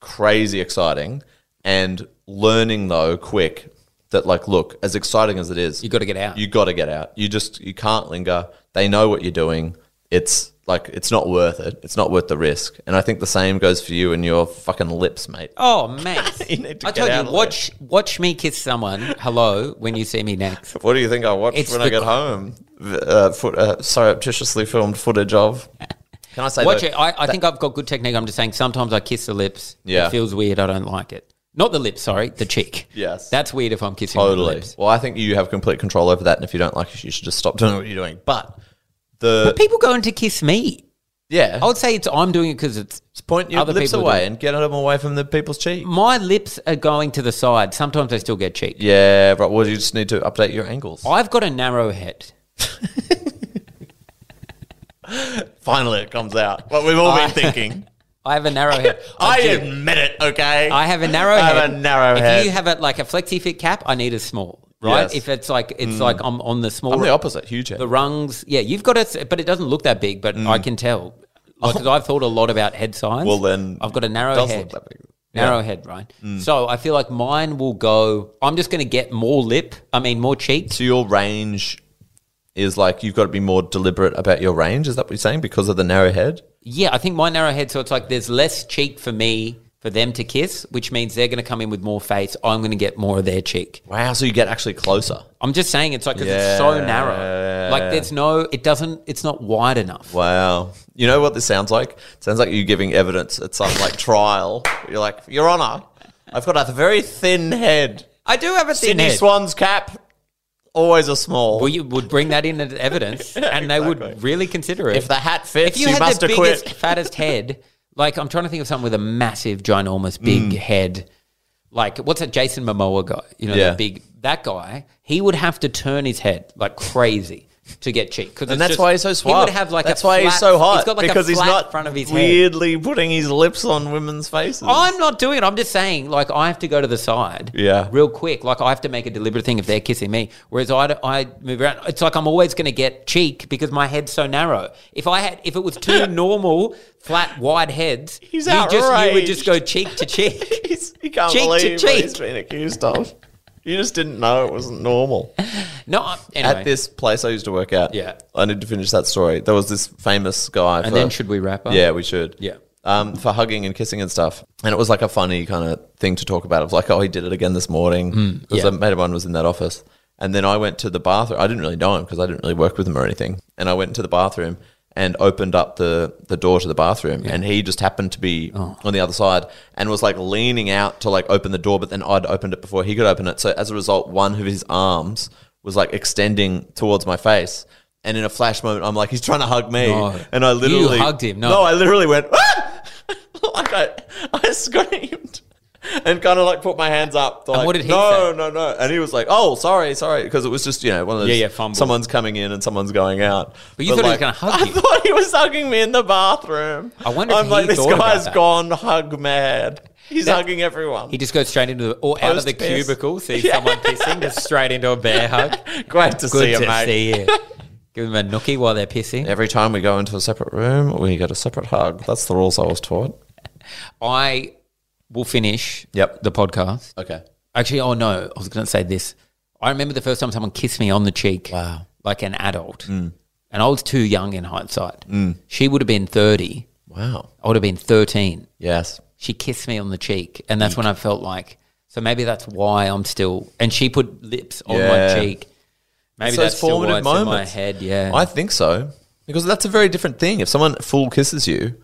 Speaker 6: crazy exciting. And learning though quick that like, look, as exciting as it is,
Speaker 1: You got to get out.
Speaker 6: you got to get out. You just you can't linger. They know what you're doing. It's like it's not worth it. It's not worth the risk. And I think the same goes for you and your fucking lips, mate.
Speaker 1: oh mate,
Speaker 6: You need to
Speaker 1: I
Speaker 6: get
Speaker 1: told
Speaker 6: out
Speaker 1: you
Speaker 6: of
Speaker 1: watch watch me kiss someone. Hello, when you see me next.
Speaker 6: What do you think I watched
Speaker 1: It's
Speaker 6: when
Speaker 1: the-
Speaker 6: I got home? Uh, foot, uh, surreptitiously filmed footage of. Can I say
Speaker 1: Watch
Speaker 6: that-
Speaker 1: it. I, I think I've got good technique. I'm just saying sometimes I kiss the lips.
Speaker 6: Yeah.
Speaker 1: It feels weird. I don't like it. Not the lips, sorry, the cheek.
Speaker 6: Yes.
Speaker 1: That's weird if I'm kissing the
Speaker 6: Totally.
Speaker 1: lips.
Speaker 6: Well, I think you have complete control over that, and if you don't like it, you should just stop doing what you're doing. But the
Speaker 1: People going to kiss me.
Speaker 6: yeah,
Speaker 1: I would say it's I'm doing it because it's
Speaker 6: just point your
Speaker 1: other
Speaker 6: lips
Speaker 1: people
Speaker 6: away
Speaker 1: do. Mm.
Speaker 6: and get them away from the people's cheek.
Speaker 1: my lips are going to the side. Sometimes I still get cheek.
Speaker 6: Yeah, right. Well, you just need to update your angles.
Speaker 1: I've got a narrow head.
Speaker 6: Finally, it comes out. What we've all
Speaker 1: I-
Speaker 6: been thinking.
Speaker 1: I have a narrow head.
Speaker 6: I
Speaker 1: do.
Speaker 6: admit it, okay?
Speaker 1: I have a narrow
Speaker 6: I
Speaker 1: head.
Speaker 6: have a narrow
Speaker 1: if
Speaker 6: head.
Speaker 1: you have it like a flexi fit cap, I need a small. Right?
Speaker 6: Yes. Mm.
Speaker 1: If it's like it's like I'm on the small
Speaker 6: I'm the opposite, huge head.
Speaker 1: the rungs. Yeah, you've got it, but it doesn't look that big. But I can tell because I've thought a lot about head size.
Speaker 6: Mm. Well, then
Speaker 1: I've got a narrow
Speaker 6: does
Speaker 1: head.
Speaker 6: look that big. Mm.
Speaker 1: Narrow head, right? So I feel like mine will go. I'm just going to get more lip. I mean, more cheek.
Speaker 6: so your range is like you've got to be more deliberate about your range. Is that what you're saying? Because of the narrow head?
Speaker 1: Yeah, I think my narrow head. So it's like there's less cheek for me for them to kiss, which means they're going to come in with more face. I'm going to get more of their cheek.
Speaker 6: Wow, so you get actually closer.
Speaker 1: I'm just saying it's like 'cause it's so
Speaker 6: Yeah.
Speaker 1: narrow. Like there's no. It doesn't. It's not wide enough.
Speaker 6: Wow. You know what this sounds like? It sounds like you giving evidence at some like trial. You're like, Your Honor, I've got a very thin head.
Speaker 1: I do have a thin
Speaker 6: Sydney
Speaker 1: head.
Speaker 6: Swan's cap, always a small.
Speaker 1: Well, you would bring that in as evidence, and they would really consider it.
Speaker 6: if the hat fits,
Speaker 1: if
Speaker 6: you,
Speaker 1: you, had
Speaker 6: must
Speaker 1: the
Speaker 6: have
Speaker 1: biggest,
Speaker 6: quit.
Speaker 1: fattest head, like I'm trying to think of something with a massive, ginormous,
Speaker 6: Mm.
Speaker 1: big head, like what's that Jason Momoa guy? You know,
Speaker 6: Yeah.
Speaker 1: the big that guy. He would have to turn his head like crazy to get cheek, because
Speaker 6: and that's why he's so suave.
Speaker 1: He would have like
Speaker 6: that's
Speaker 1: a
Speaker 6: why he's
Speaker 1: flat-
Speaker 6: so hot
Speaker 1: He's got like
Speaker 6: because
Speaker 1: a
Speaker 6: he's
Speaker 1: flat
Speaker 6: not
Speaker 1: front of his head.
Speaker 6: weirdly putting his lips on women's faces.
Speaker 1: I'm not doing it. I'm just saying, like, I have to go to the side,
Speaker 6: Yeah.
Speaker 1: real quick. Like, I have to make a deliberate thing if they're kissing me. Whereas I, don't- I move around. It's like I'm always going to get cheek because my head's so narrow. If I had, if it was two normal, flat, wide heads,
Speaker 6: He's
Speaker 1: you just you would
Speaker 6: outraged.
Speaker 1: just go cheek to cheek.
Speaker 6: He's, he can't
Speaker 1: Cheek to
Speaker 6: believe what
Speaker 1: cheek.
Speaker 6: he's been accused of. You just didn't know it wasn't normal.
Speaker 1: No, I- anyway.
Speaker 6: At this place I used to work at,
Speaker 1: Yeah.
Speaker 6: I need to finish that story. There was this famous guy.
Speaker 1: and
Speaker 6: for-
Speaker 1: then should we wrap up?
Speaker 6: Yeah, we should.
Speaker 1: Yeah.
Speaker 6: Um, for hugging and kissing and stuff. And it was like a funny kind of thing to talk about. It was like, oh, he did it again this morning. Because
Speaker 1: Mm, yeah.
Speaker 6: a mate of mine was in that office. And then I went to the bathroom. I didn't really know him because I didn't really work with him or anything. And I went into the bathroom and opened up the, the door to the bathroom. And he just happened to be
Speaker 1: Oh.
Speaker 6: on the other side and was like leaning out to like open the door. But then I'd opened it before he could open it. So as a result, one of his arms was like extending towards my face. And in a flash moment, I'm like, he's trying to hug me.
Speaker 1: No.
Speaker 6: And I
Speaker 1: Oh, You
Speaker 6: literally
Speaker 1: hugged him, no.
Speaker 6: no, I literally went, ah! like I, I screamed and kind of like put my hands up. Like,
Speaker 1: what did he
Speaker 6: no,
Speaker 1: say?
Speaker 6: no, no. And he was like, oh, sorry, sorry. Because it was just, you know, one of those,
Speaker 1: Yeah, yeah, fumble.
Speaker 6: someone's coming in and someone's going out.
Speaker 1: But you thought he was gonna hug
Speaker 6: I
Speaker 1: you.
Speaker 6: thought he was hugging me in the bathroom.
Speaker 1: I wonder if
Speaker 6: I'm
Speaker 1: he
Speaker 6: like, this
Speaker 1: thought about
Speaker 6: guy's
Speaker 1: that.
Speaker 6: gone hug mad. He's
Speaker 1: That-
Speaker 6: hugging everyone.
Speaker 1: He just goes straight into the or out of the
Speaker 6: Post-piss.
Speaker 1: cubicle, sees someone pissing, just straight into a bear hug.
Speaker 6: Great to
Speaker 1: Good
Speaker 6: see you,
Speaker 1: to
Speaker 6: mate.
Speaker 1: see you. Give them a nookie while they're pissing.
Speaker 6: Every time we go into a separate room, we get a separate hug. That's the rules I was taught.
Speaker 1: I will finish
Speaker 6: Yep.
Speaker 1: the podcast.
Speaker 6: Okay.
Speaker 1: Actually, oh no, I was going to say this. I remember the first time someone kissed me on the cheek. Wow. Like an adult.
Speaker 6: Mm.
Speaker 1: And I was too young in hindsight. She would have been 30.
Speaker 6: Wow.
Speaker 1: I would have been 13.
Speaker 6: Yes.
Speaker 1: She kissed me on the cheek. And that's when I felt like, so maybe that's why I'm still. And she put lips on
Speaker 6: Yeah.
Speaker 1: my cheek. Maybe
Speaker 6: So it's
Speaker 1: that's still why
Speaker 6: formative
Speaker 1: it's in my
Speaker 6: moments.
Speaker 1: head. Yeah.
Speaker 6: I think so. Because that's a very different thing. If someone full kisses you,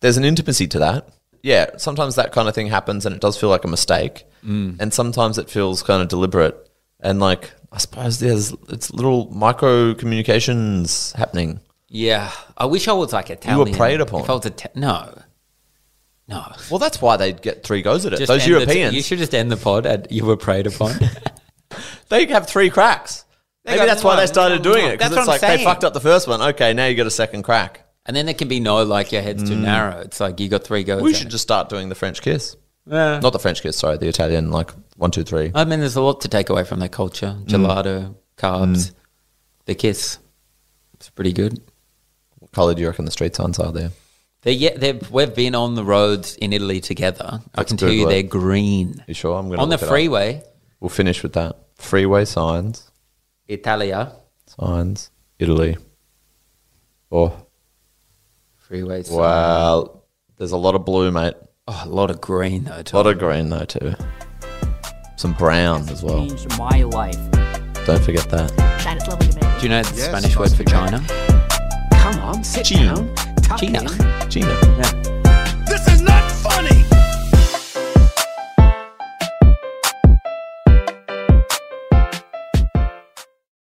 Speaker 6: there's an intimacy to that. Yeah, sometimes that kind of thing happens and it does feel like a mistake. Mm. And sometimes it feels kind of deliberate. And like, I suppose there's it's little micro communications happening.
Speaker 1: yeah. I wish I was like Italian.
Speaker 6: preyed upon.
Speaker 1: If I was Ita- no. No.
Speaker 6: Well, that's why they get three goes at it.
Speaker 1: Just
Speaker 6: Those
Speaker 1: end the-
Speaker 6: Europeans,
Speaker 1: you should just end the pod at you were preyed upon.
Speaker 6: they have three cracks. Maybe
Speaker 1: go,
Speaker 6: that's why
Speaker 1: "No,
Speaker 6: they started
Speaker 1: no,
Speaker 6: doing
Speaker 1: no."
Speaker 6: it. Because
Speaker 1: That's
Speaker 6: it's
Speaker 1: what I'm
Speaker 6: like
Speaker 1: saying.
Speaker 6: they fucked up the first one. Okay, now you get a second crack.
Speaker 1: And then there can be no like your head's too narrow. It's like you got three goes.
Speaker 6: Mm. We
Speaker 1: at
Speaker 6: should
Speaker 1: it.
Speaker 6: just start doing the French kiss.
Speaker 1: Yeah.
Speaker 6: Not the French kiss, sorry, the Italian, like one, two, three.
Speaker 1: I mean, there's a lot to take away from their culture:
Speaker 6: Mm.
Speaker 1: gelato, carbs, the kiss. It's pretty good.
Speaker 6: What color do you reckon the street signs are there?
Speaker 1: They're yeah, they've we've been on the roads in Italy together. I
Speaker 6: That's
Speaker 1: can tell you
Speaker 6: Google it.
Speaker 1: they're green
Speaker 6: You sure? I'm going to
Speaker 1: on the freeway.
Speaker 6: We'll finish with that. Freeway signs,
Speaker 1: Italia
Speaker 6: signs, Italy. Oh,
Speaker 1: freeway. sign.
Speaker 6: wow. There's a lot of blue, mate.
Speaker 1: Oh, a lot of green though.
Speaker 6: A lot of green, though, too. Some brown as well.
Speaker 3: Changed my life.
Speaker 6: Don't forget that.
Speaker 2: China's lovely to me.
Speaker 1: Do you know the Spanish word for China?
Speaker 4: Come on, sit
Speaker 6: Gene.
Speaker 4: down, tuck
Speaker 1: China.
Speaker 4: in.
Speaker 6: Gina.
Speaker 1: Yeah.